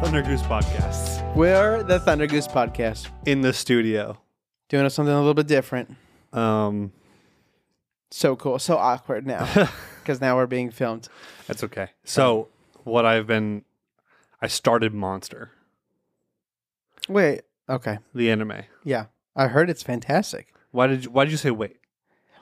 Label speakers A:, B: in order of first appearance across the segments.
A: Thunder Goose Podcasts
B: We're the Thunder Goose Podcast,
A: in the studio.
B: doing something a little bit different.
A: Um,
B: So cool, so awkward now, because now we're being filmed.
A: that's okay. So, what I've been, I started Monster,
B: Wait, okay,
A: the anime.
B: yeah, I heard it's fantastic.
A: Why did you, Why did you say wait?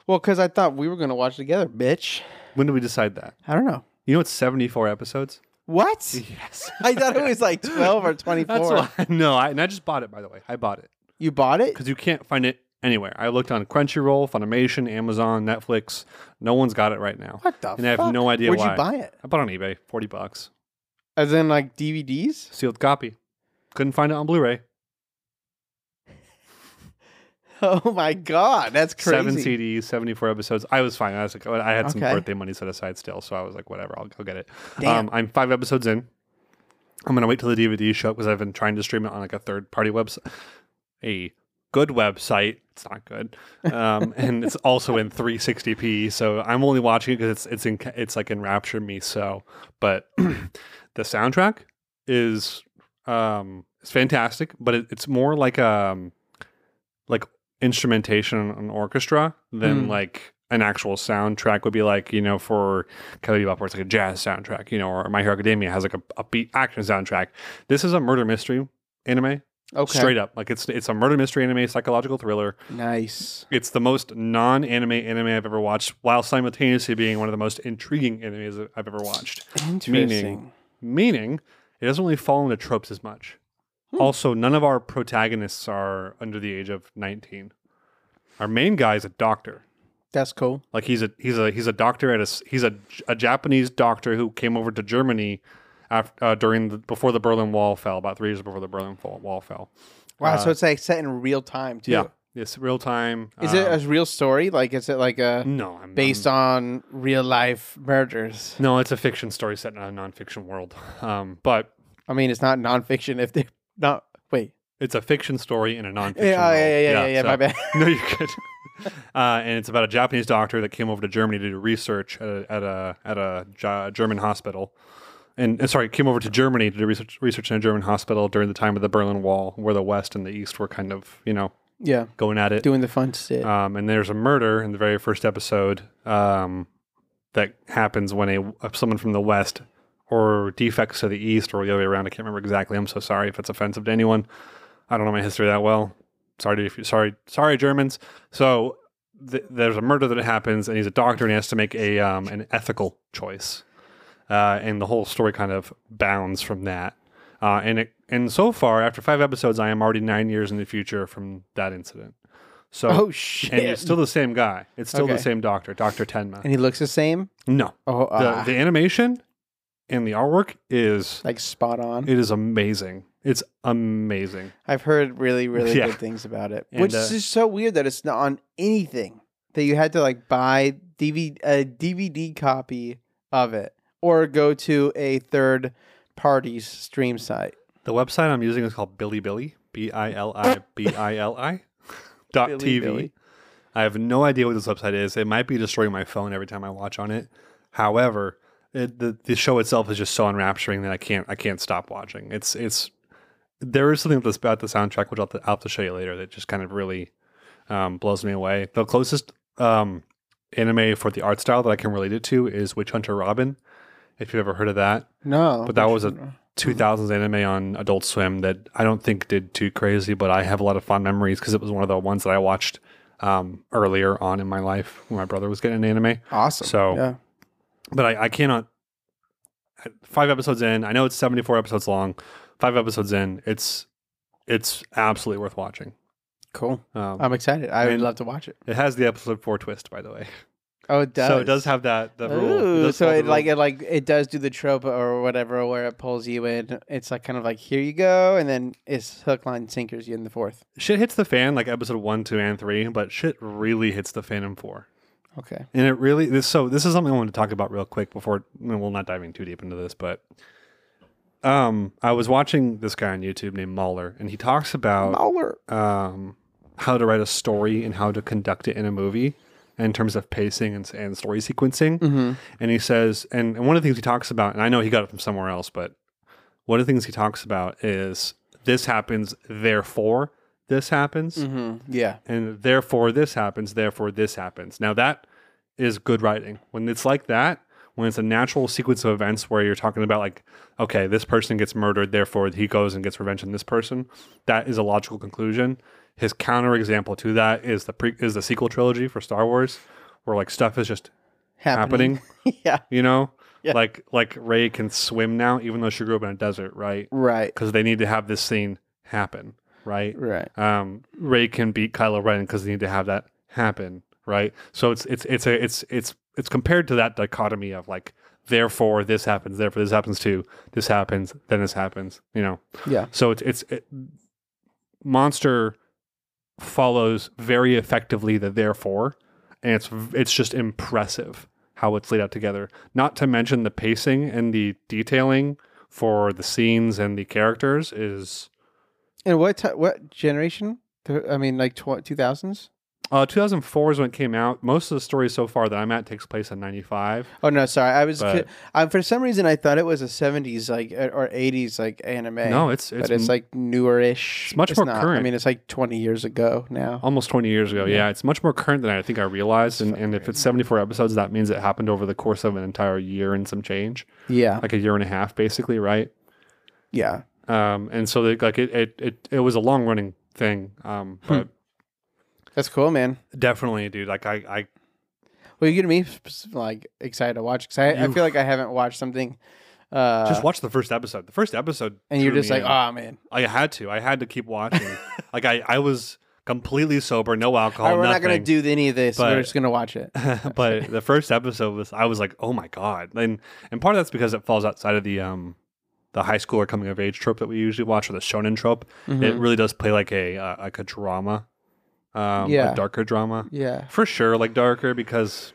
B: Well, because I thought we were gonna watch together, bitch.
A: When did we decide that?
B: I don't know
A: You know, it's seventy four episodes.
B: what.
A: Yes,
B: I thought it was like twelve or
A: that's
B: twenty-four.
A: why. No, I, and I just bought it. By the way, I bought it
B: You bought it?
A: because you can't find it anywhere. I looked on Crunchyroll, Funimation, Amazon, Netflix. No one's got it right now.
B: What the?
A: And I have
B: fuck?
A: no idea
B: Where'd
A: why.
B: you buy it?
A: I bought it on eBay, forty bucks,
B: As in like DVDs?
A: sealed copy. Couldn't find it on Blu-ray.
B: Oh my god, that's crazy.
A: Seven CDs, seventy-four episodes. I was fine. I was like, oh, I had some
B: Okay.
A: birthday money set aside still, so I was like, whatever, I'll go get it. Um,
B: Damn.
A: I'm five episodes in. I'm gonna wait till the DVD show because I've been trying to stream it on like a third-party website, a good website. It's not good, um, and it's also in 360p. So I'm only watching it because it's it's in it's like enraptured me. So, but the soundtrack is um it's fantastic but it, it's more like um like instrumentation and orchestra than
B: Mm.
A: like an actual soundtrack would be like you know for Cowboy Bebop where it's like a jazz soundtrack you know or My Hero Academia has like a, a beat action soundtrack this is a murder mystery anime
B: okay.
A: straight up like it's it's a murder mystery anime psychological thriller
B: Nice.
A: it's the most non-anime anime I've ever watched while simultaneously being one of the most intriguing animes I've ever watched
B: Interesting.
A: meaning it doesn't really fall into tropes as much.
B: Hmm.
A: Also, none of our protagonists are under the age of 19. Our main guy is a doctor.
B: That's cool.
A: Like he's a he's a he's a doctor at a s- he's a, a Japanese doctor who came over to Germany after, uh, during the, before the Berlin Wall fell about 3 years before the Berlin Fall- Wall fell.
B: Wow,
A: Uh,
B: so it's like set in real time too.
A: Yeah. It's real time. Um,
B: Is it a real story? Like, is it like a
A: No, I'm
B: based on real life murders?
A: No, it's a fiction story set in a nonfiction world. Um, but
B: I mean, it's not nonfiction if they're not. Wait.
A: it's a fiction story in a nonfiction.
B: Yeah, yeah,
A: world.
B: yeah, yeah, yeah, yeah,
A: so-
B: my bad.
A: no, you're good. Uh, and it's about a Japanese doctor that came over to Germany to do research at a at a, at a Ja- German hospital, and, and sorry, came over to Germany to do research, research in a German hospital during the time of the Berlin Wall, where the West and the East were kind of you know
B: yeah,
A: going at it.
B: doing the fun shit.
A: Um, and there's a murder in the very first episode um, that happens when a someone from the West or defects to the East or the other way around. I can't remember exactly. I'm so sorry if it's offensive to anyone. I don't know my history that well. Sorry, to- if you, sorry, sorry, Germans. So th- there's a murder that happens, and he's a doctor, and he has to make a um, an ethical choice, uh, and the whole story kind of bounds from that. Uh, and it, and so far, after five episodes, I am already nine years in the future from that incident. So
B: oh shit!
A: and it's still the same guy. It's still the
B: Okay.
A: same doctor, Doctor Tenma.
B: And he looks the same.
A: No,
B: Oh,
A: the,
B: ah,
A: the animation and the artwork is
B: like spot on.
A: it is amazing. It's amazing.
B: I've heard really, really
A: Yeah.
B: good things about it,
A: And,
B: which
A: uh,
B: is so weird that it's not on anything that you had to like buy DVD a DVD copy of it or go to a third party's stream site.
A: The website I'm using is called Billy Billy B I L I B I L I dot
B: Billy
A: TV.
B: Billy.
A: I have no idea what this website is. It might be destroying my phone every time I watch on it. However, it, the the show itself is just so enrapturing that I can't I can't stop watching. It's it's there is something about this- about the soundtrack which I'll, have to- I'll have to show you later that just kind of really um, blows me away. The closest um, anime for the art style that I can relate it to is Witch Hunter Robin. If you've ever heard of that,
B: No,
A: But that
B: which
A: was a-
B: one?
A: 2000s anime on Adult Swim that I don't think did too crazy, but I have a lot of fond memories because it was one of the ones that I watched um, earlier on in my life when my brother was getting an anime.
B: awesome.
A: So-
B: yeah.
A: But I, I cannot. Five episodes in, I know it's 74 episodes long. Five episodes in, it's it's absolutely worth watching.
B: cool.
A: Um,
B: I'm excited. I would
A: And-
B: love to watch it.
A: it has the episode four twist, by the way.
B: Oh, it does.
A: So it does have that the rule.
B: Ooh,
A: does
B: so
A: follow the
B: it like
A: rule.
B: it like it does do the trope or whatever where it pulls you in. It's like kind of like here you go, and then it's hook line sinkers you in the fourth.
A: shit hits the fan like episode one, two, and three, but shit really hits the fan in four.
B: Okay.
A: And it really this so this is something I wanted to talk about real quick before well, we're not diving too deep into this, but um I was watching this guy on YouTube named Mahler and he talks about
B: Mahler.
A: um how to write a story and how to conduct it in a movie in terms of pacing and, and story sequencing.
B: Mm-hmm.
A: And he says and, and one of the things he talks about and I know he got it from somewhere else, but one of the things he talks about is this happens, therefore this happens,
B: Mm-hmm. Yeah.
A: and therefore this happens, therefore this happens. Now that is good writing. When it's like that, when it's a natural sequence of events where you're talking about like, okay, this person gets murdered, therefore he goes and gets revenge on this person, that is a logical conclusion. His counterexample to that is the pre- is the sequel trilogy for Star Wars, where like stuff is just happening.
B: yeah.
A: You know,
B: Yeah.
A: like like Ray can swim now, even though she grew up in a desert, right?
B: Right.
A: Because they need to have this scene happen, right?
B: Right.
A: um, Ray can beat Kylo Ren because they need to have that happen, right? So it's it's it's a it's it's it's compared to that dichotomy of like, therefore this happens, therefore this happens too, this happens, then this happens, you know.
B: Yeah.
A: So it's it's it, monster follows very effectively the therefore, and it's v- it's just impressive how it's laid out together. Not to mention the pacing and the detailing for the scenes and the characters is
B: And what ti what generation? Th- I mean, like two thousands.
A: Uh, 2004 is when it came out. Most of the story so far that I'm at takes place in 95.
B: Oh no, sorry. I was
A: But-
B: I, for some reason I thought it was a seventies like or eighties like anime.
A: No, it's it's,
B: but it's
A: m-
B: like newerish.
A: It's much more
B: I
A: current.
B: mean, it's like twenty years ago now.
A: almost 20 years ago. Yeah.
B: Yeah.
A: it's much more current than I think I realized. And, and if it's 74 episodes, that means it happened over the course of an entire year and some change,
B: Yeah.
A: like a year and a half, basically, right?
B: Yeah.
A: Um, and so they, like it, it it it was a long running thing. Um,
B: Hmm.
A: but
B: That's cool, man.
A: definitely, dude. Like I, I
B: Well, you get me like excited to watch because I, I
A: You-
B: feel like I haven't watched something. Uh,
A: just watched the first episode. The first episode,
B: and you're
A: threw
B: just
A: me
B: like,
A: in.
B: oh man,
A: I had to. I had to keep watching. like I, I was completely sober, no alcohol.
B: All right, we're not
A: nothing.
B: gonna do any of this. we're
A: but-
B: just gonna watch it.
A: but the first episode was I was like, oh my god, and and part of that's because it falls outside of the um the high schooler coming of age trope that we usually watch or the shonen trope. It
B: Mhm.
A: really does play like a uh, like a drama, um,
B: Yeah.
A: a darker drama
B: yeah.
A: for sure, like darker because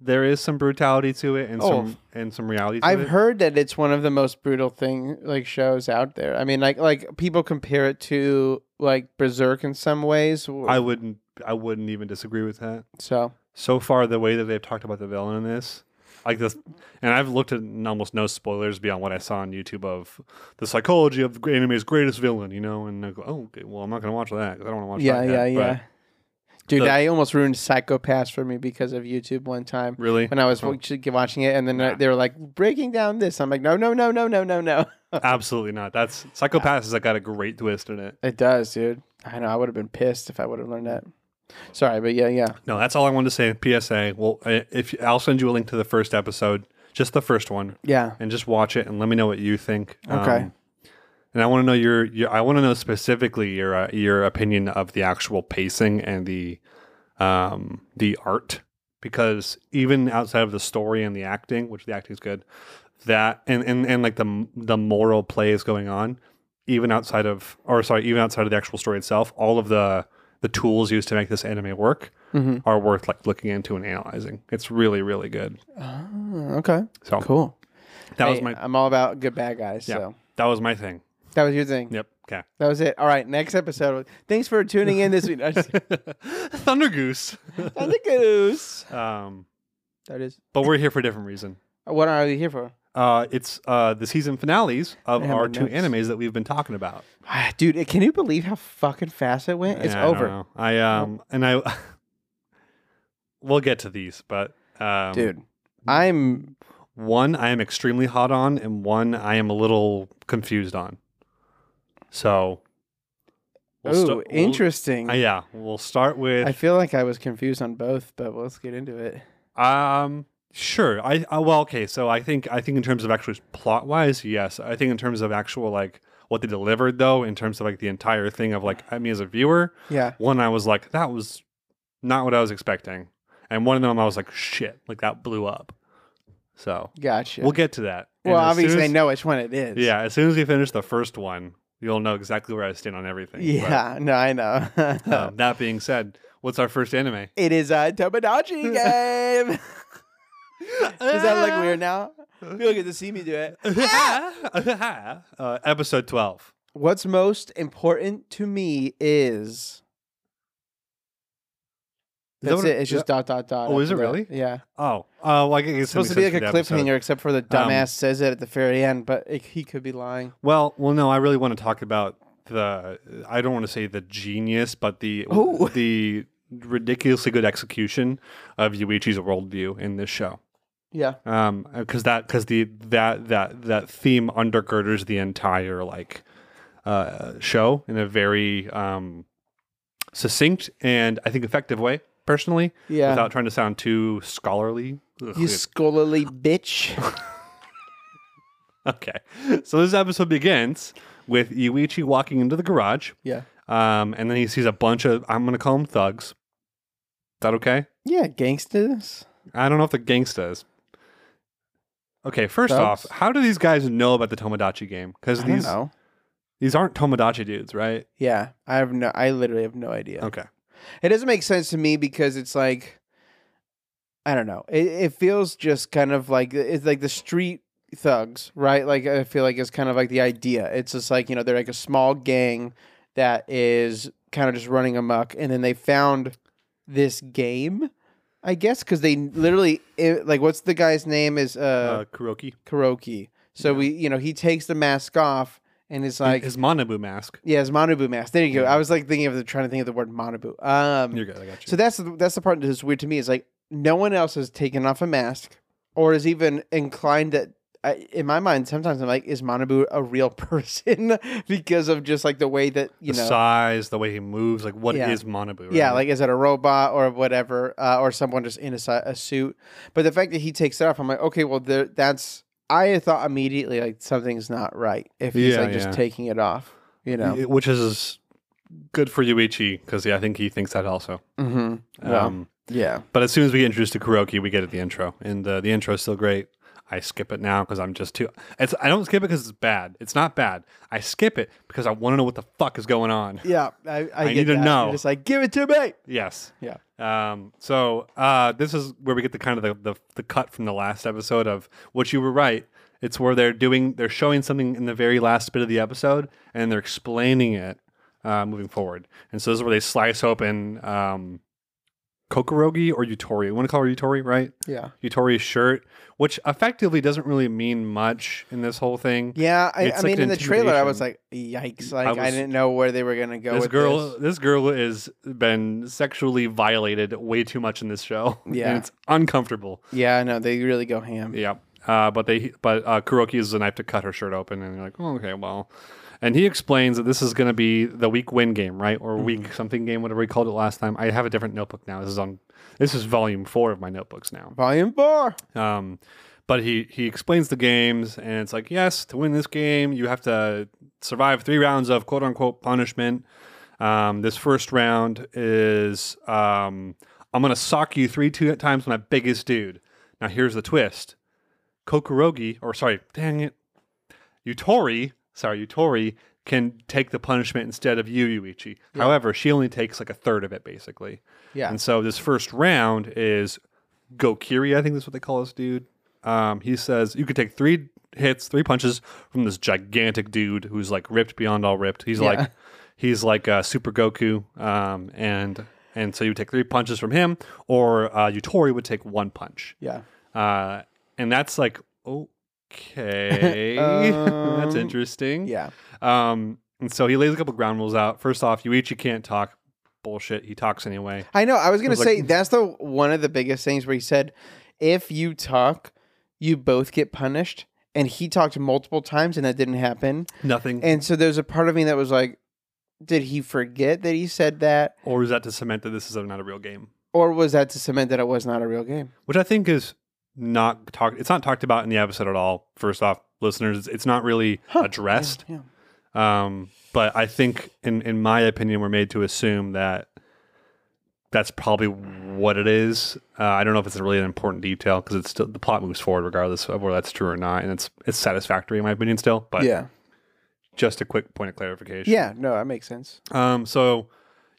A: there is some brutality to it and
B: Oh.
A: some and some reality. To
B: I've
A: it.
B: heard that it's one of the most brutal thing like shows out there. I mean, like like people compare it to like Berserk in some ways.
A: I wouldn't I wouldn't even disagree with that.
B: so
A: so far the way that they've talked about the villain in this like this and i've looked at n- almost no spoilers beyond what i saw on youtube of the psychology of the anime's greatest villain you know and I go, oh okay, well i'm not going to watch that 'cause i don't want to watch
B: yeah,
A: that
B: yeah,
A: yet."
B: yeah.
A: But
B: Dude,
A: the-
B: I almost ruined Psychopaths for me because of YouTube one time
A: really
B: when I was
A: Oh.
B: watch- watching it, and then uh
A: Nah.
B: they were like breaking down this. I'm like, no, no, no, no, no, no, no.
A: absolutely not that's psychopaths has like, got a great twist in it
B: It does, dude. I know. I would have been pissed if I would have learned that. Sorry, but yeah, yeah.
A: no that's all i wanted to say psa well I- if you- i'll send you a link to the first episode just the first one
B: Yeah.
A: and just watch it and let me know what you think. Um,
B: Okay.
A: and I want to know your, your I want to know specifically your uh, your opinion of the actual pacing and the um the art because even outside of the story and the acting, which the acting's good, that and and and like the the moral plays going on, even outside of or sorry, even outside of the actual story itself, all of the the tools used to make this anime work
B: Mm-hmm.
A: are worth like looking into and analyzing. It's really really good.
B: Uh, okay.
A: So
B: Cool.
A: that was
B: Hey, uh,
A: my
B: I'm all about good bad guys.
A: Yeah.
B: So
A: that was my thing.
B: that was your thing.
A: Yep. Okay.
B: That was it. All right. Next episode. Thanks for tuning in this week. I just-
A: Thunder Goose.
B: I think it is.
A: um,
B: That is.
A: but we're here for a different reason.
B: What are we here for?
A: Uh, it's uh, the season finales of
B: I have
A: our
B: my
A: two
B: notes.
A: animes that we've been talking about.
B: Ah, Dude, can you believe how fucking fast it went? It's
A: Yeah, I don't
B: over.
A: know. I um and I we'll get to these, but um,
B: Dude, I'm
A: one I am extremely hot on, and one I am a little confused on. So,
B: Oh,
A: we'll sta- we'll-
B: interesting.
A: uh, yeah, we'll start with
B: I feel like I was confused on both, but let's get into it.
A: Um, sure. I uh, well, okay. So I think I think in terms of actual plot wise, yes. I think in terms of actual like what they delivered though, in terms of like the entire thing of like I mean as a viewer,
B: Yeah.
A: one I was like that was not what I was expecting, and one of them I was like shit, like that blew up. So
B: Gotcha.
A: we'll get to that. And
B: well,
A: as soon
B: obviously, I
A: as-
B: know which one it is.
A: Yeah, as soon as we finish the first one, you'll know exactly where I stand on everything.
B: Yeah. no, I know.
A: But, um, that being said, what's our first anime?
B: it is a Tomodachi game. Does that look weird now? You don't get to see me do it.
A: uh, episode 12.
B: What's most important to me is
A: that
B: That's
A: what
B: it.
A: it-
B: It's just dot dot dot.
A: Oh, is
B: after
A: it
B: that.
A: really?
B: Yeah.
A: Oh, uh, well, I guess it
B: It's supposed to
A: makes
B: be
A: sense
B: like a
A: for the episode. Um,
B: cliffhanger, except for the dumbass says it at the very end, but it, he could be lying.
A: Well, well, no, I really want to talk about the. I don't want to say the genius, but the
B: Oh.
A: the ridiculously good execution of Yuichi's worldview in this show.
B: Yeah.
A: Um, because that because the that that that theme undergirders the entire like uh show in a very um succinct and I think effective way. Personally,
B: Yeah.
A: without trying to sound too scholarly. Ugh,
B: you scholarly bitch.
A: Okay. So this episode begins with Yuichi walking into the garage,
B: yeah.
A: um, and then he sees a bunch of I'm gonna call them thugs. Is that okay?
B: Yeah, gangsters.
A: I don't know if the gangsta is. Okay, first off,
B: Thugs?
A: how do these guys know about the Tomodachi game? Because
B: I don't
A: these
B: know.
A: these aren't Tomodachi dudes, right?
B: Yeah, I have no. I literally have no idea.
A: Okay.
B: It doesn't make sense to me because it's like, I don't know. It, it feels just kind of like it's like the street thugs, right? Like I feel like it's kind of like the idea. It's just like you know they're like a small gang that is kind of just running amok, and then they found this game, I guess, because they literally it, like what's the guy's name is uh,
A: Uh, Kuroki.
B: Kuroki. So we you know he takes the mask off and it's like.
A: his Manabu mask.
B: yeah, it's Manabu mask. There you go.
A: Yeah.
B: I was like thinking of the, trying to think of the word Manabu. Um,
A: You're good, I got you.
B: so that's the- that's the part that's weird to me is like no one else has taken off a mask or is even inclined that. I, in my mind, sometimes I'm like, is Manabu a real person because of just like the way that you
A: the
B: know,
A: size, the way he moves, like what is
B: Yeah.
A: Manabu? Right?
B: yeah, like is it a robot or whatever, uh, or someone just in a, si- a suit? But the fact that he takes it off, I'm like, okay, well, there, that's I thought immediately like something's not right if he's
A: Yeah,
B: like just
A: yeah.
B: taking it off, you know?
A: Y- which is good for Yuichi because yeah, I think he thinks that also.
B: Mm-hmm. Well,
A: Um,
B: yeah,
A: But as soon as we get introduced to Kuroki, we get at the intro, and uh, the intro is still great. I skip it now because I'm just too. It's I don't skip it because it's bad. It's not bad. I skip it because I want to know what the fuck is going on.
B: yeah, I, I, get
A: need to
B: that.
A: know.
B: You're just like, give it to me.
A: Yes.
B: Yeah.
A: Um. So uh, this is where we get the kind of the, the the cut from the last episode of which you were right. It's where they're doing they're showing something in the very last bit of the episode and they're explaining it uh, moving forward. And so this is where they slice open um, Kokorogi or Yutori. You want to call her Yutori, right?
B: Yeah.
A: Yutori's shirt, which effectively doesn't really mean much in this whole thing.
B: Yeah, I,
A: It's
B: I
A: like
B: mean,
A: an
B: in the trailer, I was like, "Yikes!" Like, I,
A: was-
B: didn't know where they were gonna go.
A: this
B: with
A: girl,
B: this.
A: this. girl is been sexually violated way too much in this show.
B: Yeah.
A: and it's uncomfortable.
B: Yeah, I know they really go ham.
A: Yeah, uh, but they, but uh, Kuroki uses a knife to cut her shirt open, and you're like, oh, okay, well. And he explains that this is going to be the week win game, right,
B: Mm-hmm.
A: or week something game, whatever we called it last time. I have a different notebook now. This is on, this is volume four of my notebooks now.
B: Volume four.
A: Um, but he he explains the games, and it's like, yes, to win this game, you have to survive three rounds of quote unquote punishment. Um, this first round is um, I'm gonna sock you three two times my biggest dude. Now here's the twist: Kokorogi, or sorry, dang it, Yutori, sorry, Yutori can take the punishment instead of you, Yuichi. However, she only takes like a third of it, basically.
B: Yeah.
A: And so this first round is Gokiri, I think that's what they call this dude. Um, he says you could take three hits, three punches from this gigantic dude who's like ripped beyond all ripped. He's like he's like uh, Super Goku, um, and and so you would take three punches from him, or uh, Yutori would take one punch,
B: Yeah.
A: uh, and that's like okay, that's
B: Um,
A: interesting.
B: Yeah.
A: Um, and so he lays a couple ground rules out. First off, Yuichi can't talk. Bullshit. He talks anyway.
B: I know. I was gonna
A: was like-
B: say that's the one of the biggest things where he said, "If you talk, you both get punished." And he talked multiple times, and that didn't happen.
A: Nothing.
B: And so there's a part of me that was like, "Did he forget that he said that,
A: or is that to cement that this is not a real game?
B: or was that to cement that it was not a real game?"
A: Which I think is not talked. It's not talked about in the episode at all. First off, listeners, it's- it's not really addressed.
B: Yeah.
A: Um, but I think, in in my opinion, we're made to assume that that's probably what it is. Uh, I don't know if it's really an important detail because it's still the plot moves forward regardless of whether that's true or not, and it's it's satisfactory in my opinion still. But
B: Yeah.
A: just a quick point of clarification.
B: Yeah. No, that makes sense.
A: Um, so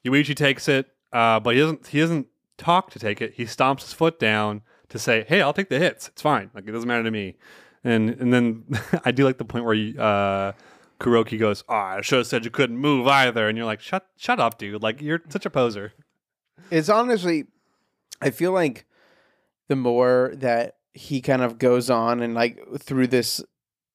A: Yuichi takes it, uh, but he doesn't. He doesn't talk to take it. He stomps his foot down to say, "Hey, I'll take the hits. It's fine. Like it doesn't matter to me." And and then I do like the point where you, uh, Kuroki goes, "Ah, I should have said you couldn't move either." And you're like, "Shut, shut up, dude! Like you're such a poser."
B: It's honestly I feel like the more that he kind of goes on and like through this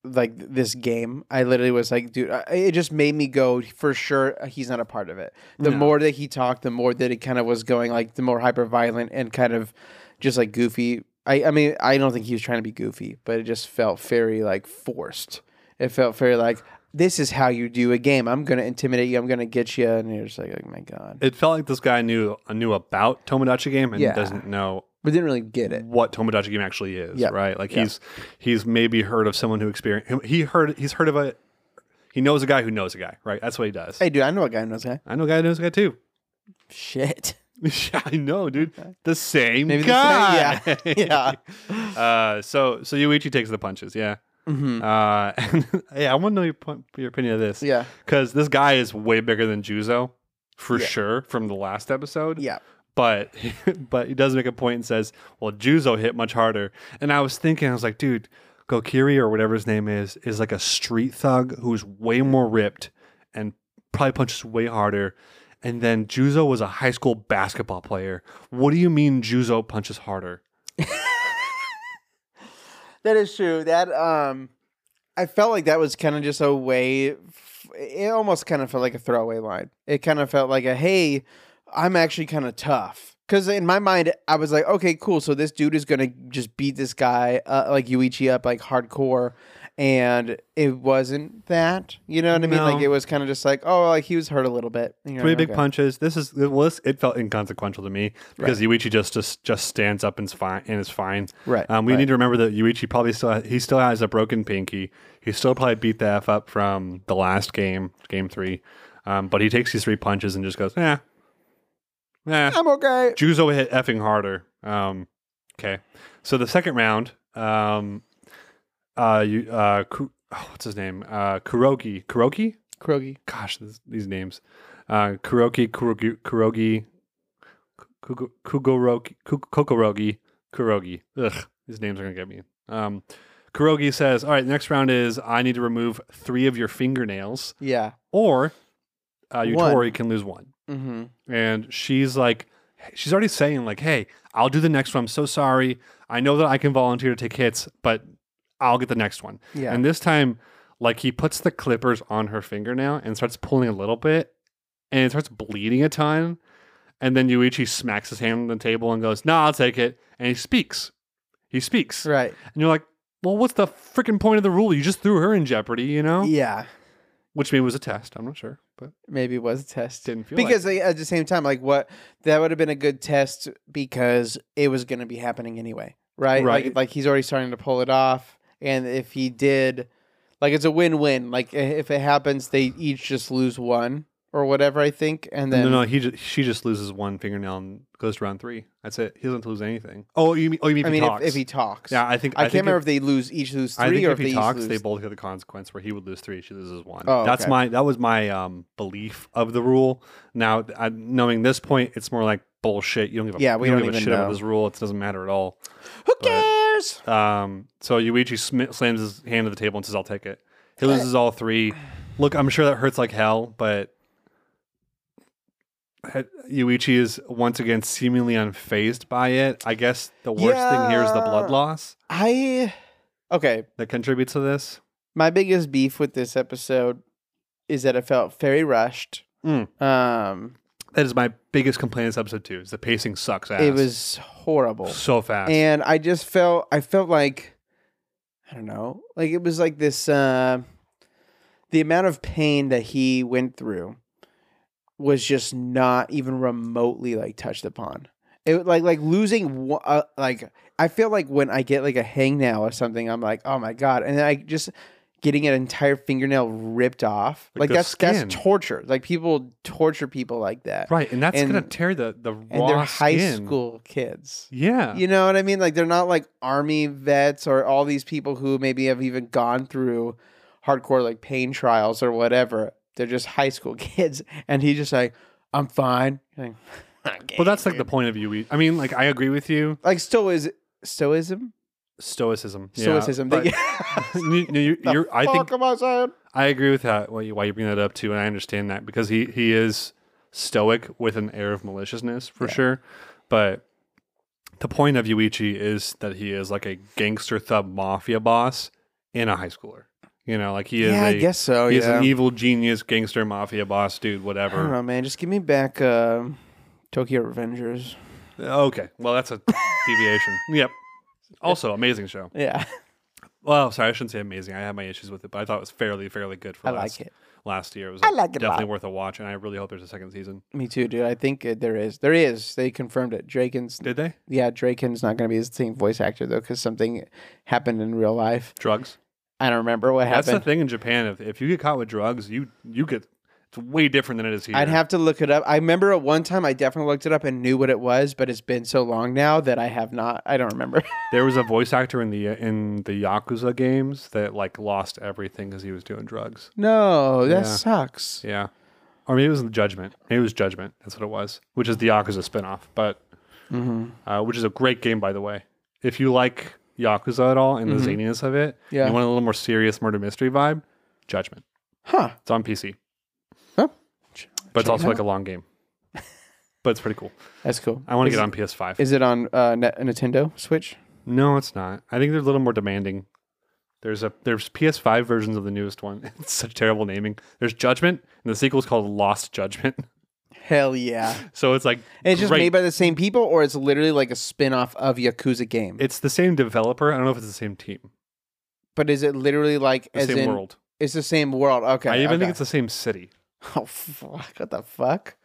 B: like this game i literally was like dude I, it just made me go for sure uh, he's not a part of it the
A: No.
B: more that he talked the more that it kind of was going like the more hyper violent and kind of just like goofy i i mean i don't think he was trying to be goofy but it just felt very like forced it felt very like this is how you do a game i'm gonna intimidate you i'm gonna get you and you're just like oh my god
A: It felt like this guy knew knew about Tomodachi Game and
B: Yeah.
A: doesn't know
B: but didn't really get it
A: what Tomodachi Game actually is,
B: Yeah.
A: right? Like
B: Yeah.
A: he's he's maybe heard of someone who experienced he heard he's heard of a he knows a guy who knows a guy, right? That's what he does.
B: hey dude i know a guy who knows a guy
A: I know a guy who knows a guy too.
B: shit
A: Yeah, I know, dude. The same
B: Maybe the
A: guy.
B: same- yeah.
A: yeah. Uh, so so Yuichi takes the punches. Yeah.
B: Mhm.
A: Uh, and, yeah, I want to know your, point, your opinion of this.
B: yeah
A: Because this guy is way bigger than Juzo, for
B: Yeah.
A: sure, from the last episode.
B: yeah
A: But but he does make a point and says, "Well, Juzo hit much harder." And I was thinking, I was like, dude, Gokiri or whatever his name is is like a street thug who's way more ripped and probably punches way harder. And then Juzo was a high school basketball player. What do you mean Juzo punches harder?
B: That is true. That um, I felt like that was kind of just a way. f- It almost kind of felt like a throwaway line. It kind of felt like a hey, I'm actually kind of tough. Because in my mind, I was like, okay, cool. So this dude is gonna just beat this guy uh, like Yuichi up like hardcore, and it wasn't that. You know what I mean? Like
A: No.
B: it was kind of just like, oh, like he was hurt a little bit. You know,
A: Three big
B: okay.
A: punches. This is it was it felt inconsequential to me because Yuichi just, just just stands up and is fine and is fine.
B: Right.
A: Um, we
B: right.
A: need to remember that Yuichi probably still he still has a broken pinky. He still probably beat the f up from the last game, game three. Um, but he takes these three punches and just goes, nah, nah.
B: I'm okay.
A: Juzo hit effing harder. Um, okay, so the second round, um, uh, you, uh, Ku- oh, what's his name? Uh, Kuroki, Kuroki.
B: Krogi.
A: Gosh, this, these names. Uh, Kuroki, Kurogi, Kurogi, Kugo- Kugoroki, Kuk- Kokorogi, Kurogi. Ugh, these names are gonna get me. Um, Kurogi says, "All right, next round is I need to remove three of your fingernails,
B: Yeah.
A: or uh,
B: One.
A: Yutori can lose one."
B: Mm-hmm.
A: and she's like she's already saying like hey i'll do the next one i'm so sorry i know that i can volunteer to take hits but i'll get the next one
B: Yeah.
A: and this time like he puts the clippers on her fingernail and starts pulling a little bit and it starts bleeding a ton and then yuichi smacks his hand on the table and goes nah i'll take it and he speaks he speaks
B: right.
A: and you're like well what's the freaking point of the rule you just threw her in jeopardy you know
B: Yeah.
A: which maybe was a test i'm not sure but
B: Maybe it was a test.
A: didn't feel like
B: because like, at the same time like what that would have been a good test because it was going to be happening anyway right
A: Right.
B: like, like he's already starting to pull it off and if he did like it's a win-win like i- if it happens they each just lose one or whatever i think and then
A: no, no, he ju- she just loses one fingernail and goes to round three. That's it. He doesn't lose anything. Oh, you mean? Oh, you mean? If
B: i mean
A: he
B: if,
A: talks.
B: if he talks
A: yeah, I think
B: i,
A: I,
B: can't
A: think
B: remember
A: If,
B: if they lose each lose
A: I
B: three
A: think
B: or
A: if he
B: they
A: talks,
B: each
A: they
B: lose
A: both get the consequence where he would lose three, she loses one.
B: Oh,
A: That's
B: okay.
A: my that was my um, belief of the rule. Now, I, knowing this point, it's more like bullshit. You don't give a
B: Yeah, we
A: you
B: don't
A: give a
B: even
A: shit about
B: know.
A: this rule. It doesn't matter at all.
B: who
A: but-
B: cares
A: Um, so Yuichi sm- slams his hand to the table and says, "I'll take it." He loses all three. Look, I'm sure that hurts like hell, but he- Yuichi is once again seemingly unfazed by it. I guess the worst thing here is the blood
B: Yeah.
A: loss
B: i okay
A: that contributes to this.
B: my biggest beef with this episode is that it felt very rushed
A: Mm.
B: um
A: That is my biggest complaint in this episode too. Is the pacing sucks ass.
B: It was horrible.
A: so fast.
B: And I just felt I felt like I don't know. Like it was like this uh the amount of pain that he went through was just not even remotely like touched upon. It like like losing one- uh, like I feel like when I get like a hangnail or something, I'm like, oh my god, and then I just getting an entire fingernail ripped off.
A: Like
B: Like,
A: the
B: that's
A: skin.
B: that's torture. Like people torture people like that,
A: right, and that's gonna
B: and-
A: tear the the
B: and
A: raw
B: they're high
A: skin.
B: school kids.
A: Yeah,
B: You know what I mean? Like they're not like army vets or all these people who maybe have even gone through hardcore like pain trials or whatever. They're just high school kids, and he just like, I'm fine. Like,
A: well, that's like the point of Yuichi. I mean, like I agree with you.
B: like stoic stoicism,
A: Stoicism. Yeah,
B: stoicism.
A: but-
B: that,
A: you, you,
B: The
A: you're, I think
B: Fuck am I saying?
A: I agree with that. Why you, why you bring that up too, and I understand that because he he is stoic with an air of maliciousness for
B: Yeah.
A: sure. But the point of Yuichi is that he is like a gangster thug mafia boss in a high schooler. You know, like he is
B: yeah, I
A: a
B: guess so.
A: he's
B: Oh, yeah.
A: an evil genius gangster mafia boss dude,
B: I don't
A: whatever.
B: know, man. Just give me back uh, Tokyo Revengers.
A: Okay, well that's a deviation. Yep. Also, amazing show.
B: Yeah,
A: Well, sorry, I shouldn't say amazing. I had my issues with it, but I thought it was fairly, fairly good for
B: I
A: last,
B: like it.
A: last year. It was
B: I like it a
A: definitely
B: lot.
A: worth a watch, and I really hope there's a second season.
B: Me too, dude. I think uh, there is. There is. They confirmed it. Draken's.
A: Did they?
B: Yeah, Draken's not going to be the same voice actor though, because something happened in real life.
A: Drugs.
B: I don't remember what
A: That's the
B: happened.
A: thing in Japan. If, if you get caught with drugs, you you get it's way different than it is here.
B: I'd have to look it up. I remember at one time I definitely looked it up and knew what it was, but it's been so long now that I have not. I don't remember.
A: There was a voice actor in the in the Yakuza games that like lost everything because he was doing drugs.
B: no, that
A: Yeah.
B: sucks.
A: Yeah, or maybe it was in Judgment. Maybe it was Judgment. That's what it was, which is the Yakuza spinoff. But
B: Mm-hmm.
A: uh, which is a great game, by the way. If you like Yakuza at all and the zaniness of it,
B: Mm-hmm. Yeah.
A: you want a little more serious murder mystery vibe, Judgment.
B: Huh.
A: It's on PC,
B: Huh.
A: but it's
B: Oh. Check
A: also
B: it
A: like a long game. but it's pretty cool.
B: That's cool.
A: I want to
B: Is
A: get
B: it-
A: on PS5.
B: Is it on uh, Net- Nintendo Switch?
A: No, it's not. I think they're a little more demanding. There's a there's PS5 versions of the newest one. It's such terrible naming. There's Judgment, and the sequel is called Lost Judgment.
B: Hell yeah.
A: So it's like
B: And it's just
A: great-
B: made by the same people, or it's literally like a spin off of Yakuza game.
A: it's the same developer. I don't know if it's the same team,
B: but is it literally like
A: the
B: as
A: same
B: in
A: world.
B: it's the same world? Okay.
A: I even
B: okay.
A: think it's the same city.
B: oh fuck! What the fuck?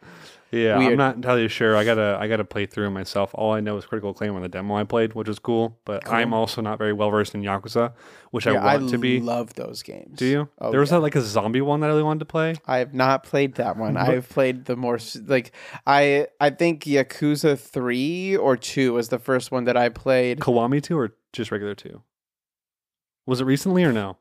A: Yeah, I'm
B: Weird.
A: not entirely sure. I gotta I gotta play through myself. All I know is Critical Acclaim on the demo I played, which is cool. But I'm also not very well versed in Yakuza, which I
B: Yeah,
A: want to be.
B: love those games.
A: Do you?
B: Oh,
A: there was
B: yeah.
A: that like a zombie one that I really wanted to play.
B: I have not played that one. I have played the more s- like I I think Yakuza three or two was the first one that I played
A: Kiwami 2 or just regular 2? Was it recently or no?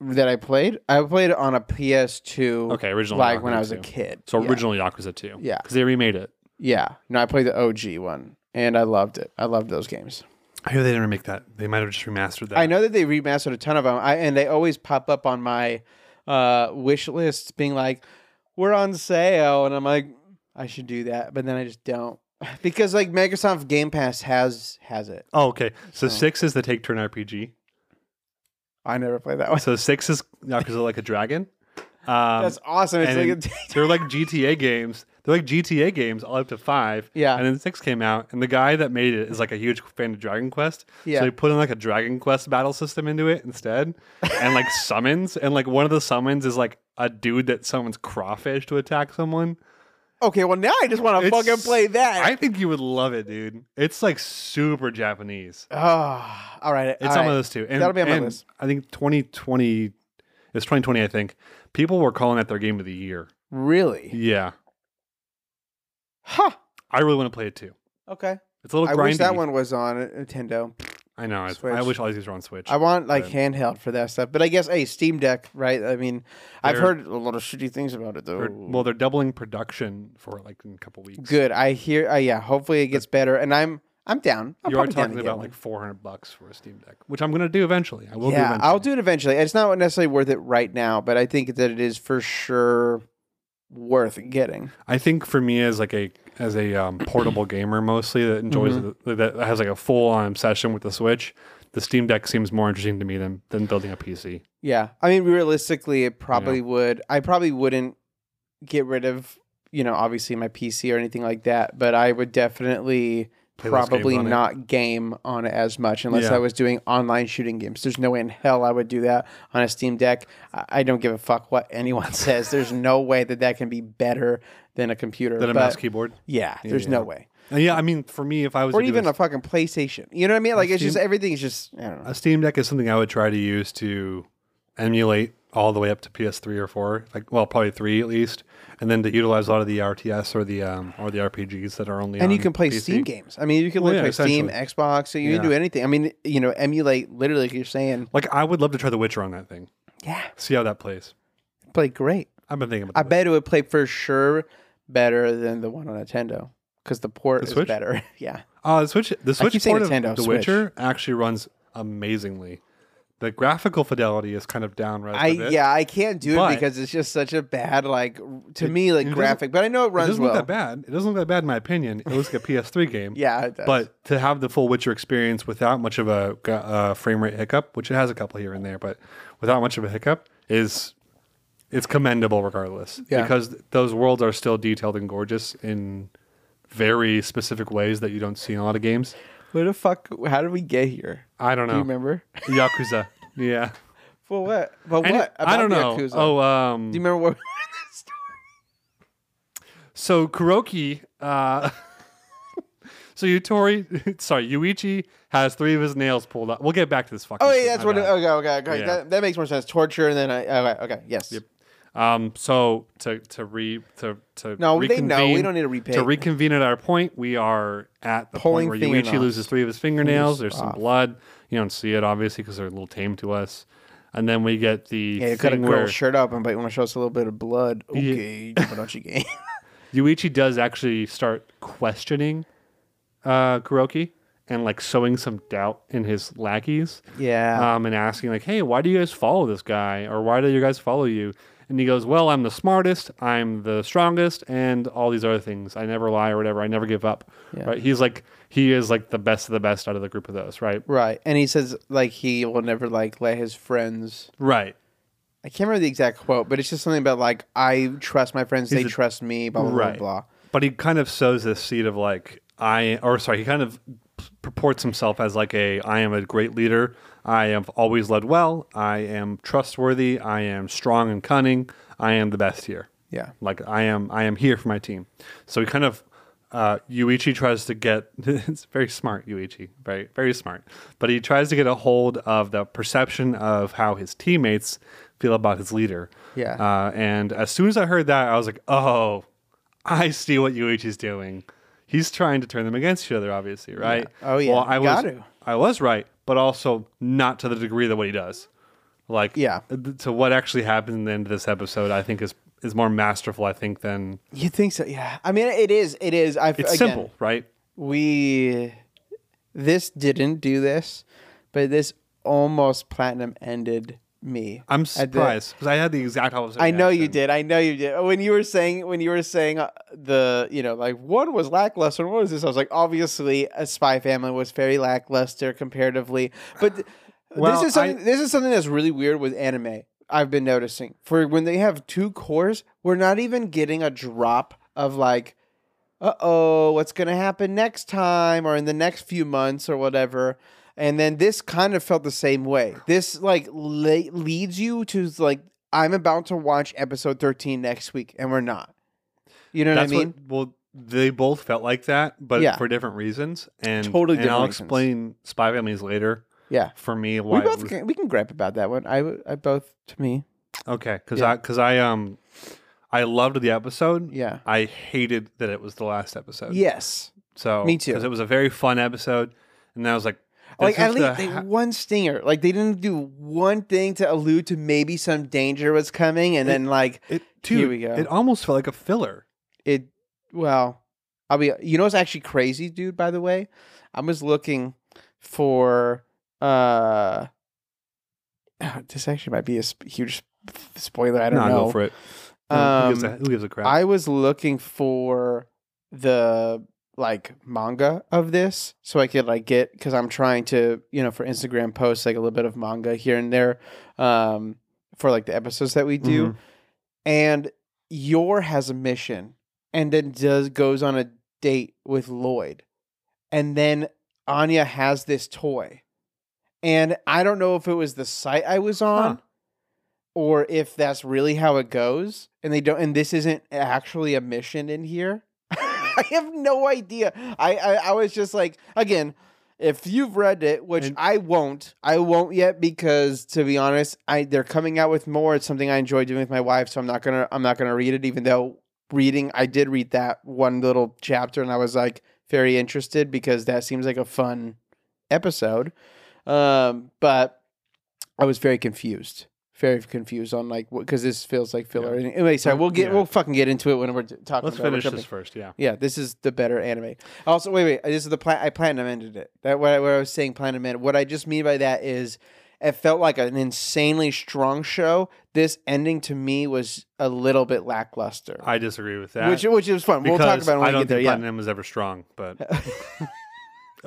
B: that I played. I played it on a PS two.
A: Okay, original.
B: Like when
A: Yakuza
B: I was a
A: 2.
B: kid.
A: So
B: Yeah.
A: original Yakuza 2.
B: Yeah.
A: Because they remade it.
B: Yeah. No, I played the OG one and I loved it. I loved those games.
A: I hear they didn't remake that. They might have just remastered that.
B: I know that they remastered a ton of them, I, and they always pop up on my uh, wish lists, being like, "We're on sale," and I'm like, "I should do that," but then I just don't because like Microsoft Game Pass has has it.
A: Oh, okay. So,
B: So-
A: 6 is the take turn RPG.
B: I never played that one.
A: So 6 is Yakuza like a dragon. Um,
B: That's awesome. It's
A: and
B: like a,
A: they're like GTA games. They're like GTA games all up to 5.
B: Yeah.
A: And then 6 came out, and the guy that made it is like a huge fan of Dragon Quest.
B: Yeah.
A: So he put in like a Dragon Quest battle system into it instead, and like summons. And like one of the summons is like a dude that summons crawfish to attack someone.
B: okay. Well, now I just want to
A: It's-
B: fucking play that.
A: I think you would love it, dude. It's like super Japanese.
B: oh, all right.
A: It's
B: all
A: on
B: right.
A: my list too. And,
B: That'll be on my
A: and
B: list.
A: I think 2020, it's 2020, I think. People were calling that their game of the year.
B: really?
A: Yeah.
B: Huh.
A: I really want to play it too.
B: Okay.
A: It's a little
B: I
A: grindy.
B: wish that one was on Nintendo.
A: I know. I, I
B: Switch.
A: wish all these were on Switch.
B: I want like
A: but-
B: handheld for that stuff. But I guess hey, Steam Deck, right? I mean, I've
A: They're-
B: heard a lot of shitty things about it though.
A: They're- well, they're doubling production for like in a couple weeks.
B: good. I hear. Uh, yeah, hopefully it gets better. And I'm I'm down. I'm
A: you are
B: probably down
A: talking
B: to get
A: about
B: one.
A: like 400 bucks for a Steam Deck, which I'm going to do eventually. I will do
B: yeah,
A: eventually.
B: I'll do it eventually. It's not necessarily worth it right now, but I think that it is for sure worth getting.
A: I think for me as like a as a um, portable gamer mostly that enjoys
B: Mm-hmm.
A: the, that has like a full on obsession with the Switch, the Steam Deck seems more interesting to me than than building a PC.
B: Yeah, I mean, realistically, it probably would. I probably wouldn't get rid of you know obviously my PC or anything like that, but I would definitely.
A: Play those games
B: probably
A: on it.
B: not game on it as much unless
A: Yeah.
B: I was doing online shooting games. There's no way in hell I would do that on a Steam Deck. I, I don't give a fuck what anyone says. There's no way that that can be better than a computer.
A: Than a
B: but
A: mouse keyboard.
B: yeah, there's no way.
A: And yeah, I mean for me if I was
B: Or
A: to do
B: even
A: this-
B: a fucking PlayStation. You know what I mean? Like it's just
A: Steam-
B: everything's just I don't know.
A: a Steam Deck is something I would try to use to emulate all the way up to PS3 or four, like well, probably three at least, and then to utilize a lot of the RTS or the um, or the RPGs that are only
B: And you
A: on
B: can play
A: PC.
B: Steam games. I mean, you can
A: Well,
B: literally
A: yeah,
B: play Steam, Xbox. So you can
A: Yeah.
B: do anything. I mean, you know, emulate literally. Like you're saying,
A: Like I would love to try The Witcher on that thing.
B: yeah,
A: See how that plays.
B: play great.
A: I've been thinking
B: I
A: about. that.
B: bet it would play for sure better than the one on Nintendo because the port is
A: Switch?
B: better. yeah.
A: Uh, the Switch, the Switch
B: keep saying
A: port of
B: Nintendo
A: The
B: Switch.
A: Witcher actually runs amazingly. The graphical fidelity is kind of down right.
B: I yeah, I can't do
A: But-
B: it because it's just such a bad like r- to
A: It-
B: me like
A: it doesn't-
B: graphic. But I know it
A: it
B: runs
A: doesn't
B: well.
A: look that bad. It doesn't look that bad in my opinion. It looks like a PS3 game.
B: Yeah, it does.
A: But to have the full Witcher experience without much of a gra- uh, frame rate hiccup, which it has a couple here and there, but without much of a hiccup, is it's commendable regardless
B: Yeah.
A: because those worlds are still detailed and gorgeous in very specific ways that you don't see in a lot of games.
B: where the fuck? How did we get here?
A: I don't
B: Do you
A: know.
B: remember?
A: Yakuza. Yeah.
B: For what? But what?
A: And it- I don't know.
B: Yakuza?
A: Oh, um,
B: do you remember what?
A: So Kuroki, uh, so Yutori, sorry, Yuichi has three of his nails pulled out. We'll get back to this fucking.
B: Oh
A: shit,
B: yeah, that's
A: my
B: what. It,
A: bad.
B: okay, okay, okay.
A: Yeah.
B: That, that makes more sense. Torture, and then I. Okay, okay yes.
A: Um, so to to re to to
B: No, they
A: reconvene,
B: know. We don't need to repaint.
A: to reconvene at our point. We are at the
B: Pulling
A: point where
B: finger
A: Yuichi
B: knots.
A: loses three of his fingernails. There's some
B: off.
A: blood. You don't see it obviously because they're a little tame to us. And then we get the
B: yeah, you cut a
A: thing
B: girl's
A: where
B: shirt up, and but you want to show us a little bit of blood. Okay, but don't you game?
A: Yuichi does actually start questioning uh, Kuroki and like sowing some doubt in his lackeys.
B: yeah.
A: um, and asking like, "Hey, why do you guys follow this guy, or why do you guys follow you?" And he goes, "Well, I'm the smartest, I'm the strongest, and all these other things. I never lie or whatever. I never give up."
B: Yeah.
A: Right? He's like, he is like the best of the best out of the group of those. Right.
B: right, and he says like he will never like let his friends.
A: Right.
B: I can't remember the exact quote, but it's just something about like I trust my friends, they
A: a-
B: trust me, blah blah
A: Right.
B: blah blah.
A: But he kind of sows this seed of like, I or sorry, he kind of p- purports himself as like a I am a great leader. I have always led well. I am trustworthy. I am strong and cunning. I am the best here.
B: Yeah.
A: like i am i am here for my team so he kind of uh, Yuichi tries to get it's very smart Yuichi very very smart but he tries to get a hold of the perception of how his teammates feel about his leader
B: Yeah.
A: uh, and as soon as I heard that I was like oh I see what Yuichi's doing he's trying to turn them against each other obviously right
B: Oh, yeah.
A: well I was
B: Gotta.
A: I was right but also not to the degree that what he does like uh,
B: Yeah.
A: th- to what actually happened in the end of this episode i think is is more masterful i think than
B: You think so? Yeah. I mean, it is. It is. I.
A: it's
B: again,
A: simple right
B: We. This didn't do this, but this almost platinum ended me.
A: i'm
B: At the-
A: surprised because i had the exact opposite
B: I know you
A: reaction.
B: did. I know you did. When you were saying when you were saying uh, the you know like one was lackluster, and what was this? I was like, obviously, a Spy Family was very lackluster comparatively, but th-
A: Well,
B: this is something,
A: I-
B: this is something that's really weird with anime. I've been noticing for when they have two cores, we're not even getting a drop of like, uh oh, what's gonna happen next time or in the next few months or whatever. And then this kind of felt the same way. This like le- leads you to like I'm about to watch episode 13 next week, and we're not. You know what
A: that's
B: I mean?
A: what well they both felt like that but
B: Yeah.
A: for different reasons and
B: Totally
A: and
B: different
A: i'll
B: reasons.
A: explain spy families later
B: yeah,
A: for me why
B: we
A: it
B: both
A: was-
B: can, we can gripe about that one. I w- I both to me.
A: okay because
B: Yeah.
A: i because i um i loved the episode
B: Yeah.
A: i hated that it was the last episode
B: Yes.
A: so
B: me too.
A: because it was a very fun episode and i was like
B: Like
A: this
B: at
A: is
B: least
A: the
B: they,
A: ha-
B: one stinger. Like they didn't do one thing to allude to maybe some danger was coming, and then like
A: It, dude,
B: Here we go.
A: It almost felt like a filler.
B: it well i'll be you know what's actually crazy dude by the way i was looking for uh this actually might be a sp- huge sp- spoiler i don't
A: Nah,
B: know
A: go for it. who, gives a,
B: um,
A: who gives a crap?
B: i was looking for the like manga of this so i could like get because i'm trying to you know for instagram posts like a little bit of manga here and there um for like the episodes that we do
A: Mhm.
B: and your has a mission and then does goes on a date with Lloyd. And then Anya has this toy. And I don't know if it was the site I was on
A: Huh.
B: or if that's really how it goes and they don't and this isn't actually a mission in here. I have no idea. I, I I was just like again if you've read it, which
A: And-
B: I won't, I won't yet because to be honest, I they're coming out with more. It's something I enjoy doing with my wife, so I'm not gonna I'm not gonna read it. Even though reading, I did read that one little chapter, and I was like very interested because that seems like a fun episode. Um, but I was very confused, very confused on like because this feels like filler. Anyway, sorry, we'll get
A: Yeah.
B: we'll fucking get into it when we're d- talking.
A: Let's
B: about it. We're
A: finish
B: jumping-
A: this first. Yeah.
B: yeah, this is the better anime. Also, wait, wait. This is the plan. I platinum ended it. That what I, what I was saying platinum ended. What I just mean by that is It felt like an insanely strong show. This ending to me was a little bit lackluster,
A: I disagree with that.
B: which which is fun. We'll talk
A: because
B: about it when
A: I
B: we
A: don't
B: get there.
A: think
B: Yeah.
A: Platinum is ever strong, but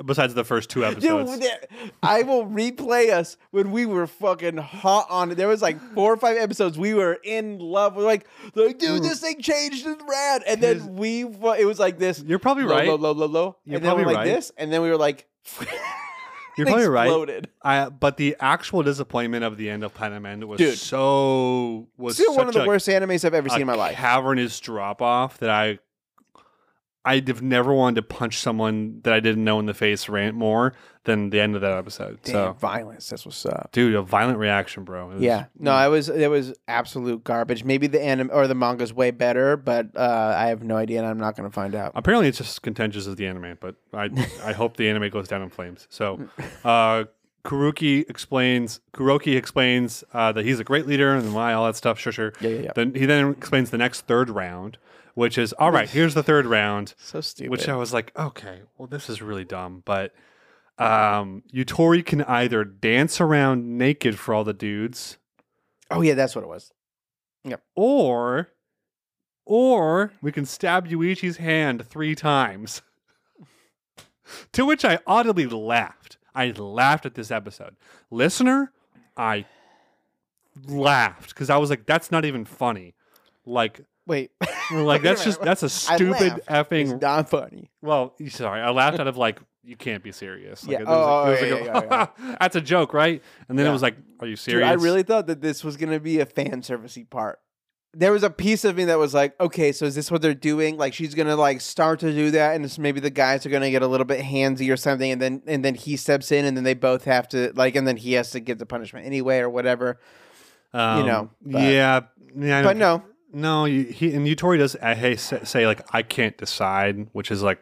A: besides the first two episodes,
B: Dude, there- I will replay us when we were fucking hot on it. There was like four or five episodes we were in love. We're like, like, dude,
A: Mm.
B: this thing changed and rad. And then we, fu- it was like this.
A: you're probably
B: low,
A: right.
B: Low, low, low, low.
A: You're
B: and then we're
A: probably
B: like
A: right.
B: this. And then we were like,
A: You're probably right.
B: exploded.
A: I, but the actual disappointment of the end of Platinum End was
B: Dude.
A: so was
B: Still one
A: such
B: of the
A: a-
B: worst animes I've ever seen in my
A: a
B: life.
A: Cavernous drop off that I I've never wanted to punch someone that I didn't know in the face rant more than the end of that episode.
B: Damn,
A: So,
B: violence. uh, That's what's up.
A: dude, a violent reaction, bro. It was-
B: Yeah. No, I was it was absolute garbage. Maybe the anime or the manga's way better, but uh, I have no idea and I'm not gonna find out.
A: Apparently, it's just as contentious as the anime, but I I hope the anime goes down in flames. So, uh, Kuruki explains Kuroki explains uh, that he's a great leader and why all that stuff. Sure, sure.
B: Yeah, yeah, yeah.
A: Then he then explains the next third round, which is all right. Here's the third round.
B: So stupid.
A: which uh, I was like, okay, well, this is really dumb. But um, Yutori can either dance around naked for all the dudes,
B: oh yeah, that's what it was.
A: or or we can stab Yuichi's hand three times. to which I audibly laughed. I laughed at this episode, listener. I laughed because I was like, that's not even funny. Like,
B: Wait.
A: like that's
B: minute.
A: just that's a stupid
B: It's
A: effing
B: not funny.
A: Well, y- sorry, I laughed out of like you can't be serious. Like,
B: Yeah.
A: it was
B: Oh,
A: like- it
B: yeah,
A: was
B: yeah,
A: like a- That's a joke, right? And then
B: Yeah.
A: it was like, are you
B: Dude,
A: serious?
B: I really thought that this was gonna be a fan servicey part. There was a piece of me that was like, okay, so is this what they're doing? Like she's gonna like start to do that, and it's maybe the guys are gonna get a little bit handsy or something, and then and then he steps in, and then they both have to like, and then he has to get the punishment anyway or whatever.
A: Um,
B: know, but-
A: yeah, yeah. I
B: But
A: don't-
B: no,
A: no. You, he and Yutori does uh, hey say, say like I can't decide, which is like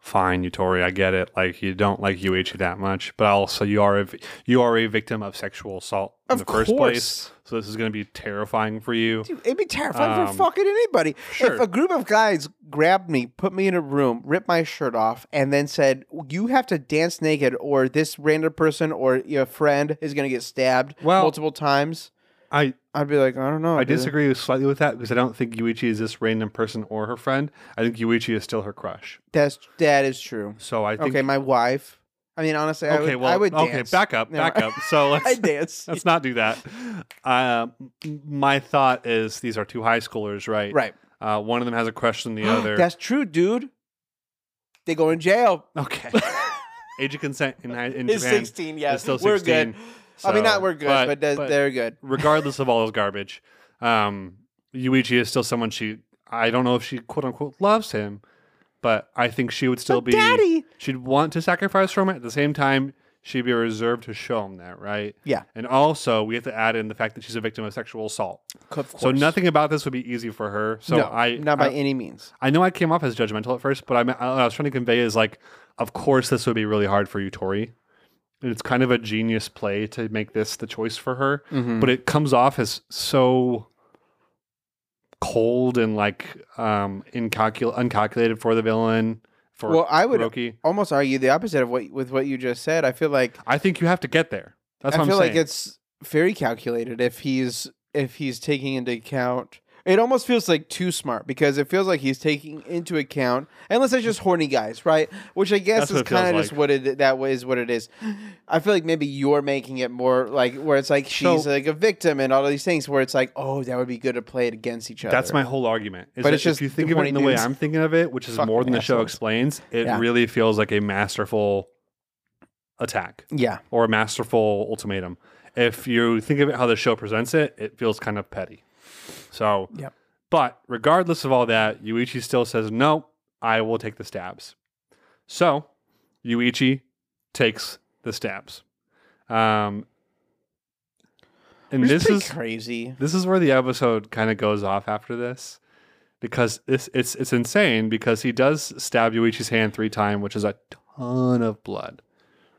A: fine, Yutori, I get it. Like you don't like Yuichi that much, but also you are a, vi- you are a victim of sexual assault in
B: Of
A: the first
B: course.
A: place. So this is going to be terrifying for you.
B: Dude, it'd be terrifying for
A: Um,
B: fucking anybody.
A: sure.
B: If a group of guys grabbed me, put me in a room, ripped my shirt off, and then said, "You have to dance naked, or this random person or your friend is gonna get stabbed
A: Well-
B: multiple times,"
A: I
B: I'd be like, "I don't know."
A: I
B: dude."
A: disagree with- slightly with that because I don't think Yuichi is this random person or her friend. I think Yuichi is still her crush.
B: That's that is true.
A: So I think
B: Okay, my wife. I mean, honestly, I
A: okay,
B: would,
A: well,
B: I would
A: okay,
B: dance.
A: back up,
B: Never
A: back up. So
B: I
A: let's
B: dance.
A: let's not do that. Uh, m- my thought is these are two high schoolers, right?
B: right.
A: Uh, one of them has a crush on the other.
B: That's true, dude. They go in jail.
A: okay. Age of consent in, hi- in
B: It's
A: Japan.
B: sixteen. Yeah,
A: is still
B: we're
A: 16,
B: good. I
A: so-
B: mean, not we're good,
A: but-
B: but, they're-
A: but-
B: they're good.
A: regardless of all his garbage, um, Yuichi is still someone she. I don't know if she quote unquote loves him, but I think she would still
B: But
A: be.
B: Daddy-
A: She'd want to sacrifice for him. At the same time, she'd be reserved to show him that, right?
B: Yeah.
A: And also, we have to add in the fact that she's a victim of sexual assault.
B: Of course.
A: So nothing about this would be easy for her. So
B: no,
A: I
B: not by
A: I-
B: any means.
A: I know I came off as judgmental at first, but I'm, I was trying to convey is like, of course, this would be really hard for you, Tori. And it's kind of a genius play to make this the choice for her,
B: Mm.
A: but it comes off as so cold and like um incalcul- uncalculated for the villain. For
B: Well, I would
A: Kuroki.
B: almost argue the opposite of what with what you just said. I feel like
A: I think you have to get there. That's
B: I
A: what
B: feel
A: I'm saying.
B: like it's very calculated if he's if he's taking into account. It almost feels like too smart because it feels like he's taking into account unless they're just horny guys, right? Which I
A: That's
B: guess
A: what
B: is
A: it feels
B: kind of just
A: like.
B: what it that way is what it is. I feel like maybe you're making it more like where it's like
A: So-
B: she's like a victim and all these things where it's like oh that would be good to play it against each other.
A: That's my whole argument. Is
B: But
A: that
B: it's just
A: if you think
B: the
A: of it in the
B: horny
A: way
B: dudes.
A: I'm thinking of it, which is
B: Fucking
A: more than the show
B: assholes.
A: explains, it
B: Yeah.
A: really feels like a masterful attack.
B: yeah
A: or a masterful ultimatum. If you think of it how the show presents it, it feels kind of petty. So,
B: Yep.
A: but regardless of all that, Yuichi still says, No, I will take the stabs. So, Yuichi takes the stabs. Um, and
B: Which
A: this
B: pretty
A: is
B: crazy.
A: this is where the episode kind of goes off after this because it's it's it's insane because he does stab Yuichi's hand three times, which is a ton of blood,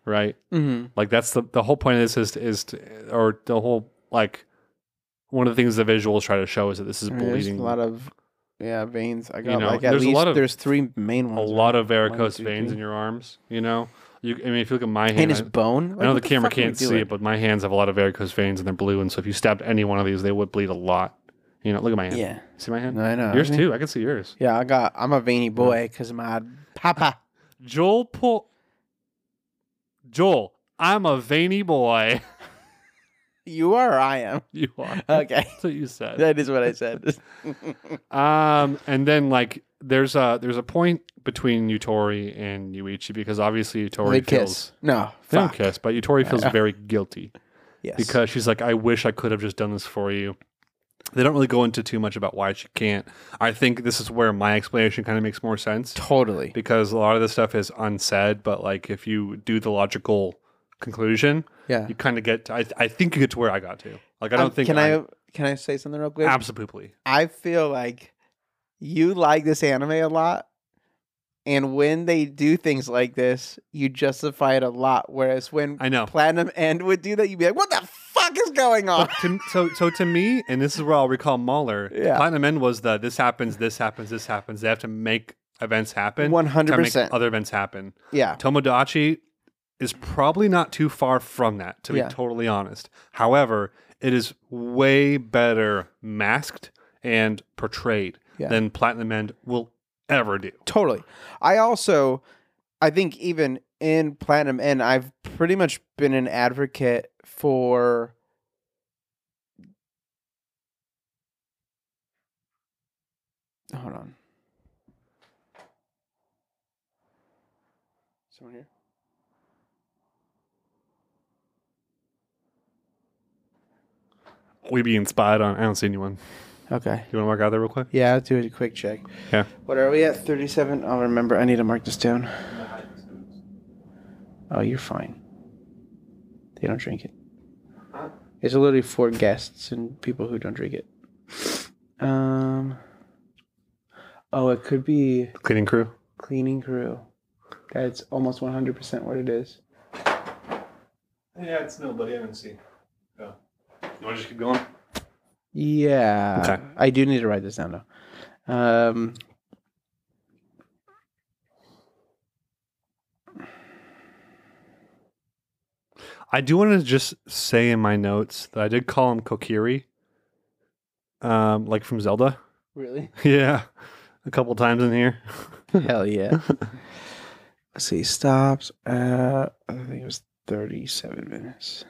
A: right?
B: Mm-hmm.
A: Like that's the the whole point of this is to, is to, or the whole like one of the things the visuals try to show is that this is
B: There's a
A: bleeding.
B: lot of yeah veins. I got
A: know,
B: like at
A: there's a
B: least
A: lot of-
B: there's three main
A: a
B: ones. right?
A: lot of varicose
B: One, two,
A: veins
B: three.
A: in your arms. You know, You, I mean, if you look at my
B: in
A: hand,
B: his
A: I,
B: bone.
A: I
B: Like,
A: know
B: what
A: the camera
B: fuck are we
A: can't see
B: doing?
A: it, but my hands have a lot of varicose veins and they're blue. And so if you stabbed any one of these, they would bleed a lot. You know, look at my hand.
B: Yeah,
A: See my hand?
B: I know.
A: Yours too. I can see yours.
B: Yeah, I got. I'm a veiny boy because my papa.
A: Joel pull. Joel, I'm a veiny boy.
B: You are. Or I am.
A: you are.
B: Okay,
A: That's what you said.
B: that is what I said.
A: Um, and then like there's a there's a point between Yutori and Yuichi because obviously Yutori
B: they
A: feels
B: kiss. No,
A: they don't
B: fuck.
A: kiss, but Yutori feels
B: Yeah.
A: very guilty
B: Yes.
A: because she's like, I wish I could have just done this for you. They don't really go into too much about why she can't. I think this is where my explanation kind of makes more sense
B: totally.
A: because a lot of this stuff is unsaid, but like if you do the logical conclusion,
B: Yeah.
A: you kind of get. To, I I think you get to where I got to. Like I don't
B: Um,
A: think
B: Can
A: I,
B: I can I say something real quick?
A: absolutely.
B: I feel like you like this anime a lot. And when they do things like this, you justify it a lot. Whereas when
A: I know.
B: Platinum End would do that, you'd be like, what the fuck is going on?
A: But to, so, so to me, and this is where I'll recall Mahler.
B: Yeah.
A: Platinum End was the this happens, this happens, this happens. They have to make events happen. To make
B: 100%.
A: other events happen.
B: yeah.
A: Tomodachi is probably not too far from that, to be
B: Yeah.
A: totally honest. However, it is way better masked and portrayed
B: Yeah.
A: than Platinum End will ever do.
B: Totally. I also, I think even in Platinum End, I've pretty much been an advocate for. Hold on. Someone here?
A: We being spied on. I don't see anyone.
B: Okay.
A: You want to walk out there real quick?
B: Yeah, I'll do a quick check.
A: Yeah.
B: What are we at? 37? I'll remember. I need to mark this down. Oh, you're fine. They don't drink it. It's literally for guests and people who don't drink it. Um. Oh, it could be
A: Cleaning crew.
B: cleaning crew. That's almost 100% what it is.
A: Yeah, it's nobody. I haven't seen. Oh. Yeah. You want to just keep going?
B: Yeah.
A: Okay.
B: I do need to write this down though. Um
A: I do want to just say in my notes that I did call him Kokiri, um, like from Zelda.
B: Really?
A: yeah, a couple times in here.
B: Hell yeah. Let's see, stops at I think it was thirty seven minutes.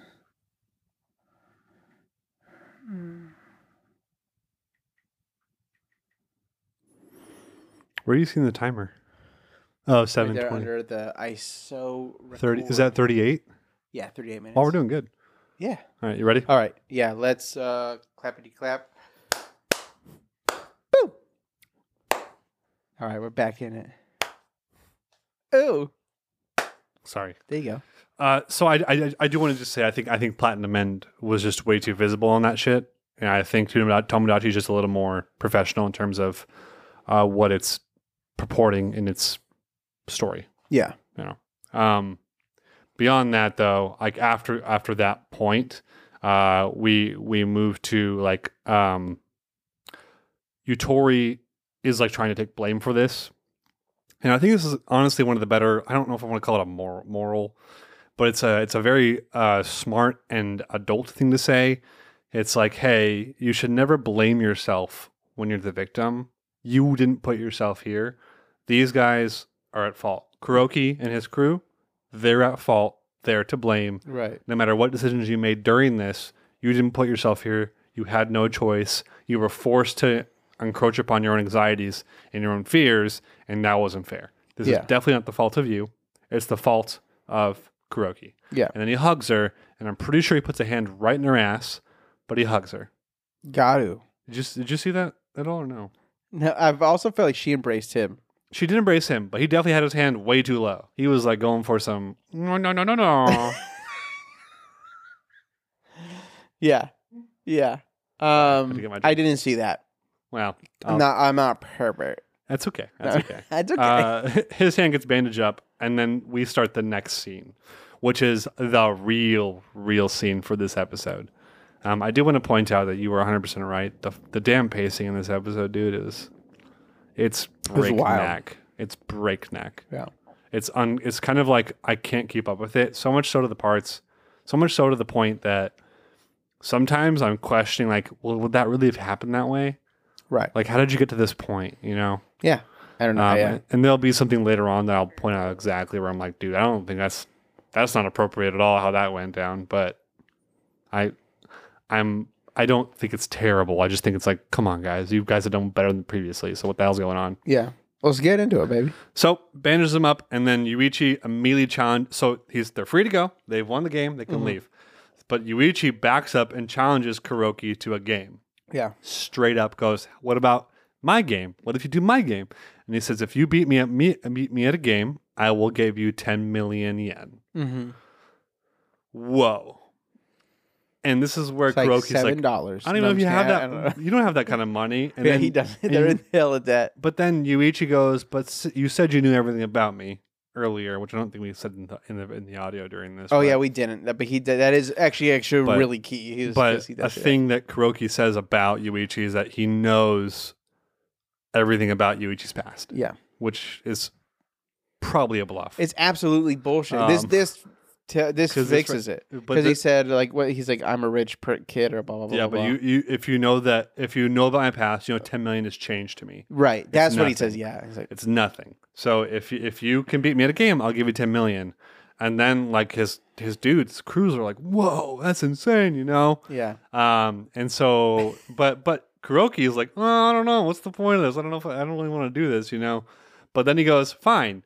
A: Where are you seeing the timer? Oh, 720.
B: under the ISO
A: 30, is that 38?
B: Yeah, thirty eight minutes.
A: Oh, we're doing good.
B: Yeah.
A: All right, you ready?
B: All right. Yeah, let's uh clappity clap. Boom. All right, we're back in it. Oh,
A: Sorry.
B: there you go.
A: Uh, so I, I, I do want to just say I think I think Platinum End was just way too visible on that shit, and I think Tomoda- Tomodachi is just a little more professional in terms of uh, what it's purporting in its story.
B: Yeah.
A: Um, beyond that, though, like after after that point, uh, we we move to like um, Utori is like trying to take blame for this, and I think this is honestly one of the better. I don't know if I want to call it a moral, moral but it's a it's a very uh, smart and adult thing to say. It's like, hey, you should never blame yourself when you're the victim. You didn't put yourself here. These guys are at fault. Kuroki and his crew, they're at fault. They're to blame.
B: Right.
A: No matter what decisions you made during this, you didn't put yourself here. You had no choice. You were forced to encroach upon your own anxieties and your own fears, and that wasn't fair. This
B: Yeah.
A: is definitely not the fault of you. It's the fault of Kuroki.
B: Yeah.
A: And then he hugs her, and I'm pretty sure he puts a hand right in her ass, but he hugs her.
B: Got to.
A: Did you, did you see that at all or no?
B: No, I've also felt like she embraced him.
A: She did embrace him, but he definitely had his hand way too low. He was like going for some no no no no no.
B: Yeah. Yeah.
A: to get
B: Um,
A: my
B: I didn't see that.
A: well,
B: I'm
A: um,
B: not. I'm not pervert.
A: that's okay. That's
B: No.
A: okay.
B: That's okay.
A: Uh, his hand gets bandaged up, and then we start the next scene, which is the real, real scene for this episode. Um, I do want to point out that you were 100 percent right. The, the damn pacing in this episode, dude, is it's
B: was wild.
A: breakneck. It's breakneck.
B: yeah.
A: It's un, it's kind of like I can't keep up with it. So much so to the parts, so much so to the point that sometimes I'm questioning like, well, would that really have happened that way?
B: Right.
A: Like, how did you get to this point? You know.
B: Yeah. I don't know.
A: Um,
B: Oh, yeah.
A: And there'll be something later on that I'll point out exactly where I'm like, dude, I don't think that's that's not appropriate at all how that went down. But I I'm I don't think it's terrible. I just think it's like, come on, guys, you guys have done better than previously. So what the hell's going on?
B: Yeah. Let's get into it, baby.
A: So bandages him up, and then Yuichi immediately challenges. So he's they're free to go. They've won the game. They can
B: Mm-hmm.
A: leave. But Yuichi backs up and challenges Kuroki to a game
B: Yeah.
A: straight up goes, "What about my game? What if you do my game?" And he says, "If you beat me at me beat me at a game, I will give you 10 million yen."
B: Mm-hmm.
A: Whoa! And this is where
B: It's like
A: Kuroki's
B: seven
A: like,
B: dollars.
A: "I don't even know if you have that. You don't have that kind of money." And
B: yeah,
A: then,
B: he doesn't.
A: and
B: They're
A: you-
B: in the hell at that.
A: But then Yuichi goes, "But s- you said you knew everything about me earlier, which I don't think we said in the in the, in the audio during this."
B: Oh
A: but-
B: yeah, we didn't. That, but he did. That is actually actually
A: But-
B: really key. He was,
A: but
B: just- he
A: a
B: does that.
A: thing that Kuroki says about Yuichi is that he knows everything about Yuichi's past.
B: Yeah.
A: which is probably a bluff.
B: It's absolutely bullshit. this
A: Um,
B: this te- this
A: 'cause this
B: fixes it
A: but
B: because he
A: the-
B: said like what he's like I'm a rich per- kid or blah blah blah.
A: yeah, but
B: blah,
A: you,
B: blah.
A: you if you know that if you know about my past, you know ten million has changed to me.
B: right. That's what he
A: nothing.
B: says. Yeah. He's like,
A: It's nothing. So if you- if you can beat me at a game, I'll give you ten million. And then like his his dudes, crews are like, whoa, that's insane, you know.
B: yeah.
A: Um, and so, but but Kuroki is like, oh, I don't know, what's the point of this? I don't know if I, I don't really want to do this, you know. But then he goes, fine,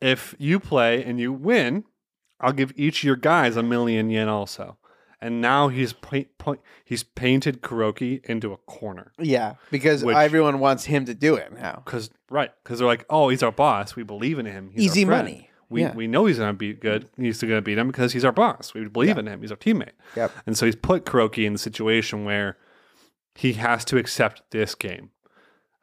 A: if you play and you win, I'll give each of your guys a million yen also. And now he's paint, paint, he's painted Kuroki into a corner
B: Yeah, because
A: Which-
B: everyone wants him to do it now.
A: because right because they're like, oh, he's our boss, we believe in him, he's our
B: Easy
A: friend.
B: money.
A: We,
B: Yeah.
A: we know he's gonna be good. He's still gonna beat him because he's our boss. We believe in him. He's our teammate.
B: Yep.
A: And so he's put Kuroki in the situation where he has to accept this game.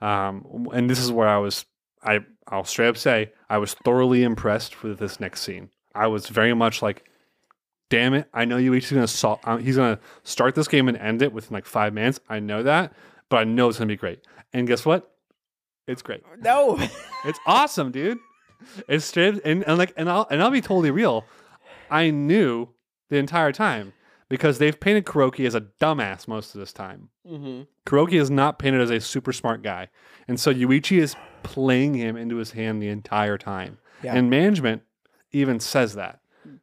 A: Um, and this is where I was, I, I'll straight up say, I was thoroughly impressed with this next scene. I was very much like, damn it, I know Yuichi's going to sol- uh, he's going to start this game and end it within like five minutes. I know that, but I know it's going to be great. And guess what? It's great.
B: No.
A: It's awesome, dude. It's straight and, and like and I'll and I'll be totally real. I knew the entire time because they've painted Kuroki as a dumbass most of this time.
B: hmm
A: Kuroki is not painted as a super smart guy, and so Yuichi is playing him into his hand the entire time.
B: Yeah.
A: And management even says that.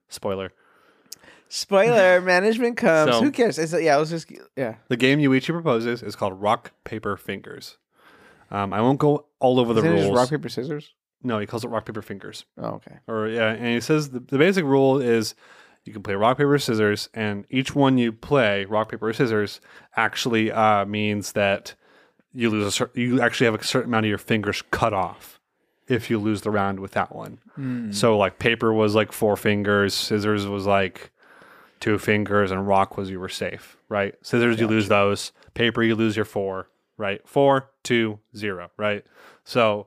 A: Spoiler:
B: Spoiler: Management comes.
A: So-
B: Who cares? It's, yeah. Let's just yeah.
A: the game Yuichi proposes is called Rock Paper Fingers. Um, I won't go all over the
B: Isn't it
A: rules.
B: just rock paper scissors?
A: no, he calls it Rock Paper Fingers.
B: Oh, okay.
A: or yeah, and he says the, the basic rule is you can play rock paper scissors, and each one you play rock paper scissors actually uh, means that you lose a cer- you actually have a certain amount of your fingers cut off if you lose the round with that one. So like paper was like four fingers, scissors was like two fingers, and rock was you were safe, right? Scissors you lose those, paper you lose your four, right? Four, two, zero, right? So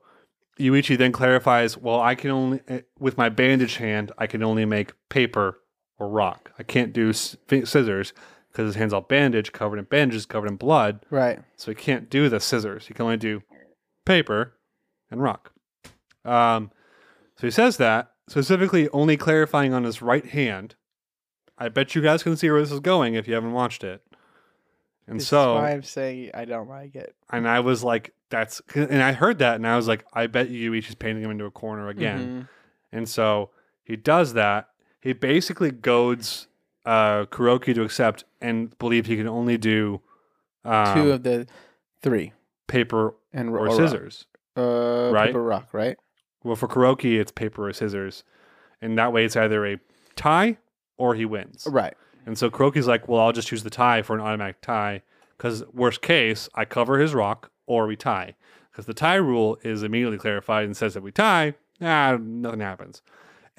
A: Yuichi then clarifies, well, I can only eh, with my bandage hand, I can only make paper or rock. I can't do s- fi- scissors because his hand's all bandage, covered in bandages, covered in blood.
B: Right.
A: So he can't do the scissors. He can only do paper and rock. Um, so he says that specifically, only clarifying on his right hand. I bet you guys can see where this is going if you haven't watched it. And
B: This is
A: so
B: why I'm saying I don't like it.
A: and I was like, that's, and I heard that, and I was like, I bet Yuichi's painting him into a corner again.
B: Mhm.
A: And so he does that. He basically goads uh, Kuroki to accept and believe he can only do um,
B: Two of the three
A: paper
B: and
A: or,
B: ro- rock.
A: scissors.
B: Uh,
A: right?
B: Paper rock. Right.
A: Well, for Kuroki, it's paper or scissors. And that way it's either a tie or he wins.
B: Right.
A: And so Kuroki's like, well, I'll just choose the tie for an automatic tie. Because worst case, I cover his rock or we tie. Because the tie rule is immediately clarified and says that we tie, nah, nothing happens.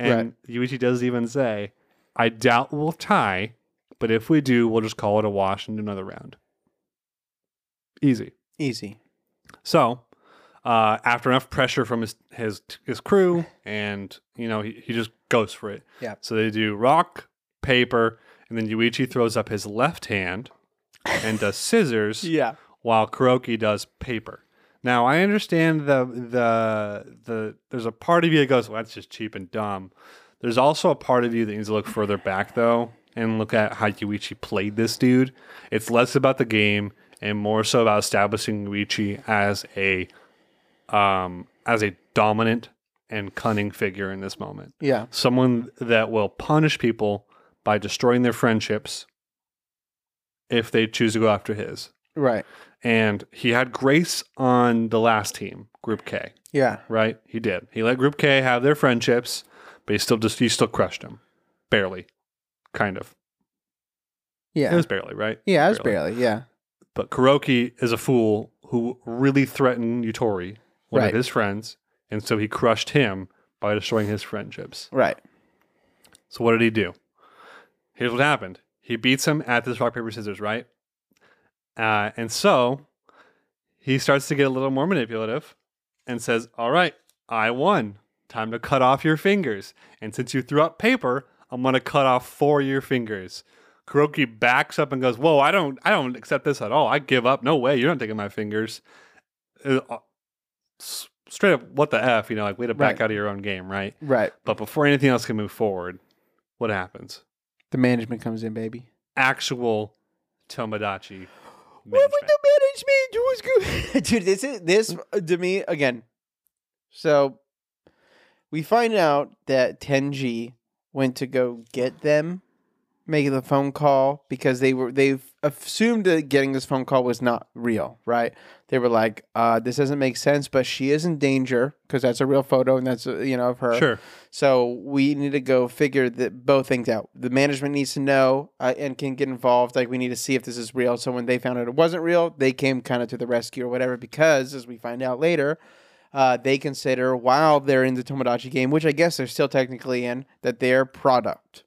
A: And Yuichi does even say, I doubt we'll tie, but if we do, we'll just call it a wash and do another round. Easy.
B: Easy.
A: So, uh, after enough pressure from his his his crew, and you know he, he just goes for it.
B: Yeah.
A: So they do rock, paper, and then Yuichi throws up his left hand and does scissors,
B: Yeah.
A: while Kuroki does paper. Now I understand the the the there's a part of you that goes, well, that's just cheap and dumb. There's also a part of you that needs to look further back though and look at how Yuichi played this dude. It's less about the game and more so about establishing Yuichi as a um as a dominant and cunning figure in this moment.
B: Yeah.
A: Someone that will punish people by destroying their friendships if they choose to go after his
B: Right.
A: and he had grace on the last team, Group K,
B: Yeah.
A: right? He did. He let Group K have their friendships, but he still just he still crushed him, barely, kind of.
B: Yeah.
A: It was barely, right?
B: yeah. It was
A: barely.
B: barely. Yeah.
A: But Kuroki is a fool who really threatened Yutori, one
B: Right.
A: of his friends, and so he crushed him by destroying his friendships.
B: Right.
A: So what did he do? Here's what happened. He beats him at this rock paper scissors, right? Uh, and so he starts to get a little more manipulative and says, "All right, I won. Time to cut off your fingers. And since you threw up paper, I'm gonna cut off four of your fingers." Kuroki backs up and goes, "Whoa, I don't, I don't accept this at all. I give up. No way. You're not taking my fingers." Uh, uh, s- straight up, what the f? You know, like way to back
B: Right.
A: out of your own game, right?
B: Right.
A: But before anything else can move forward, what happens?
B: The management comes in, baby.
A: Actual Tomodachi.
B: What
A: management.
B: would the management was good? Dude, this is this uh, to me again. So we find out that Tenji went to go get them, making the phone call because they were they've assumed that getting this phone call was not real, right? They were like, uh, "This doesn't make sense," but she is in danger because that's a real photo and that's uh, you know of her.
A: Sure.
B: So we need to go figure the, both things out. The management needs to know uh, and can get involved. Like we need to see if this is real. So when they found out it wasn't real, they came kind of to the rescue or whatever. Because as we find out later, uh, they consider while they're in the Tomodachi game, which I guess they're still technically in, that they're product.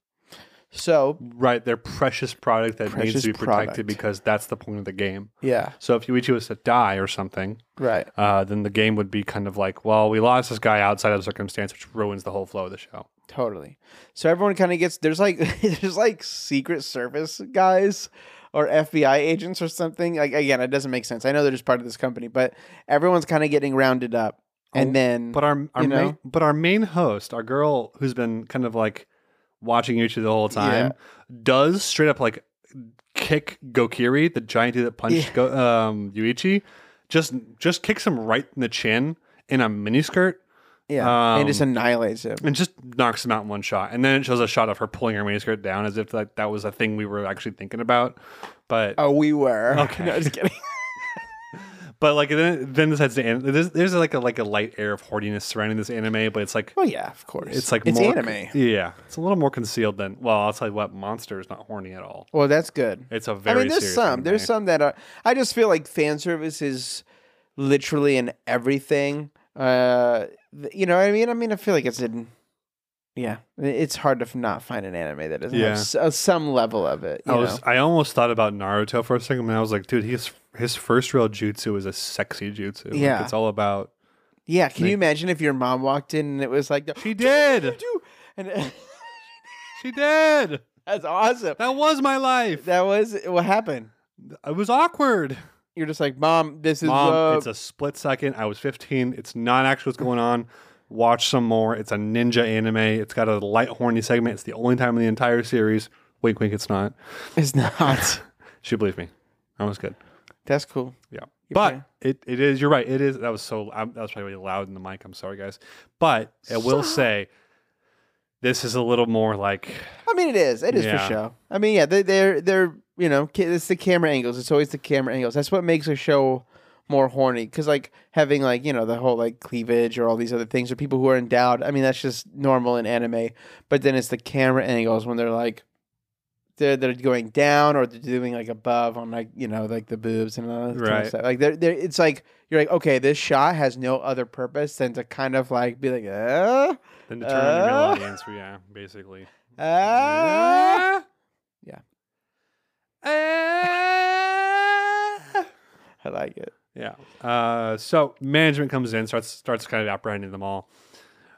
B: So
A: Right. Their precious product that
B: Precious
A: needs to be protected
B: product.
A: because that's the point of the game.
B: yeah,
A: So if Yuichi was to die or something,
B: right,
A: uh, then the game would be kind of like, well, we lost this guy outside of circumstance, which ruins the whole flow of the show.
B: totally. So everyone kind of gets there's like there's like Secret Service guys. or FBI agents or something. Like again, it doesn't make sense. I know they're just part of this company, but everyone's kind of getting rounded up, and
A: Oh,
B: then
A: But our, our main,
B: You know?
A: but our main host, our girl who's been kind of like watching Yuichi the whole time, does straight up like kick Gokiri, the giant dude that punched
B: Yeah.
A: Go, um, Yuichi, just just kicks him right in the chin in a miniskirt
B: yeah, and just
A: um,
B: annihilates him.
A: and just knocks him out in one shot. And then it shows a shot of her pulling her miniskirt down as if like that was a thing we were actually thinking about. But
B: Oh, we were
A: Okay.
B: No, just kidding. Oh.
A: but like then then this has to end. There's, there's like a like a light air of horniness surrounding this anime, but it's like
B: well, yeah, of course.
A: It's like
B: it's
A: more,
B: anime.
A: Yeah, it's a little more concealed than. Well, I'll tell you what, Monster is not horny at all.
B: Well, that's good.
A: It's a
B: I
A: very.
B: mean, there's
A: serious
B: some.
A: anime.
B: There's some that are. I just feel like fan service is literally in everything. Uh, th- you know what I mean? I mean, I feel like it's in. Yeah, it's hard to f- not find an anime that doesn't
A: Yeah.
B: have s- uh, some level of it. You
A: I was.
B: know?
A: I almost thought about Naruto for a second, and I was like, dude, his his first real jutsu is a sexy jutsu. Like,
B: Yeah.
A: it's all about.
B: Yeah, can you
A: Like-
B: imagine if your mom walked in and it was like,
A: She did.
B: and
A: she did.
B: that's awesome.
A: That was my life.
B: That was what happened.
A: It was awkward.
B: You're just like, mom, this is uh,
A: Mom,
B: love."
A: it's a split second. I was 15. It's not actually what's going on. Watch some more. It's a ninja anime. It's got a light horny segment. It's the only time in the entire series. Wink, wink. It's not.
B: it's not.
A: She believed me. That was good.
B: that's cool.
A: Yeah.
B: You're
A: but
B: fair.
A: it, it is, you're right. It is. That was so, i that was probably loud in the mic. I'm sorry, guys. But I will say, this is a little more like,
B: I mean, it is. It is
A: Yeah.
B: for show. I mean, yeah, they, they're they're you know, ca- it's the camera angles. It's always the camera angles. That's what makes a show more horny. Because like having like you know the whole like cleavage or all these other things or people who are endowed. I mean, that's just normal in anime. But then it's the camera angles when they're like. They're, they're going down or they're doing like above on like you know like the boobs and all that kind of
A: Right.
B: stuff like they're, they're it's like you're like okay this shot has no other purpose than to kind of like be like uh,
A: then to turn on your male
B: Uh.
A: audience. Yeah, basically.
B: uh.
A: yeah.
B: Yeah. I like it
A: Uh. Yeah. Uh, so management comes in, starts starts kind of apprehending them all,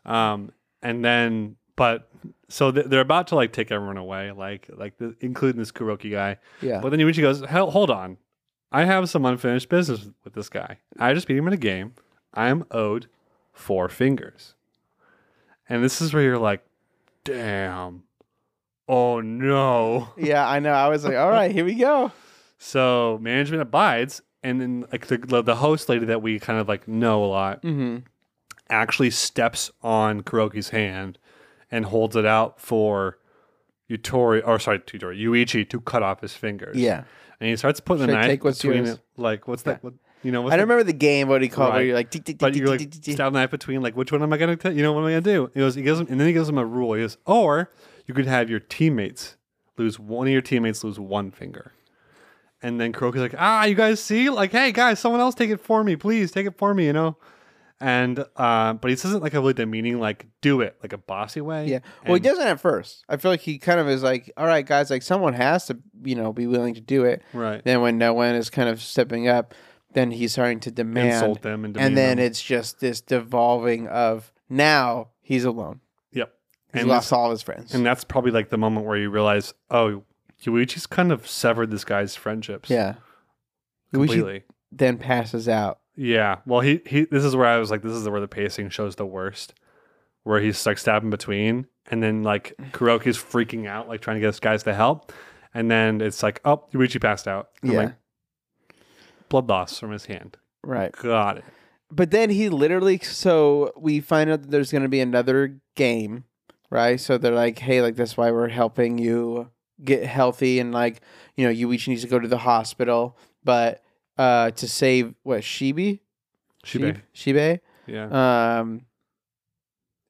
A: um, and then but so th- they're about to like take everyone away, like like the, including this Kuroki guy.
B: yeah
A: But then Yuichi goes, Hell, "Hold on, I have some unfinished business with this guy. I just beat him in a game. I'm owed four fingers. And this is where you're like, damn. Oh no.
B: Yeah, I know. I was like, all right, here we go.
A: So management abides. And then like the, the host lady that we kind of like know a lot
B: Mm-hmm.
A: actually steps on Kuroki's hand and holds it out for Yutori, or sorry, Yutori, Yuichi to cut off his fingers.
B: Yeah.
A: And he starts putting a
B: Should I
A: knife
B: take what's
A: between
B: yours?
A: it. Like, what's that? What, you know, what's that-
B: I don't remember the game, what he called where
A: Right.
B: you're like, tick, tick,
A: But
B: tick,
A: you're like
B: tick, tick, tick, tick.
A: stab knife between like which one am I gonna t- you know what am I gonna do? He goes he gives him and then he gives him a rule. He goes, or you could have your teammates lose one of your teammates lose one finger. And then Kuroki's like, ah, you guys see? Like, hey guys, someone else take it for me, please take it for me, you know? And uh, but he says it like a really demeaning, like, do it, like a bossy way.
B: Yeah. Well, he
A: And-
B: doesn't at first. I feel like he kind of is like, all right, guys, like someone has to, you know, be willing to do it.
A: Right.
B: Then when no one is kind of stepping up, then he's starting to demand.
A: Insult them and demean
B: and then
A: them.
B: it's just this devolving of now he's alone.
A: Yep.
B: He's
A: And
B: lost all of his friends.
A: And that's probably like the moment where you realize, oh, Yuichi's kind of severed this guy's friendships.
B: yeah. We should-
A: Completely.
B: then passes out.
A: Yeah. Well, he he. This is where I was like, this is where the pacing shows the worst, where he's like stabbing between, and then like Kuroki's freaking out, like trying to get his guys to help, and then it's like, oh, Yuichi passed out. I'm
B: yeah.
A: like, blood loss from his hand.
B: right.
A: Got it.
B: But then he literally, so we find out that there's going to be another game, right? So they're like, hey, like that's why we're helping you get healthy, and like, you know, you each needs to go to the hospital, but uh to save what Shibi,
A: Shibe.
B: Shibe,
A: Yeah.
B: um,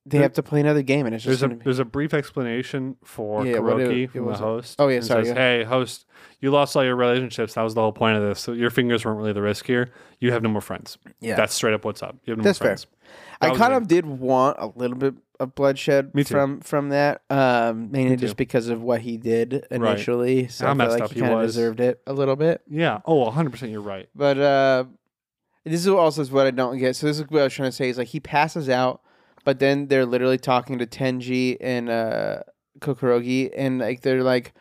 B: they
A: There-
B: have to play another game, and it's just
A: There's a
B: gonna be,
A: there's a brief explanation for
B: Yeah, what it-
A: Kuroki
B: it
A: from the
B: was a-
A: host.
B: Oh, yeah,
A: and
B: sorry,
A: Says,
B: yeah.
A: hey, host, you lost all your relationships. That was the whole point of this. So your fingers weren't really the risk here. You have no more friends.
B: yeah.
A: That's straight up what's up. You have no
B: That's
A: more
B: fair.
A: friends. that
B: I
A: was
B: kind
A: me.
B: of did want a little bit of bloodshed
A: Me too.
B: from from that, um, mainly just
A: too.
B: because of what he did initially. So
A: How
B: I feel
A: messed
B: like
A: up
B: he,
A: he
B: kind of
A: was.
B: deserved it a little bit.
A: Yeah. Oh, 100 percent. You're right.
B: But uh, this is also is what I don't get. So this is what I was trying to say is like he passes out, but then they're literally talking to Tenji and uh, Kokorogi, and like they're like,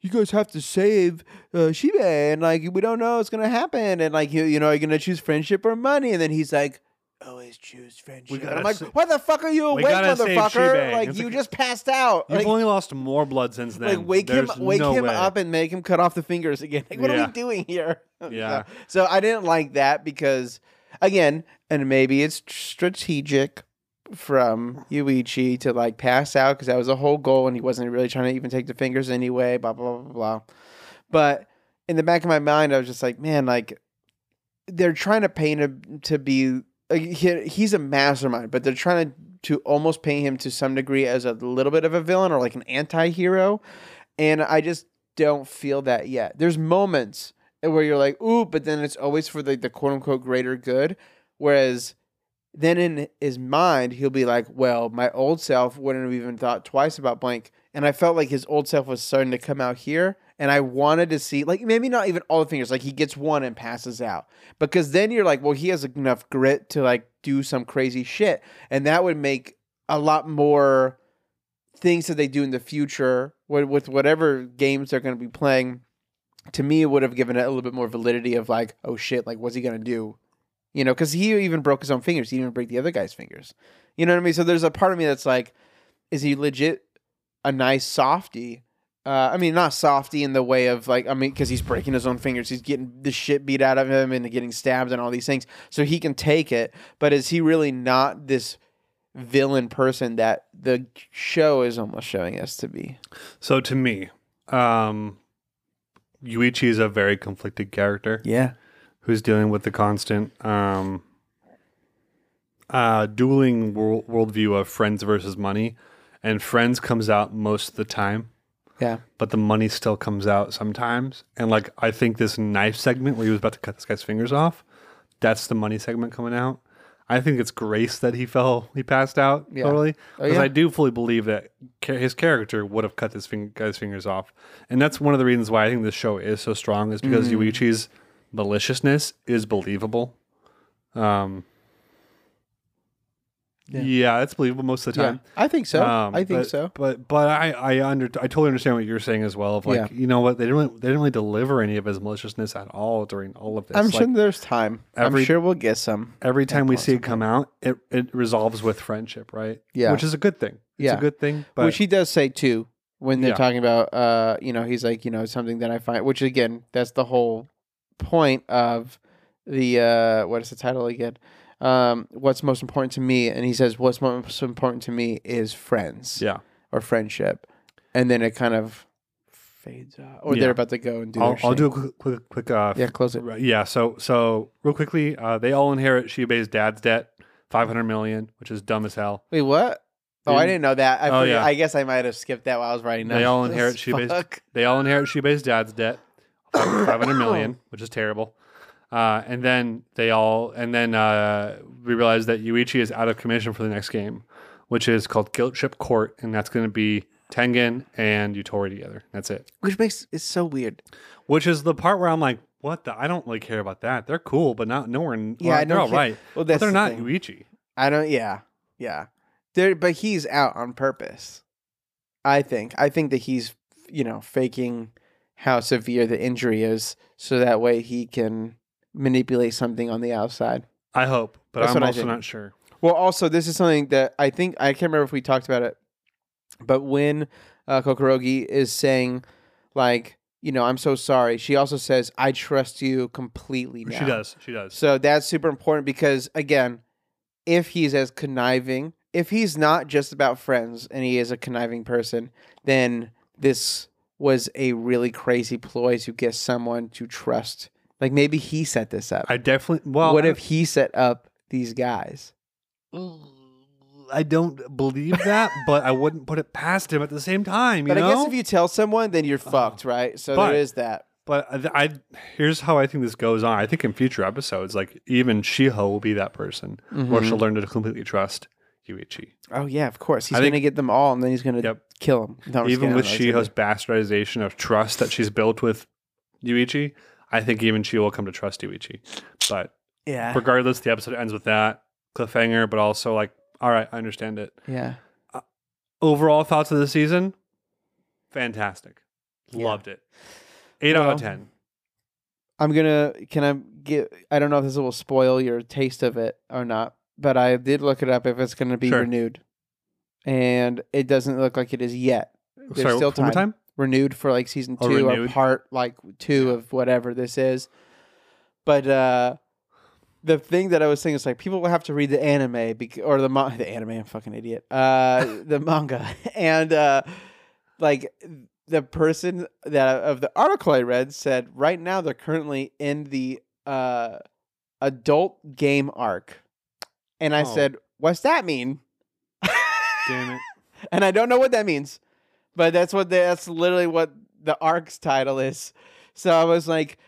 B: "You guys have to save uh, Shiba," and like we don't know what's gonna happen, and like you you know are you gonna choose friendship or money? And then he's like. Always choose friendship. And
A: gotta
B: I'm like,
A: sa-
B: why the fuck are you awake,
A: gotta save
B: motherfucker?
A: Shiba."
B: Like
A: It's
B: you
A: like-
B: just passed out.
A: You've
B: Like,
A: only lost more blood since then.
B: like wake him,
A: There's
B: wake
A: no
B: him
A: way.
B: up and make him cut off the fingers again. Like, what are
A: Yeah.
B: we doing here?
A: Yeah.
B: So, so I didn't like that because, again, and maybe it's strategic from Yuichi to like pass out because that was a whole goal and he wasn't really trying to even take the fingers anyway. Blah blah blah blah. blah. But in the back of my mind, I was just like, man, like they're trying to paint him to be like, he, he's a mastermind, but they're trying to to almost paint him to some degree as a little bit of a villain or like an anti-hero and I just don't feel that yet. There's moments where you're like, ooh, but then it's always for the, the quote unquote greater good. Whereas then in his mind, he'll be like, well, my old self wouldn't have even thought twice about blank. And I felt like his old self was starting to come out here. And I wanted to see, like, maybe not even all the fingers, like, he gets one and passes out. Because then you're like, well, he has enough grit to, like, do some crazy shit. And that would make a lot more things that they do in the future with, with whatever games they're going to be playing to me it would have given it a little bit more validity of like oh shit like what's he going to do you know because he even broke his own fingers he didn't even break the other guy's fingers you know what i mean so there's a part of me that's like is he legit a nice softy uh, I mean, not softy in the way of like, I mean, because he's breaking his own fingers, he's getting the shit beat out of him and getting stabbed and all these things, so he can take it. But is he really not this villain person that the show is almost showing us to be.
A: So to me, um, Yuichi is a very conflicted character
B: Yeah.
A: who's dealing with the constant um, uh, dueling world worldview of friends versus money, and friends comes out most of the time.
B: Yeah.
A: but the money still comes out sometimes. And like I think this knife segment where he was about to cut this guy's fingers off, that's the money segment coming out. I think it's grace that he fell, he passed out
B: Yeah.
A: totally.
B: Oh,
A: Because
B: yeah.
A: I do fully believe that ca- his character would have cut this fing- guy's fingers off, and that's one of the reasons why I think this show is so strong is because
B: Mm.
A: Yuichi's maliciousness is believable. Um, Yeah,
B: Yeah.
A: that's believable most of the time.
B: I think so.
A: Um,
B: I think
A: but-
B: so.
A: But but I I under I totally understand what you're saying as well. Of like you know what they didn't really, they didn't really deliver any of his maliciousness at all during all of this.
B: I'm
A: Like,
B: sure there's time.
A: every-
B: I'm sure we'll get some.
A: every time we
B: That's
A: see it come out, it it resolves with friendship, right?
B: Yeah.
A: which is a good thing. It's
B: Yeah.
A: a good thing. But
B: which he does say too when they're
A: Yeah.
B: talking about uh you know he's like you know something that i find which again that's the whole point of the uh what is the title again um what's most important to me and he says what's most important to me is friends
A: yeah,
B: or friendship and then it kind of fades out or
A: Yeah.
B: they're about to go and do
A: I'll,
B: their
A: I'll
B: shit.
A: do a quick quick, quick uh,
B: yeah close it
A: Right, Yeah. So so real quickly, uh, they all inherit Shibe's dad's debt, five hundred million, which is dumb as hell.
B: wait what Oh, I
A: Didn't-
B: didn't know that. I,
A: Oh,
B: forget-
A: yeah.
B: I guess I might have skipped that while I was writing.
A: They
B: notes.
A: all inherit Shiba's-
B: Fuck.
A: They all inherit Shibe's dad's debt, five hundred million, which is terrible. Uh, and then they all, and then uh, we realize that Yuichi is out of commission for the next game, which is called Guilt Ship Court, and that's going to be Tengen and Yutori together. That's it.
B: which makes it so weird.
A: Which is the part where I'm like, what the? I don't really care about that. They're cool, but not nowhere. In,
B: Yeah, I
A: they're
B: don't
A: all
B: care-
A: right,
B: Well,
A: but
B: that's
A: they're
B: the
A: not
B: thing.
A: Yuichi.
B: I don't. Yeah, yeah. There, but he's out on purpose. I think. I think that he's, you know, faking how severe the injury is, so that way he can manipulate something on the outside.
A: I hope, but
B: That's
A: I'm
B: what I
A: also
B: think.
A: not sure.
B: Well, also, this is something that I think I can't remember if we talked about it, but when uh, Kokorogi is saying, like, you know, I'm so sorry, she also says, "I trust you completely." Now.
A: She does. She does.
B: So that's super important because again, if he's as conniving, if he's not just about friends and he is a conniving person, then this was a really crazy ploy to get someone to trust. Like maybe he set this up.
A: I definitely. Well,
B: what
A: I-
B: if he set up these guys?
A: I don't believe that, but I wouldn't put it past him at the same time. You
B: But
A: know. Oh.
B: I guess if you tell someone, then you're fucked, right? So
A: But-
B: there is that.
A: but I, I- here's how I think this goes on. I think in future episodes, like even Shiho will be that person, where
B: Mm-hmm.
A: she'll learn to completely trust Yuichi.
B: Oh yeah, of course. He's
A: I think-
B: gonna get them all, and then he's gonna
A: Yep.
B: kill them. No, I'm just
A: even
B: kidding.
A: with
B: I don't know.
A: Shiho's bastardization of trust that she's built with Yuichi, I think even she will come to trust Yuichi. But
B: yeah,
A: regardless, the episode ends with that cliffhanger, but also like, all right, I understand it.
B: yeah.
A: overall thoughts of the season fantastic
B: Yeah.
A: loved it 8 out
B: Well,
A: of 10
B: I'm gonna. Can I get? I don't know if this will spoil your taste of it or not, but I did look it up if it's gonna be
A: Sure.
B: renewed, and it doesn't look like it is yet. There's
A: sorry
B: still
A: one more
B: time.
A: time
B: Renewed for like season
A: Oh,
B: two or
A: renewed?
B: part like two of whatever this is, but uh the thing that I was saying is like people will have to read the anime bec- or the ma- the anime. I'm a fucking idiot. Uh, the manga and uh, like the person that of the article I read said right now they're currently in the uh, adult game arc, and I
A: Oh.
B: said, "What's that mean?"
A: damn it
B: and I don't know what that means, but that's what they, that's literally what the arc's title is. So I was like,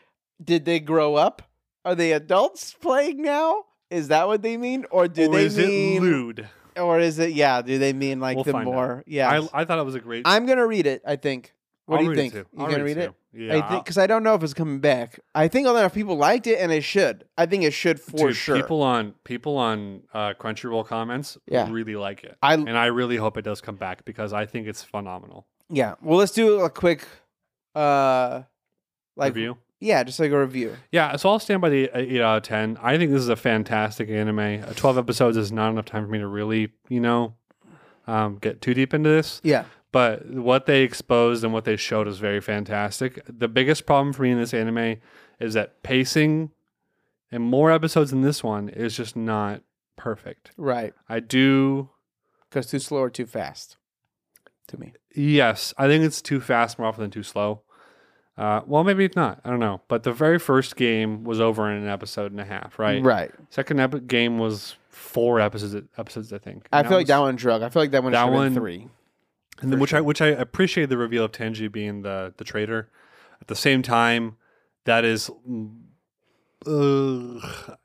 B: did they grow up? Are they adults playing now? Is that what they mean, or do
A: or
B: they
A: is it
B: mean,
A: lewd
B: or is it yeah? Do they mean like
A: We'll
B: the
A: find out.
B: more yeah?
A: I, I thought it was a great
B: I, am gonna read it. I think. What
A: I'll
B: do
A: read
B: you think?
A: it too.
B: You
A: I'll
B: gonna read it?
A: too. yeah
B: I think because I don't know if it's coming back. I think a lot of people liked it, and it should. I think it should
A: I'll-
B: for
A: dude,
B: sure.
A: people on people on uh, crunchyroll comments
B: Yeah.
A: really like it
B: I
A: and i really hope it does come back because i think it's phenomenal
B: yeah. Well, let's do a quick, uh, like
A: review
B: yeah, just like a review.
A: yeah so i'll stand by the 8 out of 10 i think this is a fantastic anime Uh, 12 episodes is not enough time for me to really you know um, get too deep into this
B: Yeah.
A: but what they exposed and what they showed is very fantastic. The biggest problem for me in this anime is that pacing and more episodes in this one is just not perfect.
B: Right.
A: I do
B: Because too slow or too fast to me.
A: yes, I think it's too fast more often than too slow. Uh, well, maybe it's not. I don't know. But the very first game was over in an episode and a half, right?
B: Right.
A: Second epi- game was four episodes. Episodes, I think.
B: I
A: And
B: feel like
A: was-
B: that one drug. I feel like that one
A: That
B: should have
A: one-
B: been three.
A: and then,
B: For
A: which I
B: sure.
A: which I appreciate the reveal of Tenji being the the traitor. At the same time, that is. mm, ugh,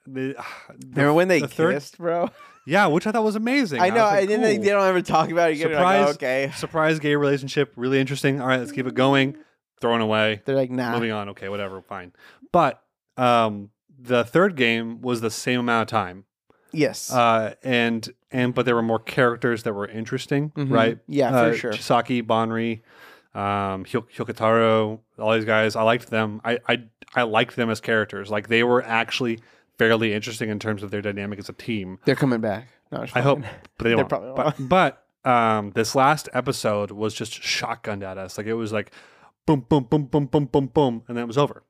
A: the, ah, the
B: Remember
A: f-
B: when they
A: the third-
B: kissed, bro?
A: Yeah, which I thought was amazing.
B: I
A: was
B: know. I
A: like,
B: didn't. They
A: cool.
B: don't ever talk about it. You're like,
A: Surprise.
B: oh, okay.
A: Surprise gay relationship, really interesting. All right, let's keep it going. Thrown away,
B: They're like, nah.
A: moving on. Okay, whatever, fine. But um, the third game was the same amount of time.
B: Yes.
A: uh, and and but there were more characters that were interesting,
B: Mhm.
A: right?
B: Yeah,
A: uh,
B: for sure.
A: Chisaki, Bonri, um, Hyo- Hyokutaro, all these guys. I liked them. I, I I liked them as characters. Like they were actually fairly interesting in terms of their dynamic as a team.
B: They're coming back. No, it's
A: I
B: fine.
A: hope, but they
B: They
A: won't.
B: probably
A: But, but um, this last episode was just shotgunned at us. Like it was like boom, boom, boom, boom, boom, boom, boom, and that was over.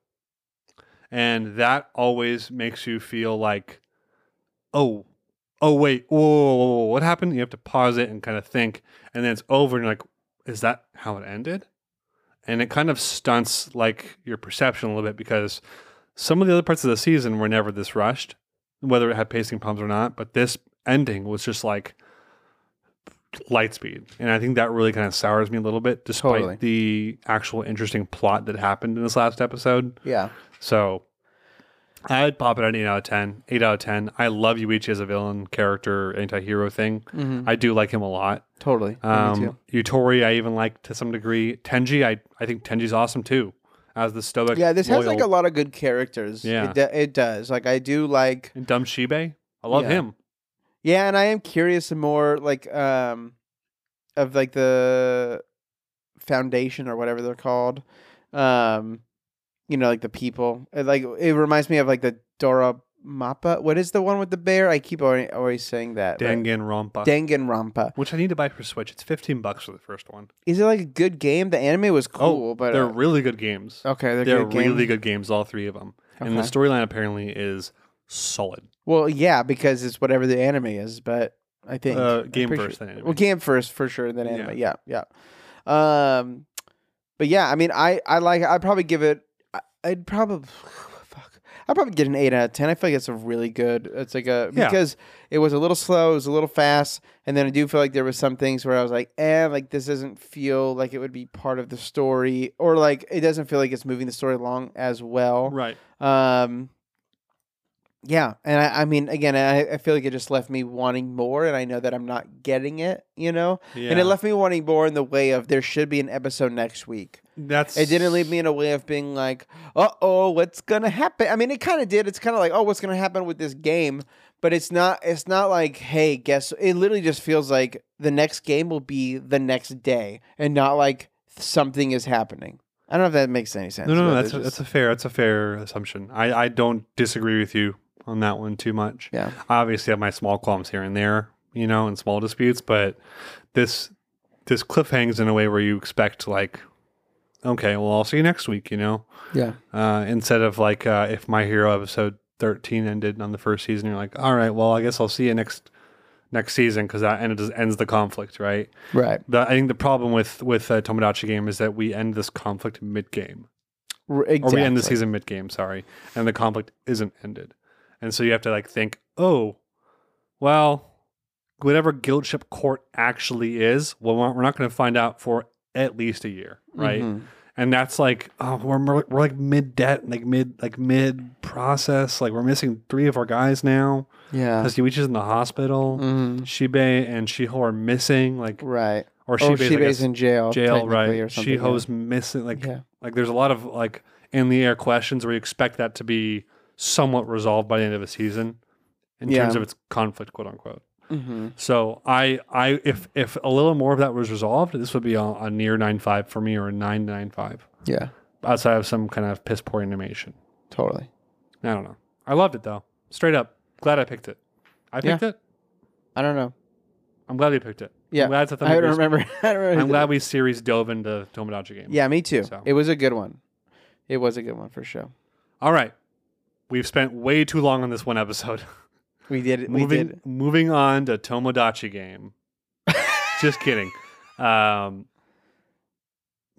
A: And that always makes you feel like, oh, oh wait, whoa, whoa, whoa, whoa, what happened? You have to pause it and kind of think, and then it's over, and you're like, is that how it ended? And it kind of stunts like your perception a little bit because some of the other parts of the season were never this rushed, whether it had pacing problems or not. But this ending was just like light speed. And I think that really kind of sours me a little bit, despite
B: Totally.
A: the actual interesting plot that happened in this last episode.
B: Yeah.
A: So I'd pop it at an 8 out of 10. 8 out of 10. I love Yuichi as a villain character, anti hero thing.
B: Mhm.
A: I do like him a lot.
B: Totally. Me too.
A: Um, Yutori, I even like to some degree. Tenji, I, I think Tenji's awesome too, as the stoic.
B: Yeah, this has
A: loyal-
B: like a lot of good characters.
A: Yeah.
B: It, do- it does. Like I do like
A: And Dumb Shibe. I love
B: Yeah.
A: him.
B: Yeah, and I am curious some more like um of like the foundation or whatever they're called. Um you know, like the people. It, like it reminds me of like the Dora Mappa. What is the one with the bear? I keep always, always saying that. but-
A: Danganronpa.
B: Danganronpa.
A: which I need to buy for Switch. It's 15 bucks for the first one.
B: Is it like a good game? The anime was cool, but
A: Oh, They're
B: uh,
A: really good games.
B: okay, they're,
A: They're
B: good
A: really
B: games.
A: good games, all three of them. And the
B: Okay.
A: storyline apparently is solid.
B: Well, yeah, because it's whatever the anime is, but I think
A: Uh,
B: I'm
A: game
B: pretty
A: first,
B: sure-
A: then anime.
B: Well, game first for sure, then anime. Yeah. yeah, Um, but yeah, I mean, I I like. I'd probably give it. I, I'd probably fuck. I'd probably get an eight out of ten. I feel like it's a really good. It's like a
A: Yeah.
B: because it was a little slow, it was a little fast, and then I do feel like there was some things where I was like, eh, like this doesn't feel like it would be part of the story, or like it doesn't feel like it's moving the story along as well.
A: Right.
B: Um, yeah, and I, I mean, again, I, I feel like it just left me wanting more, and I know that I'm not getting it, you know.
A: Yeah.
B: And it left me wanting more in the way of there should be an episode next week.
A: That's
B: It didn't leave me in a way of being like, uh oh, what's gonna happen? I mean, it kind of did. It's kind of like, oh, what's gonna happen with this game? But it's not. It's not like, hey, guess. It literally just feels like the next game will be the next day, and not like something is happening. I don't know if that makes any sense.
A: No, no, no.
B: but it's
A: That's a,
B: just-
A: that's a fair that's a fair assumption. I I don't disagree with you on that one too much.
B: yeah.
A: I obviously have my small qualms here and there, you know, and small disputes, but this this cliffhangs in a way where you expect like, okay, well, I'll see you next week, you know,
B: Yeah.
A: uh, instead of like uh, if My Hero episode thirteen ended on the first season, you're like, all right, well, I guess I'll see you next next season because that end, ends the conflict, right?
B: Right.
A: The, I think the problem with with uh, Tomodachi game is that we end this conflict mid game.
B: R- exactly.
A: or we end the season mid game, sorry, and the conflict isn't ended. And so you have to like think, oh, well, whatever guildship court actually is, well, we're we're not going to find out for at least a year, right?
B: Mhm.
A: And that's like, oh, we're, we're we're like mid debt, like mid like mid process, like we're missing three of our guys now
B: Yeah.
A: because Yuichi's in the hospital.
B: Mhm.
A: Shibe and Shiho are missing, like
B: Right.
A: or
B: Or
A: Shibe's, I guess,
B: Oh, Shibe's in jail.
A: jail,
B: technically,
A: right?
B: Or something.
A: Shiho's missing, like
B: Yeah.
A: like there's a lot of like in the air questions where you expect that to be somewhat resolved by the end of a season in
B: Yeah.
A: terms of its conflict, quote unquote.
B: Yeah. Mhm.
A: So I I if if a little more of that was resolved, this would be a, a near nine five for me or a nine nine five
B: Yeah.
A: outside of some kind of piss poor animation.
B: Totally.
A: I don't know. I loved it though. Straight up, glad I picked it. I picked it.
B: I don't know.
A: I'm glad we picked it.
B: Yeah.
A: I'm glad that
B: I don't remember. I don't remember.
A: I'm glad we series dove into Tomodachi game.
B: Yeah, me too.
A: So.
B: It was a good one. It was a good one for sure.
A: All right. We've spent way too long on this one episode.
B: We did. it. We
A: moving
B: did.
A: moving on to Tomodachi game. Just kidding. Um,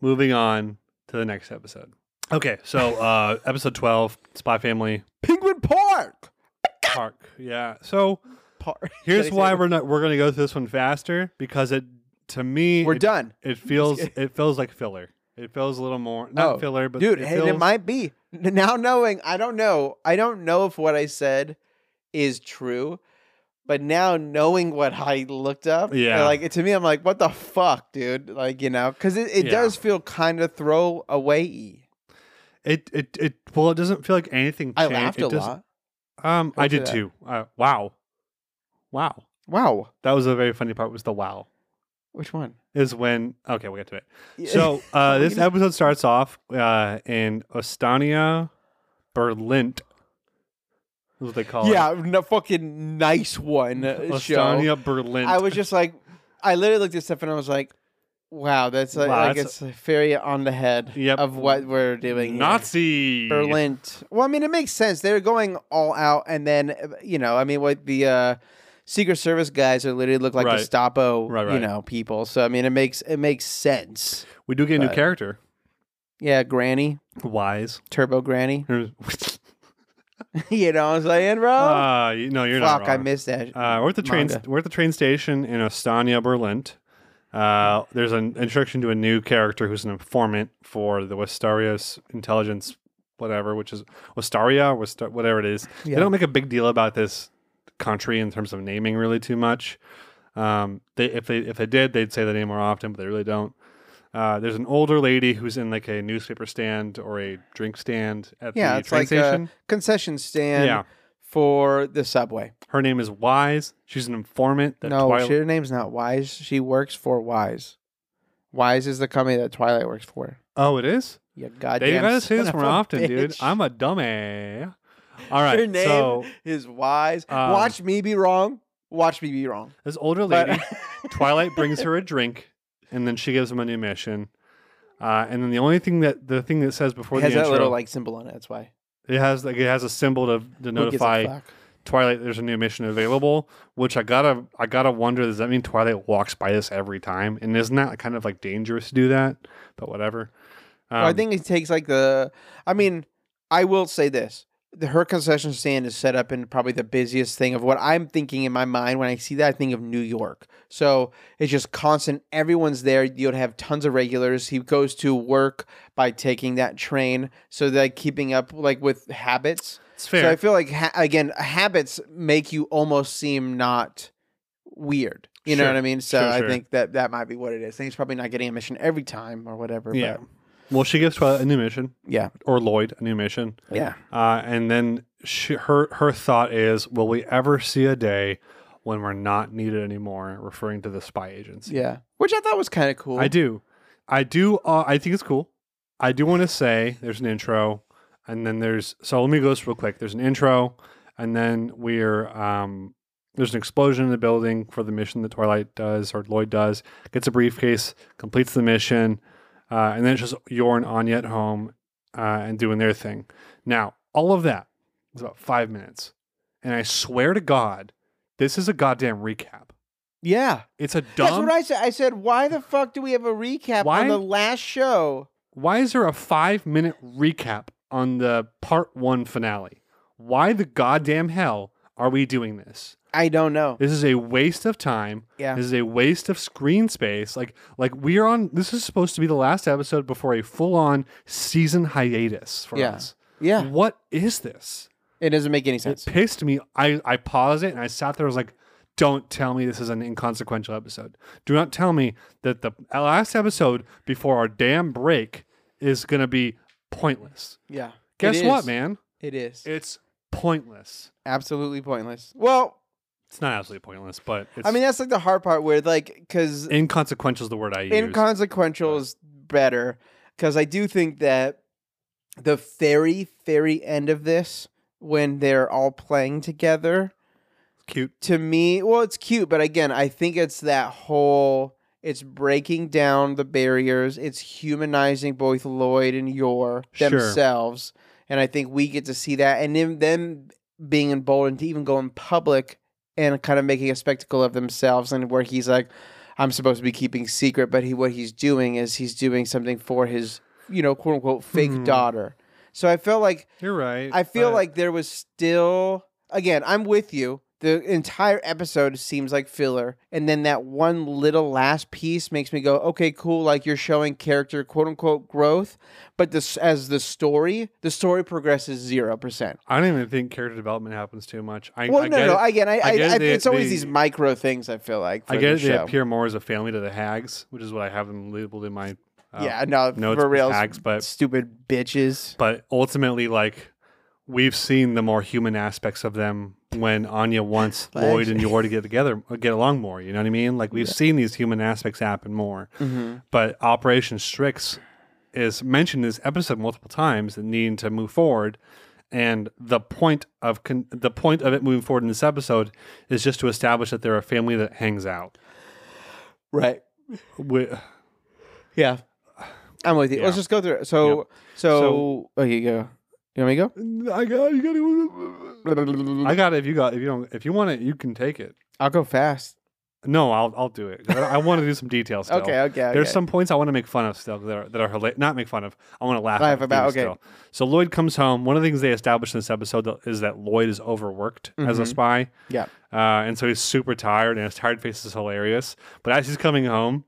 A: moving on to the next episode. Okay, so uh, episode twelve, Spy Family
B: Penguin Park.
A: Park. Yeah. So
B: Park.
A: here's
B: Did I say
A: why
B: that?
A: we're not we're gonna go through this one faster because it to me
B: we're
A: it,
B: done,
A: It feels it feels like filler. It feels a little more not
B: Oh,
A: filler, but
B: dude.
A: it
B: and it
A: feels-
B: might be N- now knowing. I don't know. I don't know if what I said is true. But now knowing what I looked up,
A: Yeah.
B: like to me, I'm like, what the fuck, dude? Like, you know, because it, it
A: Yeah.
B: does feel kind of throw away.
A: it it it well it doesn't feel like anything.
B: I
A: changed.
B: laughed
A: It
B: a
A: does-
B: lot.
A: Um, I
B: I'll say
A: did
B: that.
A: too. Uh, wow, Wow.
B: Wow.
A: That was a very funny part was the wow.
B: Which one?
A: Is when okay, we'll get to it. So uh,
B: We
A: this
B: can-
A: episode starts off uh, in Estonia, Berlin. Is what they call it.
B: yeah, no, fucking nice one. uh, Show.
A: Estonia, Berlin.
B: I was just like, I literally looked at stuff and I was like, wow, that's like,
A: Wow,
B: like
A: that's-
B: it's very on the head
A: Yep.
B: of what we're doing. here.
A: Nazi
B: Berlin. Well, I mean, it makes sense. They're going all out, and then uh, you know, I mean, what the uh, Secret Service guys are literally look like
A: Right.
B: Gestapo,
A: Right,
B: you
A: right.
B: know, people. So I mean, it makes it makes sense.
A: We do get a new
B: But-
A: character.
B: Yeah, Granny,
A: Wise.
B: Turbo Granny.
A: Ah,
B: you know what I'm saying, bro?
A: you, no, Uh, you're not.
B: Fuck, I
A: wrong.
B: missed that.
A: Uh, we're at the train.
B: Manga.
A: We're at the train station in Estonia, Berlin. Uh, there's an introduction to a new character who's an informant for the Westaria's intelligence, whatever, which is Westaria, West, whatever it is.
B: Yeah.
A: They don't make a big deal about this country in terms of naming really too much. Um, they, if they if they did, they'd say the name more often, but they really don't. Uh, there's an older lady who's in like a newspaper stand or a drink stand at
B: yeah,
A: the
B: it's
A: train
B: like uh,
A: station.
B: a concession stand
A: Yeah.
B: for the subway.
A: Her name is Wise. She's an informant. That
B: no,
A: Twilight-
B: she- her name's not Wise. She works for Wise. Wise is the company that Twilight works for.
A: Oh, it is.
B: Yeah, goddamn.
A: They gotta say this
B: son of
A: more
B: a
A: often, dude.
B: bitch.
A: I'm a dummy. All right,
B: Her name
A: so
B: is Wise.
A: Um,
B: Watch me be wrong. Watch me be wrong.
A: this older
B: But-
A: lady, Twilight, brings her a drink, and then she gives him a new mission. Uh, and then the only thing that the thing that says before
B: it has
A: the
B: that
A: intro,
B: little like symbol on it. That's why.
A: it has like it has a symbol to, to
B: Who gives a
A: notify
B: fuck?
A: Twilight there's a new mission available. Which I gotta I gotta wonder does that mean Twilight walks by this every time? And isn't that kind of like dangerous to do that? But whatever.
B: Well, I
A: Um,
B: think it takes like the. I mean, I will say this: the, her concession stand is set up in probably the busiest thing of what I'm thinking in my mind when I see that. I think of New York, so it's just constant. Everyone's there. You'd have tons of regulars. He goes to work by taking that train, so like keeping up like with habits.
A: it's
B: So I
A: fair.
B: feel like ha- again, habits make you almost seem not weird. You know
A: Sure.
B: what I mean? So
A: Sure,
B: I
A: sure.
B: think that that might be what it is. I think it's probably not getting a mission every time or whatever.
A: Yeah.
B: But
A: well, she gives Twilight a new mission,
B: yeah.
A: or Lloyd a new mission.
B: Yeah.
A: Uh, and then she, her her thought is, will we ever see a day when we're not needed anymore? Referring to the spy agency.
B: Yeah. Which I thought was kind of cool.
A: I do, I do. Uh, I think it's cool. I do want to say there's an intro, and then there's so let me go this real quick. There's an intro, and then we're um, there's an explosion in the building for the mission that Twilight does or Lloyd does. Gets a briefcase, completes the mission, uh, and then it's just Yorn Anya at home uh, and doing their thing. Now all of that was about five minutes, and I swear to God, this is a goddamn recap.
B: Yeah.
A: It's a dumb.
B: That's what I said. I said, why the fuck do we have a recap
A: Why-
B: on the last show?
A: why is there a five minute recap on the part one finale? Why the goddamn hell are we doing this?
B: I don't know.
A: This is a waste of time.
B: Yeah.
A: This is a waste of screen space. Like like we are on this is supposed to be the last episode before a full on season hiatus for
B: Yeah.
A: us.
B: Yeah.
A: What is this?
B: It doesn't make any
A: Mm. It
B: sense.
A: pissed me. I, I paused it and I sat there. I was like, don't tell me this is an inconsequential episode. Do not tell me that the last episode before our damn break is going to be pointless.
B: Yeah. It
A: Guess
B: is.
A: what, man?
B: It is.
A: It's pointless.
B: Absolutely pointless. Well,
A: It's not absolutely pointless, but it's
B: I mean, that's like the hard part where, like, because
A: inconsequential is the word I use.
B: inconsequential
A: Uh,
B: is better because I do think that the very, very end of this, when they're all playing together,
A: Cute.
B: to me, well, it's cute, but again, I think it's that whole. It's breaking down the barriers. It's humanizing both Lloyd and Yor
A: Sure.
B: themselves, and I think we get to see that, and then them being emboldened to even go in public and kind of making a spectacle of themselves, and where he's like, "I'm supposed to be keeping secret," but he what he's doing is he's doing something for his, you know, quote unquote, fake
A: Hmm.
B: daughter. So I felt like
A: You're right.
B: I feel
A: but-
B: like there was still again, I'm with you. The entire episode seems like filler, and then that one little last piece makes me go, "Okay, cool." Like you're showing character quote unquote growth, but this as the story, the story progresses zero percent.
A: I don't even think character development happens too much. I,
B: Well,
A: I
B: no,
A: get
B: no,
A: it.
B: I again, I, I,
A: I get
B: I,
A: it, they-
B: it's always
A: they-
B: these micro things. I feel like for
A: I get
B: the
A: it. They
B: show.
A: appear more as a family to the hags, which is what I have them labeled in my uh,
B: yeah, no,
A: notes
B: for
A: for
B: real,
A: hags, but
B: stupid bitches.
A: but ultimately like we've seen the more human aspects of them when Anya wants
B: Well,
A: Lloyd and
B: actually-
A: Yor to get together, uh, get along more. You know what I mean? Like we've seen these human aspects happen more.
B: Mm-hmm.
A: But Operation Strix is mentioned in this episode multiple times and needing to move forward. And the point of con- the point of it moving forward in this episode is just to establish that they're a family that hangs out.
B: Right.
A: Wi-
B: Yeah. I'm with you.
A: Yeah.
B: Let's just go through it. So, so,
A: So-
B: okay, go. You want me to go?
A: I got you got it. I got it. If you got if you don't if you want it, you can take it.
B: I'll go fast.
A: No, I'll I'll do it. I, I want to do some details. Still.
B: Okay, okay, okay.
A: There's some points I want to make fun of still that are, that are hila- not make fun of. I want to laugh,
B: Laugh
A: at
B: about,
A: things
B: okay.
A: Still. So Lloyd comes home. One of the things they established in this episode tho- is that Lloyd is overworked as a spy.
B: Mm-hmm. Yeah.
A: Uh, and so he's super tired, and his tired face is hilarious. But as he's coming home,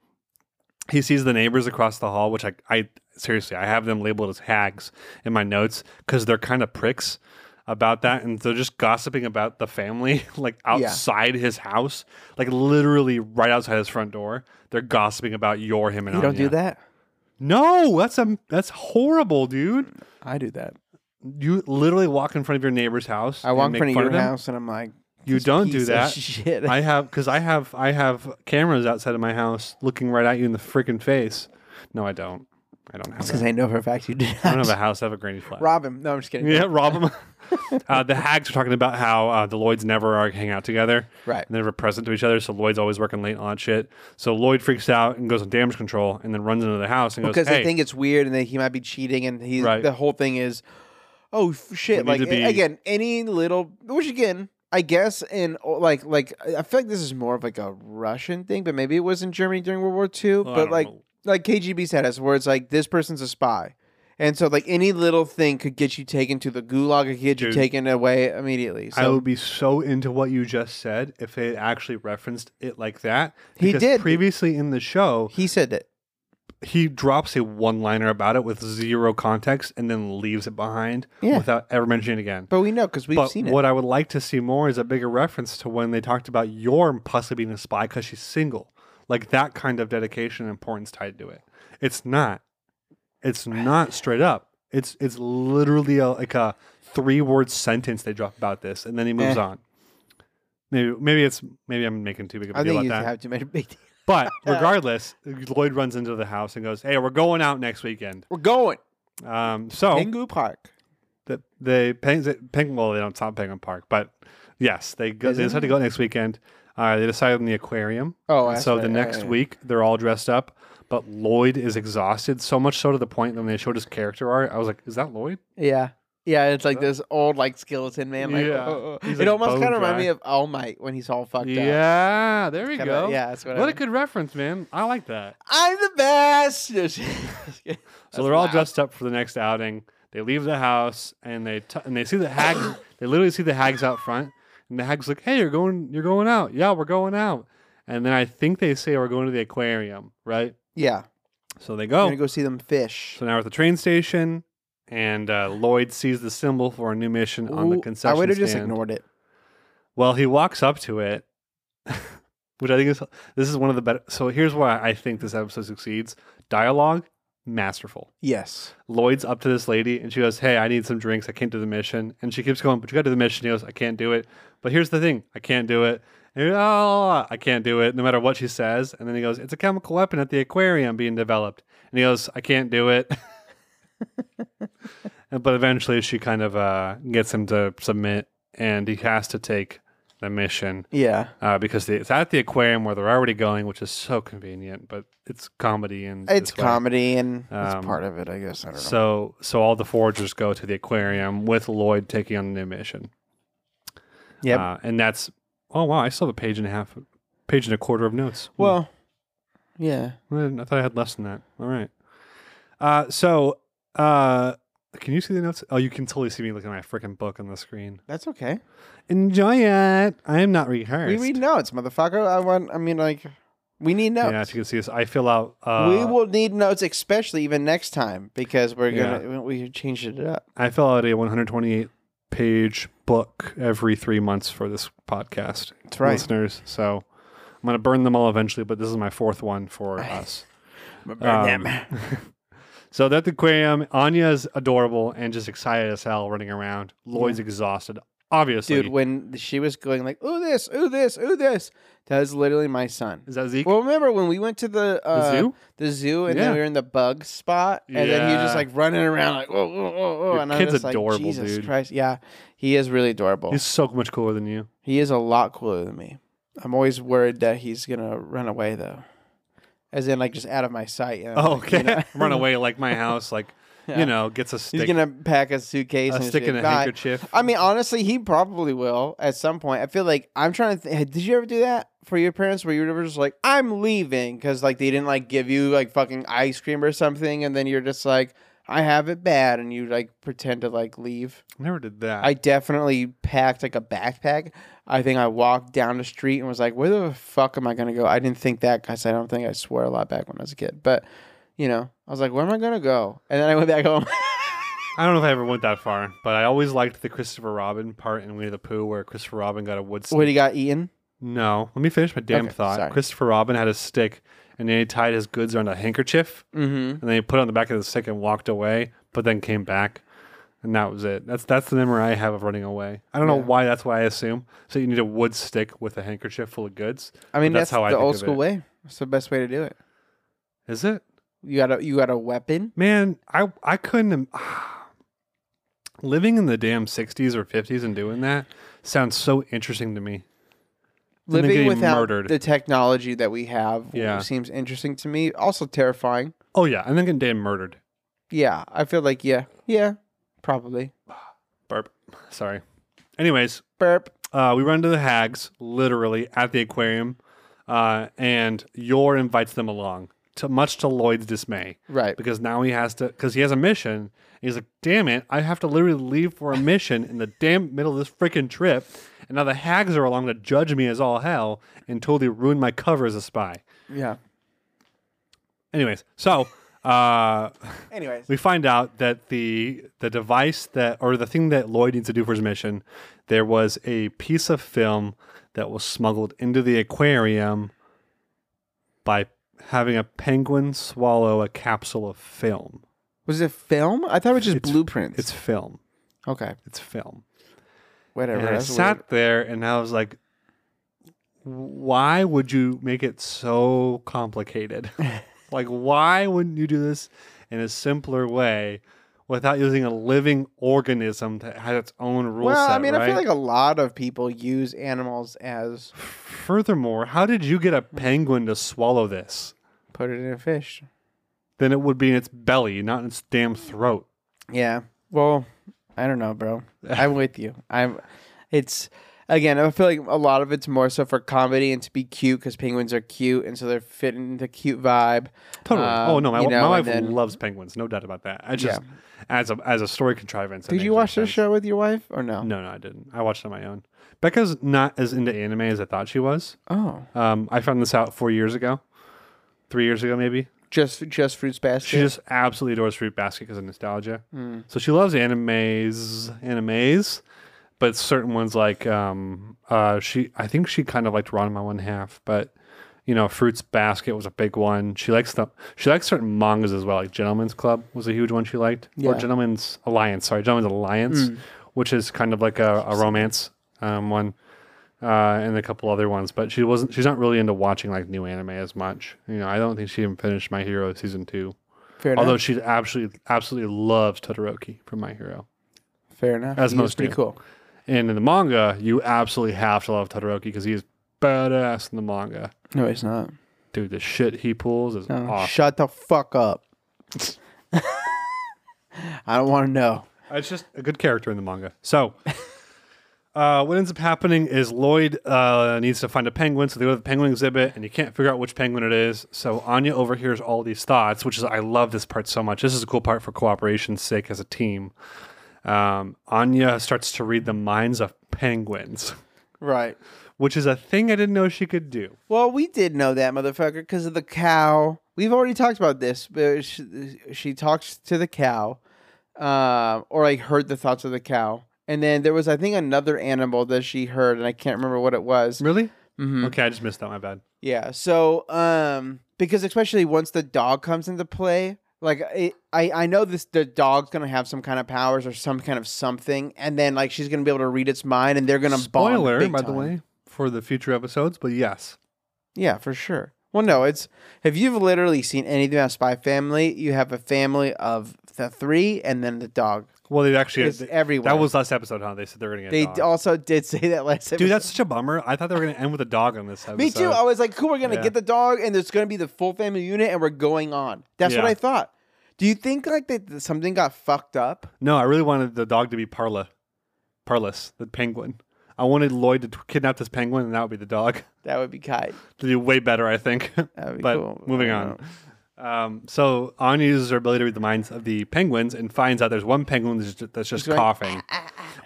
A: he sees the neighbors across the hall, which I, I seriously, I have them labeled as hags in my notes because they're kind of pricks about that, and they're just gossiping about the family, like outside his house, like literally right outside his front door. They're gossiping about your him and
B: You don't do
A: Anya.
B: that?
A: No, that's a that's horrible, dude.
B: I do that.
A: You literally walk in front of your neighbor's house.
B: I walk in
A: and
B: front
A: make
B: of your
A: them.
B: house and I'm like,
A: You
B: this
A: don't do
B: piece of
A: that.
B: Shit.
A: I have because I have I have cameras outside of my house looking right at you in the freaking face. No, I don't. I don't have.
B: Because
A: That.
B: I know for a fact you did.
A: I don't have a house. I have a granny flat.
B: Rob him. No, I'm just kidding.
A: yeah, rob 'em. uh, the hags are talking about how uh, the Lloyds never are hang out together.
B: Right.
A: And they're never present to each other. So Lloyd's always working late and all that shit. So Lloyd freaks out and goes on damage control and then runs into the house and goes,
B: Because
A: "Hey,
B: they think it's weird and that he might be cheating and he's
A: Right.
B: the whole thing is, oh f- shit!
A: We need
B: Like
A: to be-
B: again, any little which again, I guess in like like I feel like this is more of like a Russian thing, but maybe it was in Germany during World War II.
A: I
B: but
A: don't
B: like
A: know.
B: like KGB status, where it's like this person's a spy. And so, like any little thing could get you taken to the gulag, could get you
A: Dude.
B: taken away immediately. So
A: I would be so into what you just said if they had actually referenced it like that.
B: He
A: Because
B: did.
A: previously in the show.
B: he said that.
A: he drops a one liner about it with zero context and then leaves it behind
B: Yeah.
A: without ever mentioning it again.
B: But we know because we've
A: But
B: seen it.
A: what I would like to see more is a bigger reference to when they talked about your possibly being a spy because she's single. Like that kind of dedication and importance tied to it. It's not. It's not straight up. It's it's literally a, like a three word sentence they drop about this, and then he moves
B: Eh.
A: on. Maybe maybe it's maybe I'm making too big of a
B: I
A: deal
B: think
A: about
B: you
A: that.
B: have to make a big deal.
A: But regardless, Lloyd runs into the house and goes, "Hey, we're going out next weekend."
B: We're going.
A: Um, so
B: Pingu Park.
A: the they peng, peng well, they don't stop Penguin Park, but yes, they go,
B: Is
A: they
B: it?
A: decide to go next weekend. Uh, they decide on the aquarium.
B: Oh,
A: And
B: that's
A: so
B: right,
A: the
B: right,
A: next
B: right.
A: week they're all dressed up, but Lloyd is exhausted so much so to the point when they showed his character art, I was like, "Is that Lloyd?"
B: Yeah. Yeah, it's like this old like skeleton man. Like,
A: Yeah.
B: oh, oh, oh.
A: He's,
B: it
A: like,
B: almost
A: bone
B: kind of remind
A: dry.
B: me of All Might when he's all fucked up.
A: Yeah, there we
B: Kinda-
A: go.
B: yeah, that's what I
A: what a
B: meant.
A: good reference, man. I like that.
B: I'm the best. Just-
A: So they're all
B: loud.
A: dressed up for the next outing. They leave the house and they t- and they see the hag. they literally see the hags out front, and the hags like, "Hey, you're going, you're going out. Yeah, we're going out." And then I think they say we're going to the aquarium, right?
B: yeah.
A: So they
B: I'm
A: go.
B: gonna go see them fish.
A: So now we're at the train station, and uh, Lloyd sees the symbol for a new mission on the
B: Ooh,
A: concession
B: I would have
A: stand.
B: just ignored it.
A: Well, he walks up to it, which I think is this is one of the better. So here's why I think this episode succeeds: dialogue, masterful.
B: Yes.
A: Lloyd's up to this lady and she goes, Hey, I need some drinks. I can't do the mission. And she keeps going, But you got to do the mission. He goes, I can't do it. But here's the thing I can't do it. And, oh, I can't do it, no matter what she says. And then he goes, It's a chemical weapon at the aquarium being developed. And he goes, I can't do it. And- but eventually she kind of uh, gets him to submit and he has to take the mission
B: Yeah.
A: uh, because the, it's at the aquarium where they're already going, which is so convenient, but it's comedy and
B: It's
A: this way.
B: comedy and
A: Um,
B: it's part of it, I guess. I don't know.
A: So so all the foragers go to the aquarium with Lloyd taking on a new mission.
B: Yep.
A: Uh, and that's oh wow, I still have a page and a half page and a quarter of notes. Hmm.
B: well, yeah.
A: I didn't- I thought I had less than that. All right. Uh so uh can you see the notes? Oh, you can totally see me looking at my freaking book on the screen.
B: That's okay.
A: Enjoy it. I am not rehearsed.
B: We read notes, motherfucker. I want I mean like we need notes.
A: Yeah, as you can see this, I fill out uh
B: we will need notes, especially even next time, because we're
A: Yeah.
B: gonna we changed it up.
A: I fill out a one hundred twenty eight page book every three months for this podcast.
B: That's right.
A: listeners. So I'm going to burn them all eventually, but this is my fourth one for us. Um, So that the aquarium, Anya's adorable and just excited as hell running around. Lloyd's exhausted. Obviously,
B: dude, when she was going like, "Ooh this, ooh this, ooh this," that is literally my son.
A: is that Zeke?
B: Well, remember when we went to the,
A: The
B: uh,
A: zoo?
B: the zoo, and
A: Yeah.
B: then we were in the bug spot, and then he was just
A: Yeah.
B: like running around like, "Whoa, whoa, whoa, whoa!"
A: Your
B: and I
A: kid's
B: was just
A: adorable,
B: like, "Jesus
A: dude.
B: Christ, yeah, he is really adorable.
A: He's so much cooler than you.
B: He is a lot cooler than me. I'm always worried that he's gonna run away though, as in like just out of my sight. You know,
A: Oh,
B: like, you
A: okay.
B: know?
A: Run away like my house, like
B: Yeah.
A: you know, gets a
B: He's
A: stick,
B: gonna pack a suitcase
A: a
B: and
A: stick
B: shit.
A: in a
B: Bye.
A: handkerchief.
B: I mean, honestly, he probably will at some point. I feel like I'm trying to. Th- did you ever do that for your parents, where you were just like, "I'm leaving" because like they didn't like give you like fucking ice cream or something, and then you're just like, "I have it bad," and you like pretend to like leave.
A: Never did that.
B: I definitely packed like a backpack. I think I walked down the street and was like, "Where the fuck am I gonna go?" I didn't think that because I don't think I swore a lot back when I was a kid, but you know, I was like, "Where am I gonna go?" And then I went back home.
A: I don't know if I ever went that far, but I always liked the Christopher Robin part in Winnie the Pooh where Christopher Robin got a wood stick.
B: what he got eaten?
A: No, let me finish my damn
B: Okay,
A: thought.
B: sorry.
A: Christopher Robin had a stick and then he tied his goods around a handkerchief
B: Mm-hmm.
A: and then he put it on the back of the stick and walked away, but then came back. And that was it. That's that's the memory I have of running away. I don't know
B: Yeah.
A: why that's why I assume. So you need a wood stick with a handkerchief full of goods.
B: I mean,
A: But
B: that's,
A: that's how I
B: the
A: think
B: old
A: of
B: school
A: it.
B: way. That's the best way to do it.
A: Is it?
B: You got a you got a weapon.
A: Man, I I couldn't. im- living in the damn sixties or fifties and doing that sounds so interesting to me. And then
B: Living
A: getting
B: without
A: murdered.
B: the technology that we have
A: Yeah.
B: seems interesting to me. Also terrifying.
A: Oh yeah, and then getting damn murdered.
B: Yeah, I feel like yeah, yeah, probably.
A: Burp. Sorry. Anyways,
B: Burp.
A: uh, we run to the hags literally at the aquarium, uh, and Yor invites them along, to much to Lloyd's dismay.
B: Right.
A: because now he has to because he has a mission. And he's like, damn it, I have to literally leave for a mission in the damn middle of this freaking trip. And now the hags are along to judge me as all hell and totally ruin my cover as a spy.
B: Yeah.
A: Anyways, so uh,
B: Anyways.
A: we find out that the the device that or the thing that Lloyd needs to do for his mission, there was a piece of film that was smuggled into the aquarium by having a penguin swallow a capsule of film.
B: Was it film? I thought it was just
A: It's-
B: blueprints.
A: It's film.
B: okay.
A: It's film.
B: Whatever.
A: And I
B: That's
A: sat
B: weird.
A: there and I was like, why would you make it so complicated? like, why wouldn't you do this in a simpler way without using a living organism that has its own rule
B: Well,
A: set?
B: I mean, I feel
A: right?
B: like a lot of people use animals as
A: Furthermore, how did you get a penguin to swallow this?
B: put it in a fish.
A: Then it would be in its belly, not in its damn throat.
B: Yeah. Well, I don't know, bro. I'm with you. I'm. It's again. I feel like a lot of it's more so for comedy and to be cute because penguins are cute and so they're fitting the cute vibe.
A: Totally.
B: Um,
A: oh no, my,
B: you know,
A: my wife
B: and then-
A: loves penguins, no doubt about that. I just as a as a story contrivance. it
B: Did
A: makes
B: you
A: no
B: watch this
A: sense.
B: show with your wife or no?
A: No, no, I didn't. I watched it on my own. Becca's not as into anime as I thought she was.
B: Oh,
A: Um, I found this out four years ago, three years ago maybe.
B: just just fruits basket.
A: She just absolutely adores Fruit Basket because of nostalgia. So she loves animes, animes, but certain ones like um, uh, she. I think she kind of liked Ranma One Half, but you know, Fruits Basket was a big one. She likes the she likes certain mangas as well. Like Gentleman's Club was a huge one she liked, or
B: Yeah.
A: Gentleman's Alliance. Sorry, Gentleman's Alliance, which is kind of like a, a romance um, one. Uh, and a couple other ones, but she wasn't. She's not really into watching like new anime as much. You know, I don't think she even finished My Hero season two.
B: fair enough.
A: Although she absolutely absolutely loves Todoroki from My Hero.
B: fair enough.
A: as
B: He was
A: most
B: pretty
A: do.
B: cool.
A: And in the manga, you absolutely have to love Todoroki because he is badass in the manga.
B: No, it's not.
A: Dude, the shit he pulls is
B: No,
A: awesome.
B: Shut the fuck up. I don't want to know.
A: it's just a good character in the manga. So uh, what ends up happening is Lloyd uh, needs to find a penguin, so they go to the penguin exhibit, and you can't figure out which penguin it is. So Anya overhears all these thoughts, which is I love this part so much. This is a cool part for cooperation's sake as a team. Um, Anya starts to read the minds of penguins.
B: Right.
A: which is a thing I didn't know she could do.
B: Well, we did know that motherfucker because of the cow. We've already talked about this. But she, she talks to the cow, uh, or like heard the thoughts of the cow. And then there was, I think, another animal that she heard, and I can't remember what it was.
A: Really?
B: Mhm.
A: Okay, I just missed that. My bad.
B: Yeah. So, um, because especially once the dog comes into play, like it, I I know this the dog's gonna have some kind of powers or some kind of something, and then like she's gonna be able to read its mind, and they're gonna bond
A: Spoiler,
B: big
A: by the
B: time.
A: way, for the future episodes, but yes.
B: Yeah, for sure. Well, no, it's if you've literally seen anything about Spy Family, you have a family of the three, and then the dog
A: Well, they actually
B: is
A: they-
B: everywhere.
A: that was last episode, huh? They said they're gonna get. a
B: they
A: dog.
B: also did say that last episode.
A: Dude, that's such a bummer. I thought they were gonna end with a dog on this episode.
B: Me too. I was like, cool, we're going to
A: Yeah.
B: get the dog and there's going to be the full family unit and we're going on. That's what
A: Yeah.
B: I thought. Do you think like that that something got fucked up?
A: No, I really wanted the dog to be Parla, Parlas, the penguin. I wanted Lloyd to t- kidnap this penguin, and that would be the dog.
B: That would be kite.
A: To do way better, I think.
B: That would be
A: but
B: cool.
A: moving
B: I
A: on.
B: don't
A: Um, so Anya uses her ability to read the minds of the penguins and finds out there's one penguin that's just, that's just
B: going, "Ah,
A: coughing,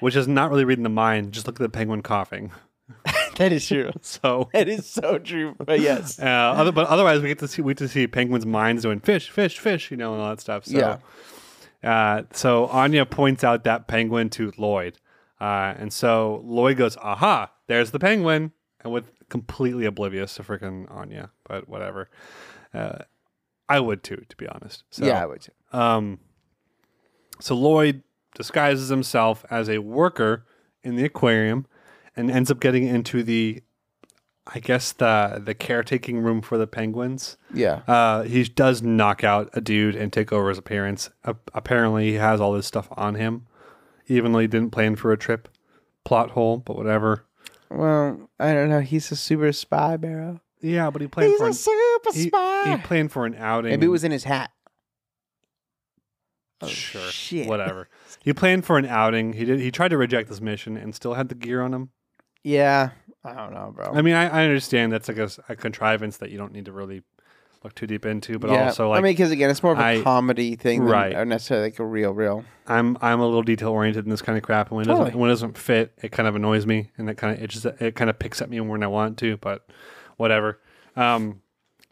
A: which is not really reading the mind. Just look at the penguin coughing.
B: know. that is true.
A: So,
B: that is so true. But yes.
A: uh, other, but otherwise, we get to see we get to see penguins' minds doing fish, fish, fish, you know, and all that stuff. So,
B: Yeah.
A: Uh, so Anya points out that penguin to Lloyd, uh, and so Lloyd goes, "Aha! There's the penguin," and with completely oblivious to freaking Anya, but whatever. Uh, I would too, to be honest. So,
B: yeah, I would. too.
A: Um, so Lloyd disguises himself as a worker in the aquarium, and ends up getting into the, I guess the the caretaking room for the penguins.
B: Yeah.
A: Uh, he does knock out a dude and take over his appearance. A- apparently, he has all this stuff on him, even though he didn't plan for a trip. Plot hole, but whatever.
B: Well, I don't know. He's a super spy, Barrow.
A: Yeah, but he planned
B: He's
A: for
B: a
A: an,
B: super
A: he,
B: spy.
A: he planned for an outing.
B: Maybe it was in his hat. Oh,
A: sure,
B: shit.
A: whatever. He planned for an outing. He did. He tried to reject this mission and still had the gear on him.
B: Yeah. I don't know, bro.
A: I mean, I, I understand that's like a, s- a contrivance that you don't need to really look too deep into, but
B: yeah.
A: also like
B: I mean, because again, it's more of a
A: I-
B: comedy thing
A: Right.
B: than necessarily like a real, real.
A: I'm I'm a little detail oriented in this kind of crap, and when it
B: Totally.
A: doesn't when it doesn't fit, it kind of annoys me, and it kind of it just it kind of picks at me when I want to, but whatever. Um,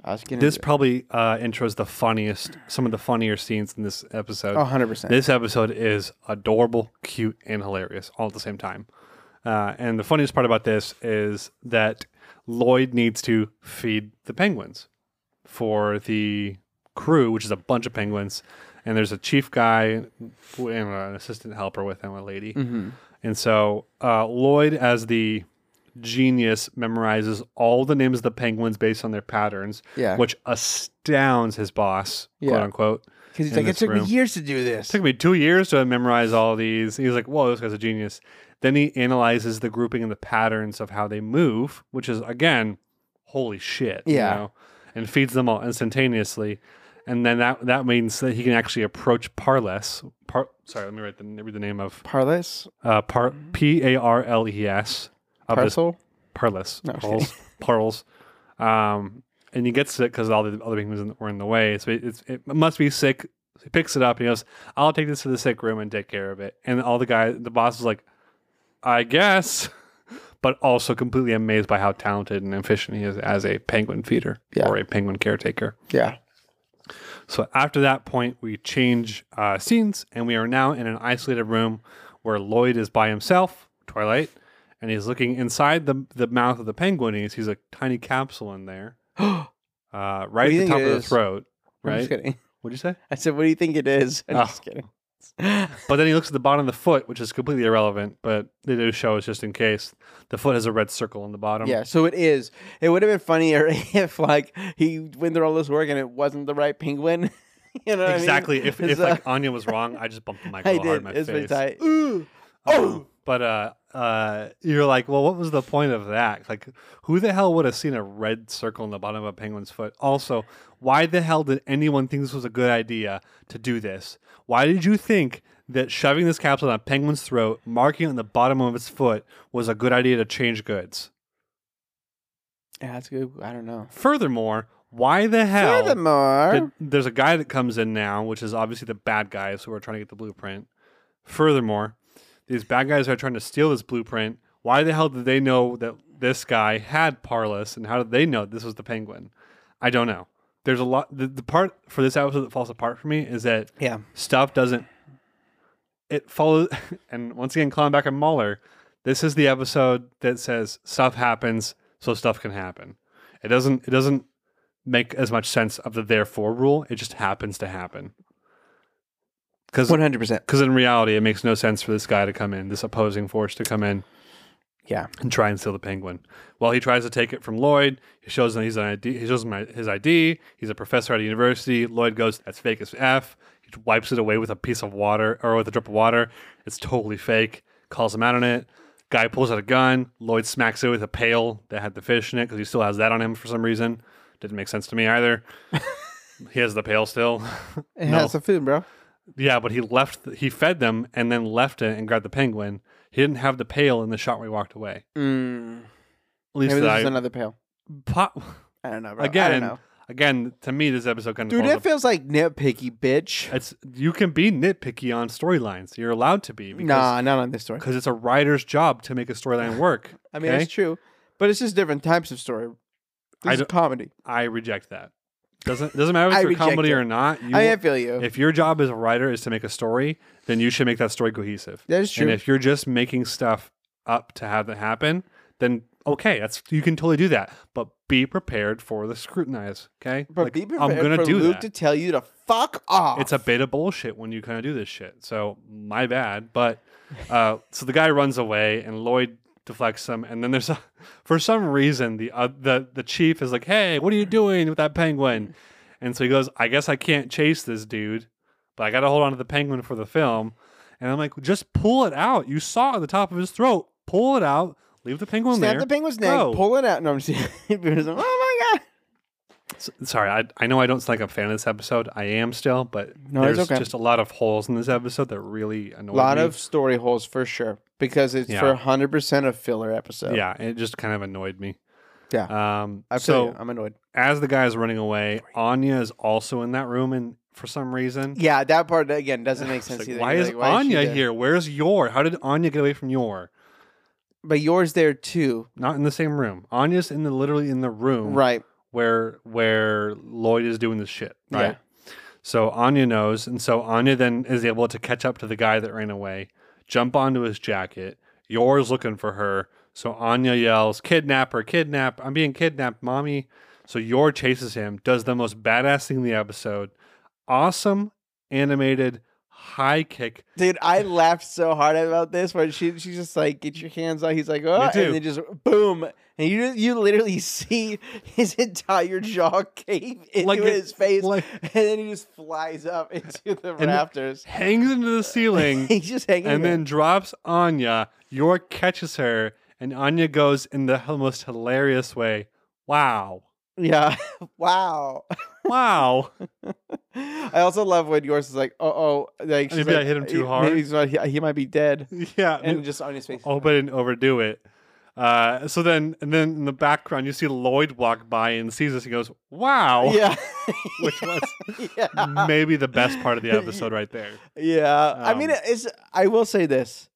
B: I was getting
A: this probably uh, intros the funniest, some of the funnier scenes in this episode.
B: Oh, 100%.
A: This episode is adorable, cute, and hilarious all at the same time. Uh, and the funniest part about this is that Lloyd needs to feed the penguins for the crew, which is a bunch of penguins. And there's a chief guy and an assistant helper with him, a lady.
B: Mm-hmm.
A: And so uh, Lloyd, as the genius, memorizes all the names of the penguins based on their patterns,
B: Yeah.
A: which astounds his boss,
B: Yeah.
A: quote unquote.
B: Because he's
A: in
B: like, it
A: this
B: took
A: room.
B: me years to do this.
A: Took me two years to memorize all these. He's like, whoa, this guy's a genius. Then he analyzes the grouping and the patterns of how they move, which is, again, holy shit.
B: Yeah.
A: know, and feeds them all instantaneously. And then that, that means that he can actually approach Parles. Par, sorry, let me write the, read the name of
B: Parles?
A: uh, par, P A R L E S. Of this
B: Parcel?
A: Parles.
B: No, I'm
A: Parles. Parles. Um, and he gets it because all the other penguins in- were in the way. So it, it's, it must be sick. So he picks it up and he goes, I'll take this to the sick room and take care of it. And all the guy, the boss is like, I guess, but also completely amazed by how talented and efficient he is as a penguin feeder
B: Yeah.
A: or a penguin caretaker.
B: Yeah.
A: So after that point, we change uh, scenes, and we are now in an isolated room where Lloyd is by himself, Twilight, and he's looking inside the the mouth of the penguin. and He sees a tiny capsule in there, uh, right
B: do
A: at
B: you
A: the
B: think
A: top
B: it
A: of the
B: is?
A: throat.
B: I'm
A: Right?
B: just kidding.
A: What'd you say?
B: I said, what do you think it is? I'm
A: Oh.
B: just kidding. yeah.
A: But then he looks at the bottom of the foot, which is completely irrelevant, but they do show us just in case. The foot has a red circle on the bottom.
B: So it is. It would have been funnier if, like, he went through all this work and it wasn't the right penguin. you know what I mean?
A: Exactly. If,
B: It's, uh,
A: if like Anya was wrong, I just bumped the mic
B: I
A: real hard in
B: did.
A: my
B: It's pretty
A: face.
B: tight.
A: Oh, but uh, uh, you're like, well, what was the point of that? Like, who the hell would have seen a red circle in the bottom of a penguin's foot? Also, why the hell did anyone think this was a good idea to do this? Why did you think that shoving this capsule down a penguin's throat, marking it on the bottom of its foot, was a good idea to change goods?
B: Yeah, that's good. I don't know.
A: Furthermore, why the hell?
B: Furthermore,
A: Th- there's a guy that comes in now, which is obviously the bad guys who are trying to get the blueprint. Furthermore, these bad guys are trying to steal this blueprint. Why the hell did they know that this guy had Parlus, and how did they know this was the Penguin? I don't know. There's a lot. The, the part for this episode that falls apart for me is that
B: yeah.
A: stuff doesn't. It follows, and once again, calling back on Mahler. This is the episode that says stuff happens, so stuff can happen. It doesn't. It doesn't make as much sense of the therefore rule. It just happens to happen. Because
B: One hundred percent.
A: because in reality, it makes no sense for this guy to come in, this opposing force to come in.
B: Yeah.
A: and try and steal the penguin. While he tries to take it from Lloyd, he shows him he's an ID. He shows him his ID. He's a professor at a university. Lloyd goes, "That's fake as f." He wipes it away with a piece of water or with a drip of water. It's totally fake. Calls him out on it. Guy pulls out a gun. Lloyd smacks it with a pail that had the fish in it because he still has that on him for some reason. Didn't make sense to me either. he has the pail still.
B: It
A: No.
B: has the food, bro.
A: Yeah, but he left. He fed them and then left it and grabbed the penguin. He didn't have the pail in the shot where he walked away.
B: Mm.
A: At least
B: Maybe
A: that
B: this
A: I,
B: is another pail.
A: po-
B: I don't know, bro. I don't
A: again.
B: know.
A: Again, to me, this episode kind of
B: dude, that feels like nitpicky, bitch.
A: it's you can be nitpicky on storylines. You're allowed to be because
B: Nah, not on this story.
A: cause it's a writer's job to make a storyline work.
B: I mean,
A: okay?
B: it's true, but it's just different types of story.
A: I
B: This is
A: don't-
B: comedy.
A: I reject that. Doesn't doesn't matter if
B: I
A: it's a
B: reject
A: comedy
B: it.
A: or not. You,
B: I mean, I feel you.
A: if your job as a writer is to make a story, then you should make that story cohesive.
B: that is true.
A: And if you're just making stuff up to have that happen, then okay, that's you can totally do that. But be prepared for the scrutinize. Okay,
B: but
A: Like,
B: be prepared
A: I'm gonna
B: for
A: do
B: Luke
A: that.
B: to tell you to fuck off.
A: it's a bit of bullshit when you kind of do this shit. So my bad. But uh, so the guy runs away, and Lloyd deflects him, and then there's a, for some reason the uh, the the chief is like, "Hey, what are you doing with that penguin?" And so he goes, "I guess I can't chase this dude, but I got to hold on to the penguin for the film." And I'm like, "Just pull it out. You saw it at the top of his throat. Pull it out. Leave the penguin
B: snap
A: there."
B: the penguin's neck,
A: Bro.
B: pull it out. No, I'm just oh my god.
A: S- Sorry, I, I know I don't sound like a fan of this episode. I am still, but
B: No, it's
A: there's
B: okay.
A: just a lot of holes in this episode that really annoy
B: A lot
A: me.
B: of story holes for sure because it's
A: Yeah.
B: for 100 percent a filler episode.
A: Yeah, it just kind of annoyed me.
B: Yeah.
A: Um,
B: I feel
A: so
B: you. I'm annoyed.
A: as the guy's running away, Anya is also in that room, and for some reason,
B: Yeah, that part again doesn't make
A: It's
B: sense
A: like,
B: either.
A: why
B: You're
A: is
B: like, she
A: Anya
B: there?
A: here? Where's Yor? How did Anya get away from Yor?
B: But yours there too,
A: Not in the same room. Anya's in the literally in the room
B: right?
A: where where Lloyd is doing this shit, right?
B: Yeah.
A: So Anya knows, and so Anya then is able to catch up to the guy that ran away, jump onto his jacket. Yor's looking for her, so Anya yells, "Kidnap her! Kidnap! I'm being kidnapped, mommy!" So Yor chases him, does the most badass thing in the episode, awesome animated high kick.
B: Dude, I laughed so hard about this where she she's just like, get your hands out. He's like, oh,
A: too.
B: and then just boom, and you you literally see his entire jaw cave into
A: Like it-
B: his face,
A: like-
B: and then he just flies up into the
A: then-
B: rafters.
A: Hangs into the ceiling
B: He's just hanging.
A: and
B: there.
A: then drops Anya. York catches her, and Anya goes in the h- most hilarious way. Wow.
B: yeah, wow.
A: Wow.
B: I also love when yours is like, oh, oh, like she's
A: Maybe I hit him too
B: "He-
A: hard." Oh.
B: Maybe he's not, he, he might be dead,
A: yeah.
B: and just on his face.
A: I hope I didn't overdo it. Uh, so then, and then in the background, you see Lloyd walk by and sees this. He goes, "Wow,"
B: yeah,
A: which was
B: yeah.
A: maybe the best part of the episode right there.
B: Yeah, I mean,
A: Um,
B: it's. I will say this: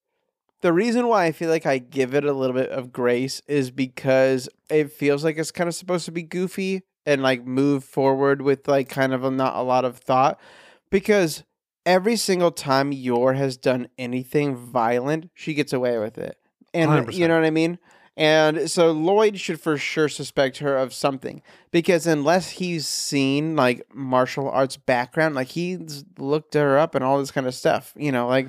B: the reason why I feel like I give it a little bit of grace is because it feels like it's kind of supposed to be goofy and like move forward with like kind of a, not a lot of thought, because every single time Yor has done anything violent, she gets away with it, and
A: 100%.
B: you know what I mean. And so Lloyd should for sure suspect her of something because unless he's seen like martial arts background, like he's looked her up and all this kind of stuff, you know, like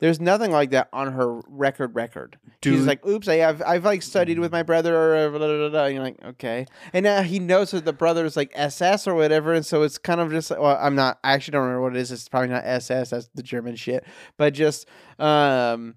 B: there's nothing like that on her record record. She's like, "Oops, I have I've like studied with my brother." Or uh, blah, blah, blah, blah. And you're like, "Okay," and now he knows that the brother is like SS or whatever, and so it's kind of just like, well, I'm not. I actually don't remember what it is. It's probably not SS. That's the German shit, but just um.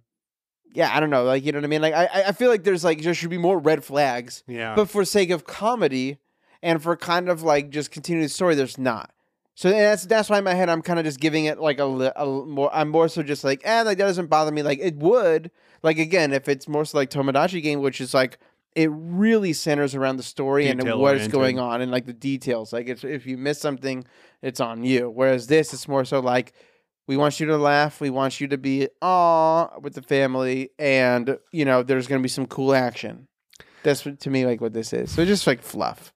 B: Yeah, I don't know. Like, you know what I mean? Like, I- I, I feel like there's like, there should be more red flags
A: yeah,
B: but for sake of comedy and for kind of like just continuing the story, there's not. So that's that's why in my head I'm kind of just giving it like a, li- a l- more. I'm more so just like, eh, like that doesn't bother me. Like it would, like again, if it's more so like Tomodachi game, which is like it really centers around the story and what's
A: Detail-oriented.
B: going on and like the details. Like it's, if you miss something, it's on you. Whereas this, it's more so like we want you to laugh. We want you to be aw with the family, and you know there's gonna be some cool action. That's what, to me like what this is. So just like fluff,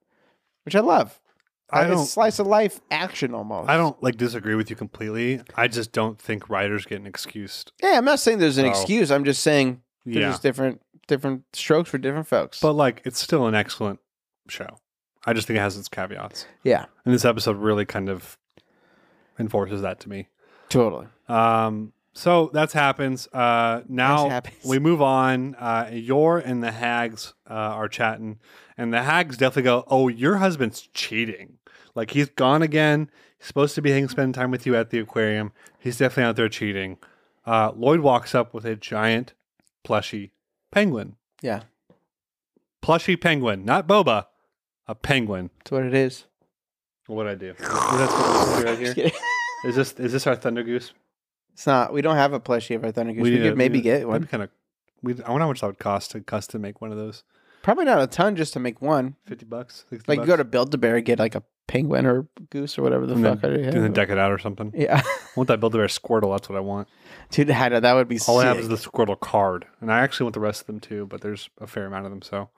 B: which I love.
A: I
B: Uh,
A: don't.
B: it's slice of life action almost.
A: I don't like disagree with you completely. I just don't think writers get an excuse.
B: Yeah, I'm not saying there's an
A: Oh.
B: excuse. I'm just saying there's
A: Yeah,
B: just different different strokes for different folks.
A: but like, it's still an excellent show. I just think it has its caveats.
B: Yeah,
A: And this episode really kind of enforces that to me.
B: totally.
A: Um, so that's happens. Uh, now
B: That happens.
A: we move on. Uh, your and the hags uh, are chatting, and the hags definitely go, "Oh, your husband's cheating. Like he's gone again. He's supposed to be hanging, spending time with you at the aquarium. He's definitely out there cheating." Uh, Lloyd walks up with a giant plushy penguin.
B: Yeah,
A: Plushy penguin, not boba, a penguin.
B: that's what it is.
A: What I do? Is that supposed to be right here?
B: Just kidding.
A: Is this is this our thunder goose?
B: It's not. We don't have a plushie of our Thunder Goose.
A: We
B: We,
A: need a-
B: could maybe
A: we-
B: get
A: That'd be
B: one.
A: kind of. We, I wonder how much that would cost to custom make one of those.
B: Probably not a ton just to make one.
A: Fifty bucks, sixty.
B: Like
A: bucks?
B: go to Build a Bear and get like a penguin or goose or whatever the
A: and
B: fuck. I
A: then,
B: already
A: and then
B: have.
A: deck it out or something. I
B: Yeah,
A: want that Build a Bear Squirtle. That's what I want.
B: dude, had it. That would be.
A: All I
B: sick.
A: have is the Squirtle card, and I actually want the rest of them too. But there's a fair amount of them, so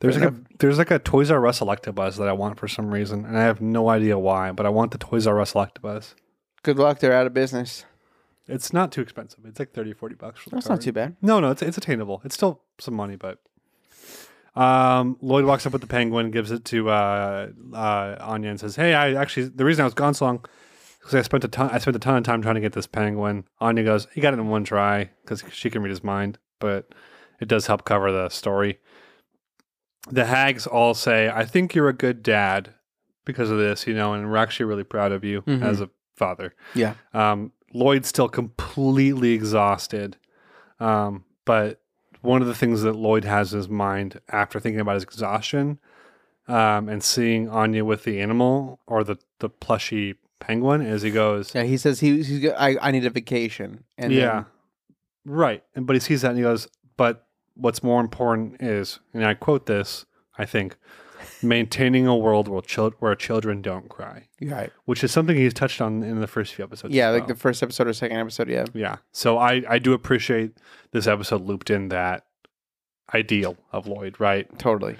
A: there's
B: Fair
A: like a there's like a Toys R Us Electabuzz that I want for some reason, and I have no idea why. But I want the Toys R Us Electabuzz.
B: Good luck. They're out of business.
A: It's not too expensive. It's like 30, 40 bucks for the
B: That's
A: card.
B: not too bad.
A: No, no, it's it's attainable. It's still some money, but um, Lloyd walks up with the penguin, gives it to uh, uh, Anya, and says, "Hey, I actually the reason I was gone so long because I spent a ton I spent a ton of time trying to get this penguin." Anya goes, "He got it in one try because she can read his mind, but it does help cover the story." The hags all say, "I think you're a good dad because of this, you know, and we're actually really proud of you
B: Mhm.
A: as a father."
B: Yeah.
A: Um, Lloyd's still completely exhausted. Um, but one of the things that Lloyd has in his mind after thinking about his exhaustion um, and seeing Anya with the animal or the, the plushy penguin is he goes,
B: Yeah, he says he, he's. go- I I need a vacation. And
A: Yeah.
B: then-
A: Right. And but he sees that and he goes, But what's more important is, and I quote this, I think, maintaining a world where, chil- where children don't cry,
B: you're right.
A: which is something he's touched on in the first few episodes.
B: Yeah,
A: as
B: like
A: well.
B: the first episode or second episode. Yeah.
A: Yeah. So I I do appreciate this episode looped in that ideal of Lloyd, right?
B: Totally.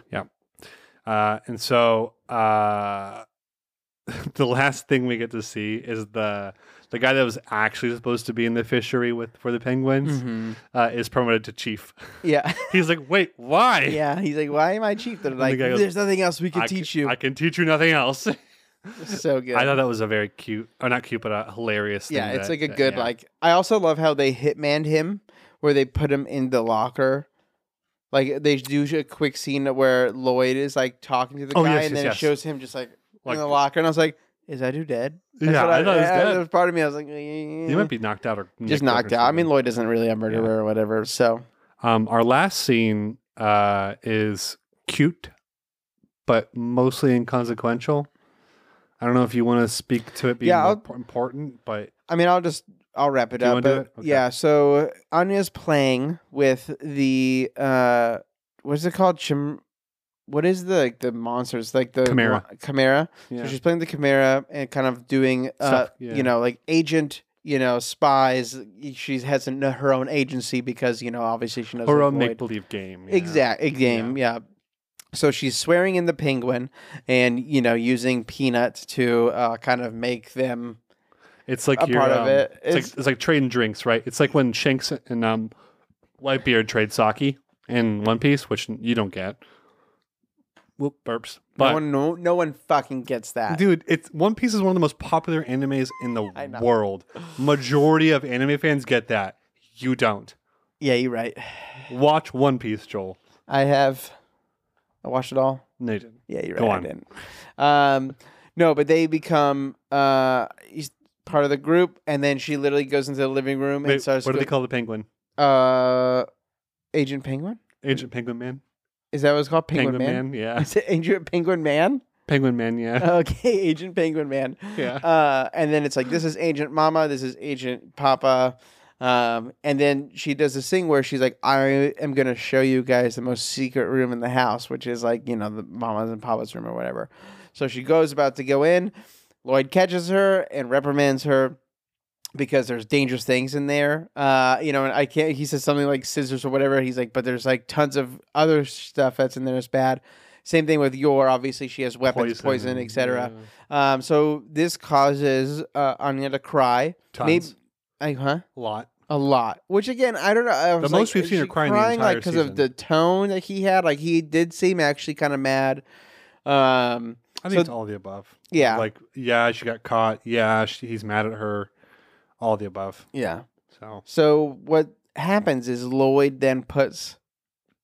A: Uh and so uh the last thing we get to see is the the guy that was actually supposed to be in the fishery with for the penguins uh, is promoted to chief.
B: Mm-hmm. Yeah.
A: He's like, "Wait, why?
B: yeah. He's like, why am I cheap? They're
A: the
B: like,
A: guy goes,
B: there's nothing else we can
A: I c-
B: teach you.
A: I can teach you nothing else."
B: so good.
A: I thought that was a very cute, or not cute, but a hilarious. Thing
B: yeah, it's
A: that-
B: like a
A: that-
B: good
A: uh, yeah.
B: like. I also love how they hitmaned him, where they put him in the locker. Like they do a quick scene where Lloyd is like talking to the
A: Oh,
B: guy,
A: yes,
B: and
A: yes,
B: then
A: yes.
B: it shows him just like,
A: Like-
B: in the locker, and I was like, "Is that dude dead?" That's
A: yeah,
B: what
A: I, thought it was
B: There
A: good.
B: was part of me I was like, "Eh."
A: He might be knocked out or nicked up
B: just
A: or
B: knocked out. I
A: something.
B: mean, Lloyd isn't really a murderer or whatever, so
A: Um, our last scene uh, is cute, but mostly inconsequential. I don't know if you want to speak to it being
B: Yeah,
A: more
B: I'll-
A: po- important, but
B: I mean, I'll just I'll wrap it
A: Do you
B: up.
A: wanna do
B: but
A: it? Okay.
B: Yeah. So Anya's playing with the uh, what's it called? Chim- what is the like, the monsters like the
A: Chimera.
B: Chimera.
A: yeah,
B: So she's playing the Chimera and kind of doing uh,
A: Stuff, yeah.
B: you know, like agent. You know, spies. She has an, her own agency because you know, obviously she knows
A: her
B: like,
A: own
B: Lloyd.
A: make believe game. yeah.
B: Exact a game, yeah. So she's swearing in the penguin, and you know, using peanuts to uh, kind of make them.
A: It's like
B: A
A: your,
B: part
A: um,
B: of it
A: It's,
B: is-
A: like, it's like trading drinks, right? It's like when Shanks and um, Whitebeard trade sake in One Piece, which you don't get. Whoop burps,
B: no
A: but
B: one, no, no one fucking gets that.
A: Dude, it's One Piece is one of the most popular animes in the
B: I know.
A: world. Majority of anime fans get that. You don't.
B: Yeah, you're right.
A: Watch One Piece, Joel.
B: I have. I watched it all.
A: No, you didn't.
B: Yeah, you're
A: Go
B: right.
A: on.
B: I didn't. Um, no, but they become uh he's part of the group, and then she literally goes into the living room
A: Wait,
B: and starts.
A: what do they
B: go-
A: call the penguin?
B: Uh, Agent Penguin.
A: Agent Penguin Man?
B: Is that what it's called? Penguin,
A: Penguin,
B: Man.
A: Man? yeah.
B: Is it Agent Penguin Man?
A: Penguin Man, yeah.
B: Okay, Agent Penguin Man.
A: yeah.
B: uh, and then it's like this is Agent Mama, this is Agent Papa, um, and then she does this thing where she's like, "I am gonna show you guys the most secret room in the house," which is like you know the Mama's and Papa's room or whatever. So she goes about to go in. Lloyd catches her and reprimands her because there's dangerous things in there. Uh, you know, and I can't. He says something like scissors or whatever. He's like, but there's like tons of other stuff that's in there that's bad. Same thing with Yor. Obviously, she has weapons, poison,
A: and-
B: etc.
A: yeah.
B: Um, so this causes uh, Anya to cry.
A: Tons.
B: Maybe- I, huh?
A: A lot.
B: A lot. Which again, I don't know. I was
A: The most
B: like,
A: we've
B: is
A: seen her
B: she
A: cry in the
B: crying, like
A: entire
B: because of
A: season.
B: the tone that he had. Like he did seem actually kind of mad. Um,
A: I think
B: So-
A: it's all the above.
B: yeah,
A: Like, yeah, she got caught. Yeah, she, he's mad at her. All the above.
B: yeah.
A: So
B: So what happens is Lloyd then puts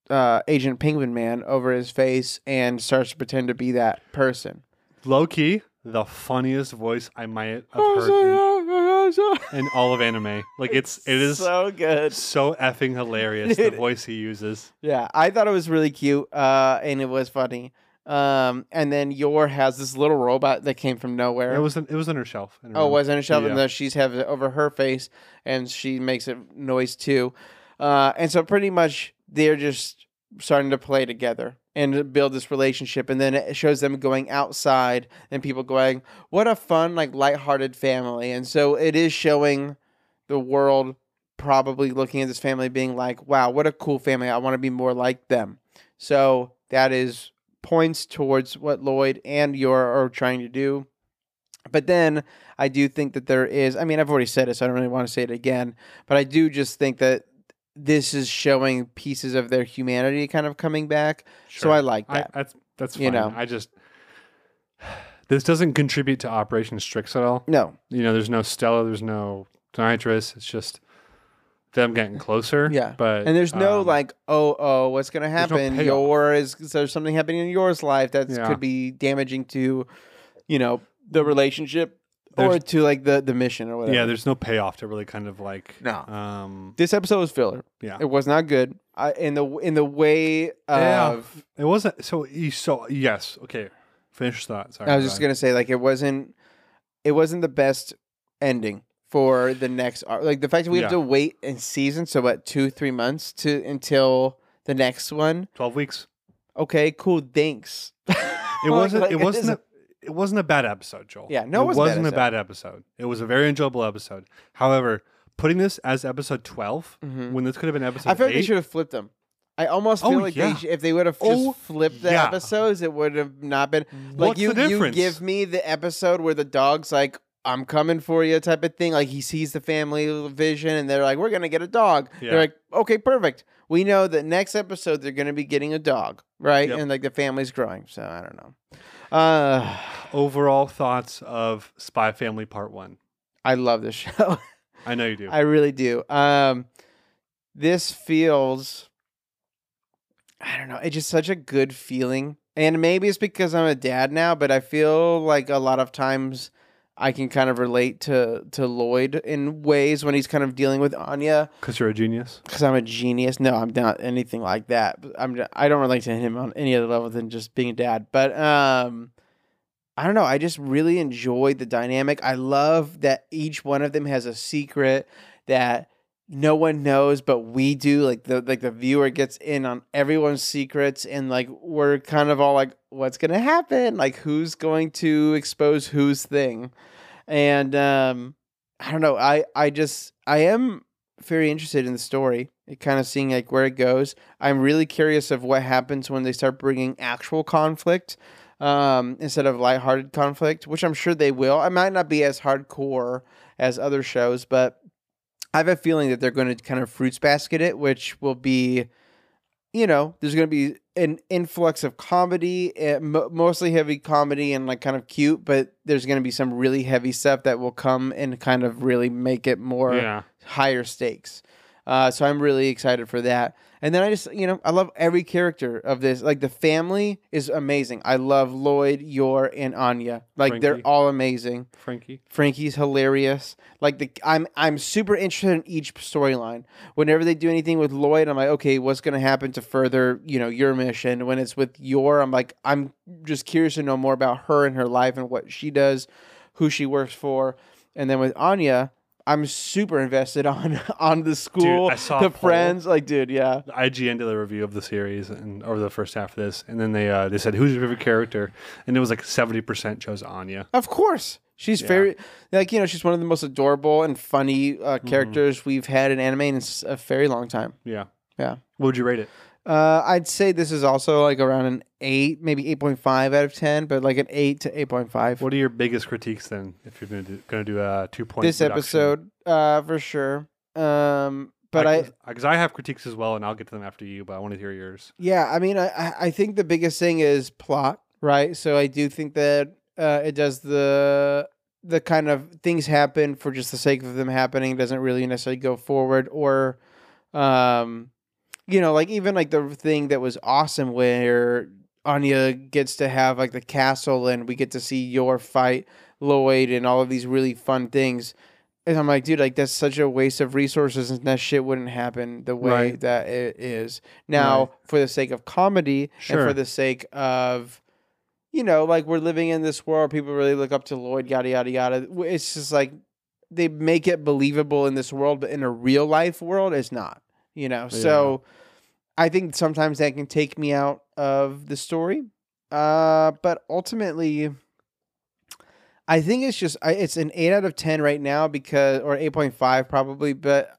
B: uh, Agent Penguin Man over his face and starts to pretend to be that person.
A: low key, the funniest voice I might have
B: Oh,
A: heard in, in all of anime. Like it's it is so,
B: so good.
A: effing hilarious
B: Dude.
A: the voice he uses.
B: Yeah, I thought it was really cute, uh, and it was funny. Um, and then Yor has this little robot that came from nowhere.
A: It was in, it was in her shelf. in her
B: oh, it
A: room.
B: was on a shelf,
A: Yeah.
B: and then she's having it over her face, and she makes a noise too. Uh, and so pretty much they're just starting to play together and build this relationship. And then it shows them going outside and people going, "What a fun, like lighthearted family!" And so it is showing the world probably looking at this family being like, "Wow, what a cool family! I want to be more like them." So that is points towards what Lloyd and Yor are trying to do. But then I do think that there is, I mean, I've already said it, so I don't really want to say it again, but I do just think that this is showing pieces of their humanity kind of coming back. So
A: Sure.
B: I like
A: I,
B: that.
A: that's that's fine.
B: You know.
A: I just this doesn't contribute to Operation Strix at all.
B: no,
A: You know, there's no Stella, there's no Nitris. It's just them getting closer.
B: Yeah.
A: but
B: and there's no
A: um,
B: like, oh, oh, what's gonna
A: there's no
B: happen?
A: payoff.
B: Your is is there something happening in yours life that
A: Yeah.
B: could be damaging to, you know, the relationship or
A: There's-
B: to like the the mission or whatever.
A: yeah. There's no payoff to really kind of like
B: No.
A: Um,
B: this episode was filler.
A: yeah,
B: It was not good. I in the in the way of.
A: Yeah. it wasn't so. You so yes, okay. Finish your thought. Sorry,
B: I was just gonna say like it wasn't it wasn't the best ending for the next ar- like the fact that we have
A: Yeah.
B: to wait in season so what two three months to until the next one.
A: twelve weeks.
B: Okay, cool. Thanks. it
A: It wasn't. it wasn't. a, it wasn't a bad episode, Joel.
B: Yeah, no, it
A: it
B: wasn't a bad
A: wasn't a bad episode. It was a very enjoyable episode. However, putting this as episode 12
B: Mhm.
A: when this could have been episode
B: I feel like they
A: eight,
B: should have flipped them. I almost feel
A: Oh,
B: like
A: yeah.
B: they sh- if they would have just
A: Oh,
B: flipped the
A: yeah.
B: episodes, it would have not been like
A: What's
B: you.
A: the
B: you
A: difference?
B: give me the episode where the dog's like, "I'm coming for you," type of thing. Like he sees the family vision, and they're like, "We're gonna get a dog."
A: Yeah.
B: They're like, "Okay, perfect." We know that next episode they're gonna be getting a dog, right?
A: Yep.
B: And like the family's growing, so I don't know. Uh,
A: overall thoughts of Spy Family Part One.
B: I love this show.
A: I know you do.
B: I really do. Um, this feels, I don't know, it's just such a good feeling. And maybe it's because I'm a dad now, but I feel like a lot of times I can kind of relate to to Lloyd in ways when he's kind of dealing with Anya
A: Because you're a genius.
B: because I'm a genius. No, I'm not anything like that. I'm I don't relate to him on any other level than just being a dad. But um, I don't know. I just really enjoyed the dynamic. I love that each one of them has a secret that no one knows but we do. Like the like the viewer gets in on everyone's secrets and like we're kind of all like, what's gonna happen? Like who's going to expose whose thing? And um, I don't know. I I just I am very interested in the story. It kind of seeing like where it goes. I'm really curious of what happens when they start bringing actual conflict um, instead of lighthearted conflict, which I'm sure they will. I might not be as hardcore as other shows, but I have a feeling that they're going to kind of fruits basket it, which will be, you know, there's going to be an influx of comedy, eh, mo- mostly heavy comedy and like kind of cute, but there's going to be some really heavy stuff that will come and kind of really make it more
A: yeah.
B: higher stakes. Uh, so I'm really excited for that. And then I just, you know, I love every character of this. Like the family is amazing. I love Lloyd, Yor, and Anya. Like they're
A: Frankie.
B: all amazing.
A: Frankie.
B: Frankie's hilarious. Like the I'm I'm super interested in each storyline. Whenever they do anything with Lloyd, I'm like, okay, what's gonna happen to further, you know, your mission? When it's with your, I'm like, I'm just curious to know more about her and her life and what she does, who she works for. And then with Anya, I'm super invested on on the school,
A: I saw
B: the
A: a poll.
B: friends. Like, dude, yeah.
A: The IGN did a review of the series and over the first half of this, and then they uh, they said who's your favorite character, and it was like seventy percent chose Anya.
B: Of course. She's
A: Yeah.
B: very like you know she's one of the most adorable and funny uh,
A: Mm-hmm.
B: characters we've had in anime in s- a very long time.
A: Yeah.
B: Yeah.
A: What would you rate it?
B: Uh, I'd say this is also like around an eight, maybe eight point five out of ten, but like an eight to eight point five.
A: What are your biggest critiques then? If you're going to do, gonna do a two point
B: This episode, uh, for sure. Um, but I,
A: because I have critiques as well, and I'll get to them after you. But I want to hear yours.
B: yeah, I mean, I- I, I think the biggest thing is plot. right? So I do think that uh, it does the the kind of things happen for just the sake of them happening. It doesn't really necessarily go forward or, um, you know, like even like the thing that was awesome where Anya gets to have like the castle and we get to see your fight Lloyd and all of these really fun things. And I'm like, dude, like that's such a waste of resources, and that shit wouldn't happen the way
A: Right.
B: that it is now
A: Right.
B: for the sake of comedy and
A: Sure.
B: for the sake of you know, like we're living in this world. People really look up to Lloyd, yada yada yada. W- It's just like they make it believable in this world, but in a real life world, it's not. You know, so I think sometimes that can take me out of the story. Uh, but ultimately, I think it's just I, it's an eight out of ten right now because or eight point five probably, but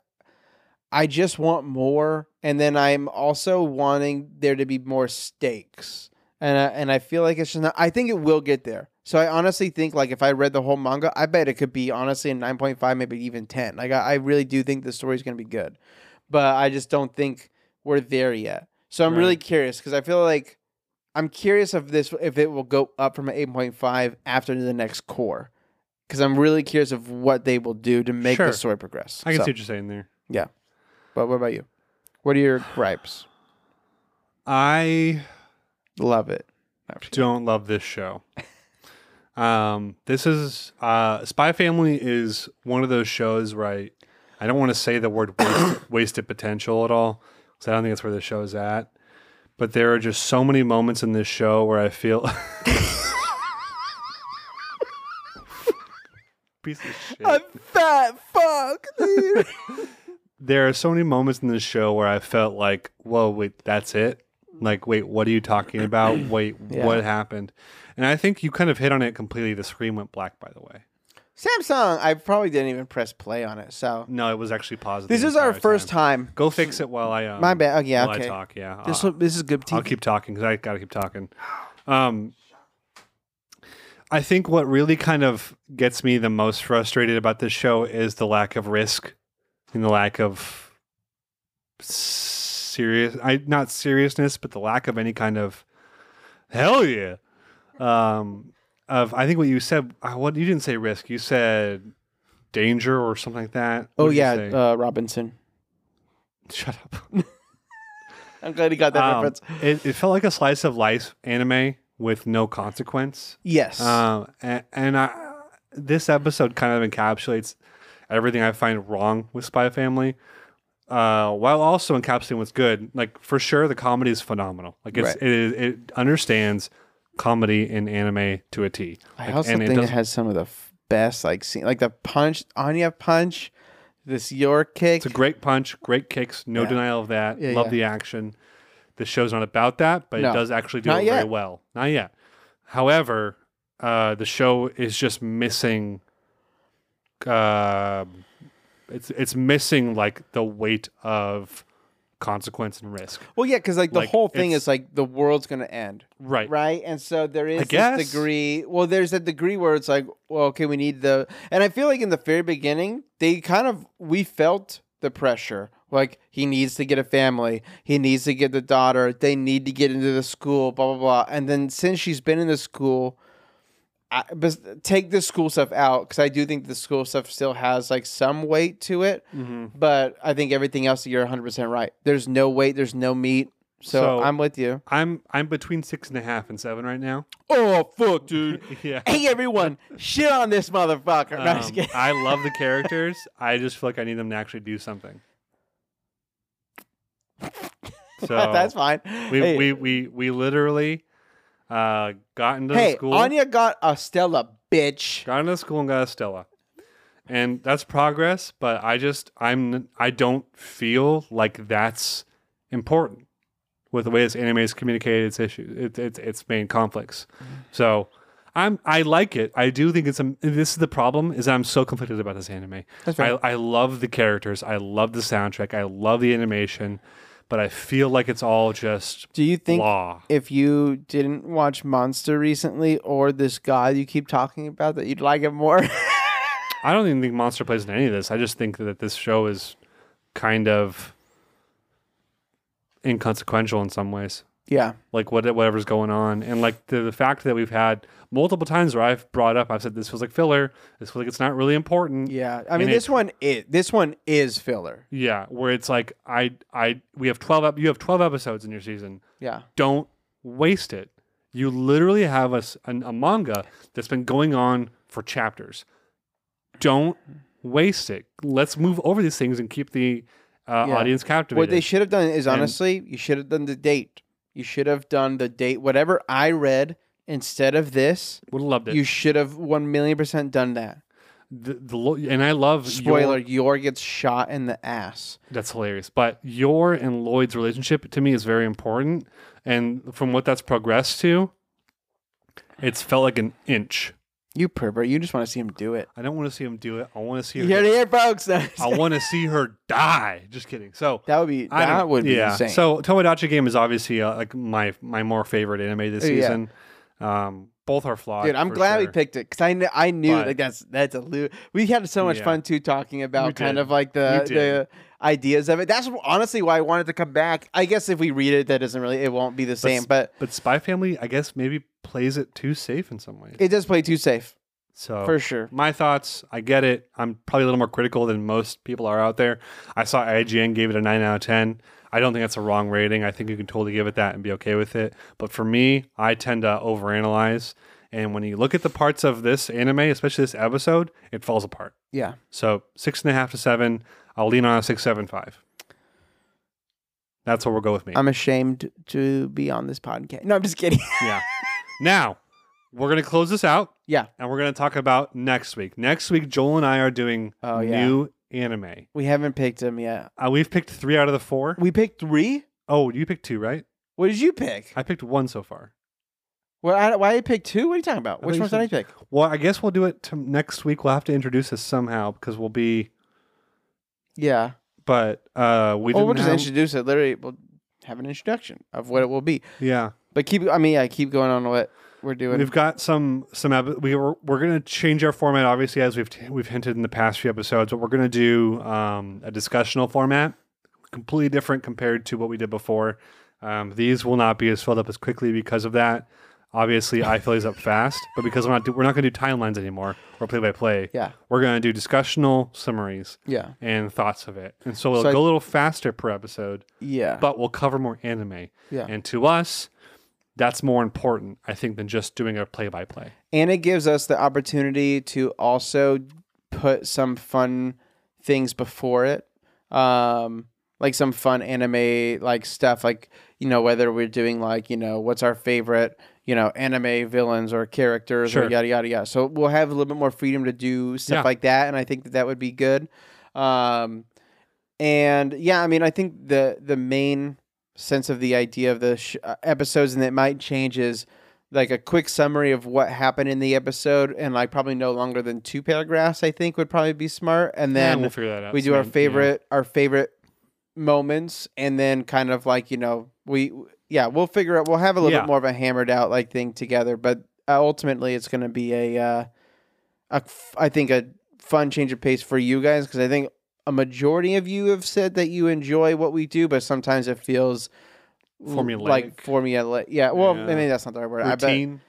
B: I just want more, and then I'm also wanting there to be more stakes, and I, and I feel like it's just not. I think it will get there. So I honestly think like if I read the whole manga, I bet it could be honestly a nine point five, maybe even ten. Like I, I really do think the story's gonna be good, but I just don't think we're there yet. So I'm really
A: Right.
B: curious because I feel like I'm curious if this if it will go up from an 8.5 after the next core because I'm really curious of what they will do to make
A: Sure.
B: the story progress.
A: I can
B: So,
A: see what you're saying there.
B: But what about you? What are your gripes?
A: I
B: Love it.
A: don't love this show. Um, this is uh, Spy Family is one of those shows where I, I don't want to say the word waste, wasted potential at all because I don't think that's where the show is at. But there are just so many moments in this show where I feel. Piece of shit.
B: fat fuck. Dude.
A: there are so many moments in this show where I felt like, whoa, wait, that's it. Like, wait, what are you talking about? Wait,
B: Yeah.
A: what happened? And I think you kind of hit on it completely. The screen went black, by the way.
B: Samsung. I probably didn't even press play on it. So
A: No, it was actually positive.
B: this is our first time.
A: Go fix it while I. Um,
B: My bad. Oh, yeah,
A: While
B: okay.
A: I talk, yeah.
B: This
A: I'll,
B: one, this is good TV.
A: I'll keep talking because I got to keep talking. Um, I think what really kind of gets me the most frustrated about this show is the lack of risk and the lack of serious I not seriousness, but the lack of any kind of hell yeah. Um of I think what you said I what you didn't say risk, you said danger or something like that.
B: oh
A: What did you
B: yeah,
A: say?
B: uh, Robinson.
A: Shut up.
B: I'm glad he got that
A: Um,
B: reference.
A: it, it felt like a slice of life anime with no consequence.
B: Yes.
A: Um, and, and I, this episode kind of encapsulates everything I find wrong with Spy Family, uh, while also encapsulating what's good. Like for sure, the comedy is phenomenal. Like it's,
B: Right.
A: it is it understands comedy and anime to a T.
B: I
A: Like,
B: also
A: and
B: think
A: it
B: it,
A: does-
B: has some of the f- best like scene, like the punch Anya punch, this York kick.
A: It's a great punch, great kicks, no
B: Yeah.
A: denial of that.
B: Yeah,
A: Love
B: yeah.
A: the action. This show's not about that, but
B: No.
A: it does actually do
B: Not
A: it
B: yet.
A: very well. Not yet. However, uh, the show is just missing. Uh, it's it's missing like the weight of consequence and risk.
B: well, yeah, because like the
A: like,
B: whole thing
A: it's-
B: is like the world's gonna end,
A: Right.
B: right? And so there is
A: guess.
B: this degree. Well, there's that degree where it's like, well, okay, we need the. And I feel like in the very beginning, they kind of we felt the pressure. Like he needs to get a family, he needs to get the daughter. They need to get into the school, blah blah blah. And then since she's been in the school, I, but take the school stuff out because I do think the school stuff still has like some weight to it.
A: Mhm.
B: But I think everything else you're 100 percent right. There's no weight. There's no meat. So,
A: So-
B: I'm with you.
A: I'm I'm between six and a half and seven right now.
B: Oh fuck, dude.
A: yeah.
B: hey everyone, shit on this motherfucker. No, I'm just
A: Um,
B: kidding.
A: I love the characters. I just feel like I need them to actually do something. So
B: That's fine.
A: We
B: hey,
A: we we we literally uh, got into
B: hey,
A: the school,
B: Anya got a Stella, bitch.
A: got into the school and got a Stella, and that's progress. But I just I'm I don't feel like that's important with the way this anime is communicated its issues, it, its its main conflicts.
B: Mm-hmm.
A: So. I'm, I like it. I do think it's. am- This is the problem. Is I'm so conflicted about this anime.
B: That's
A: I,
B: fair.
A: I love the characters. I love the soundtrack. I love the animation, but I feel like it's all just
B: Do you think
A: blah.
B: if you didn't watch Monster recently or this guy you keep talking about that you'd like it more?
A: I don't even think Monster plays in any of this. I just think that this show is kind of inconsequential in some ways.
B: Yeah.
A: like what whatever's going on. And like the, the fact that we've had multiple times where I've brought up, I've said this feels like filler. This feels like it's not really important.
B: Yeah. I mean,
A: it-
B: this one is this one is filler.
A: Yeah, where it's like I I we have twelve ep- you have twelve episodes in your season.
B: Yeah.
A: Don't waste it. You literally have a, s- an- a manga that's been going on for chapters. Don't waste it. Let's move over these things and keep the uh,
B: Yeah.
A: audience captivated.
B: What they should have done is
A: And-
B: honestly, you should have done the date. You should have done the date. Whatever I read instead of this,
A: Would have loved it.
B: you should have one million percent done that.
A: the, the, lo- and I love your-
B: Spoiler: Yor gets shot in the ass.
A: That's hilarious. But your and Lloyd's relationship to me is very important. And from what that's progressed to, it's felt like an inch.
B: You pervert! You just want to see him do it.
A: I don't want to see him do it. I want to see
B: You
A: her.
B: hear it here, folks.
A: I
B: that
A: want to see her die. Just kidding. So
B: would be
A: I
B: that
A: don't-
B: would be
A: yeah.
B: insane.
A: So Tomodachi Game is obviously uh, like my my more favorite anime this
B: Yeah.
A: season. Um, both are flawed.
B: Dude, I'm
A: for
B: glad we
A: sure.
B: picked it because I, kn- I knew
A: But-
B: like that's that's a lo- we had so much
A: Yeah.
B: fun too talking
A: We
B: about kind
A: did.
B: of like the
A: We
B: the
A: did.
B: ideas of it. That's honestly why I wanted to come back. I guess if we read it, that doesn't really it won't be the same, but
A: But Spy Family, I guess, maybe plays it too safe in some ways.
B: it does play too safe
A: so
B: for sure.
A: my thoughts. I get it. I'm probably a little more critical than most people are out there. I saw IGN gave it a 9 out of 10. I don't think that's a wrong rating. I think you can totally give it that and be okay with it. But for me, I tend to overanalyze. And when you look at the parts of this anime, especially this episode, it falls apart.
B: Yeah,
A: So six and a half to seven. I'll lean on a six, seven, five. That's what we'll go with me.
B: I'm ashamed to be on this podcast. No, I'm just kidding.
A: yeah. Now, we're going to close this out.
B: Yeah.
A: And we're going to talk about next week. Next week, Joel and I are doing
B: Oh, yeah.
A: new anime.
B: we haven't picked him yet.
A: Uh, we've picked three out of the four.
B: We picked three.
A: Oh, you picked two, right?
B: What did you pick?
A: I picked one so far.
B: Well, I, why did I pick two? What are you talking about?
A: I
B: Which
A: thought
B: ones
A: you
B: did I pick?
A: Well, I guess we'll do it to next week. We'll have to introduce this somehow because we'll be.
B: Yeah.
A: But uh, we
B: Well,
A: didn't
B: we'll just
A: have-
B: introduce it. Literally, we'll have an introduction of what it will be.
A: yeah,
B: But keep, I mean, yeah, keep going on what we're doing.
A: we've got some some. epi- We were, we're gonna change our format, obviously, as we've t- we've hinted in the past few episodes. But we're gonna do um, a discussional format, completely different compared to what we did before. Um, these will not be as filled up as quickly because of that. Obviously, I fill these up fast, but because we're not do- we're not gonna do timelines anymore or play by play.
B: yeah,
A: we're going to do discussional summaries
B: yeah,
A: and thoughts of it. And so it'll
B: So I-
A: go a little faster per episode,
B: yeah,
A: but we'll cover more anime.
B: Yeah.
A: And to us, that's more important, I think, than just doing a play by play.
B: and it gives us the opportunity to also put some fun things before it, um, like some fun anime like stuff, like you know whether we're doing like you know what's our favorite you know anime villains or characters or
A: Sure.
B: yada yada yada. So we'll have a little bit more freedom to do stuff
A: Yeah.
B: like that, and I think that that would be good. Um, and yeah, I mean, I think the the main sense of the idea of the sh- uh, episodes and that might change is like a quick summary of what happened in the episode, and like probably no longer than two paragraphs. I think would probably be smart, and
A: Yeah,
B: then
A: we'll figure that out.
B: we do our
A: Yeah.
B: favorite our favorite moments, and then kind of like you know we yeah we'll figure out we'll have a little
A: Yeah.
B: bit more of a hammered out like thing together, but uh, ultimately it's going to be a uh, a f- I think a fun change of pace for you guys because I think a majority of you have said that you enjoy what we do, but sometimes it feels l-
A: Formulaic.
B: Like formula, yeah. Well,
A: Yeah.
B: maybe that's not the right word. I bet.
A: Routine.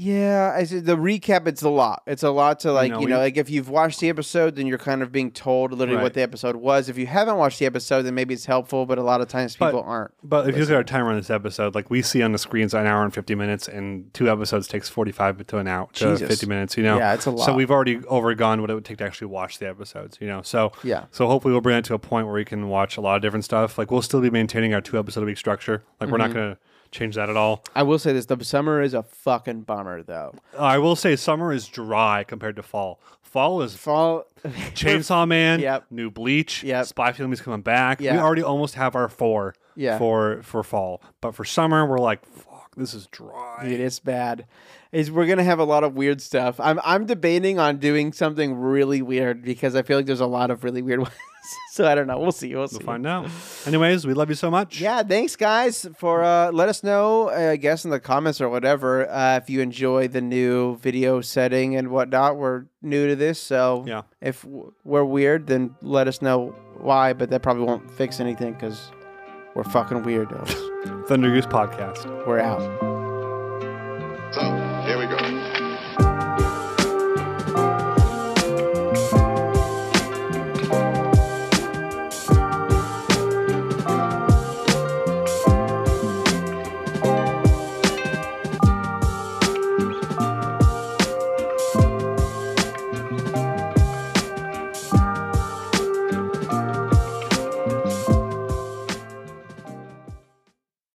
B: Yeah, I said the recap. It's a lot. It's a lot to like.
A: No,
B: you
A: we-
B: know, like if you've watched the episode, then you're kind of being told literally
A: Right.
B: what the episode was. If you haven't watched the episode, then maybe it's helpful, but a lot of times
A: But-
B: people aren't.
A: But if you look at our timer on this episode, like we see on the screens an hour and 50 minutes, and two episodes takes 45 to an hour to
B: Jesus.
A: 50 minutes, you know?
B: Yeah, it's a lot.
A: So we've already overgone what it would take to actually watch the episodes, you know? So
B: yeah,
A: So hopefully we'll bring it to a point where we can watch a lot of different stuff. Like we'll still be maintaining our two episode a week structure. Like we're
B: Mm-hmm.
A: not going to change that at all.
B: I will say this: the summer is a fucking bummer, though.
A: I will say summer is dry compared to fall. Fall is
B: Fall.
A: Chainsaw Man,
B: Yep.
A: New Bleach,
B: Yep.
A: Spy Family's coming back. We
B: Yeah.
A: already almost have our four
B: Yeah.
A: for for fall. But for summer we're like fuck, this is dry.
B: Dude, it's bad. Is we're gonna have a lot of weird stuff. I'm I'm debating on doing something really weird because I feel like there's a lot of really weird ones. so I don't know. We'll see. We'll see.
A: We'll find out. Anyways, we love you so much.
B: Yeah, thanks guys for uh, let us know. I guess in the comments or whatever uh, if you enjoy the new video setting and whatnot. We're new to this, so
A: Yeah.
B: if w- we're weird, then let us know why. But that probably won't fix anything because We're fucking weirdos.
A: Thunder Goose Podcast.
B: We're out.
C: Go.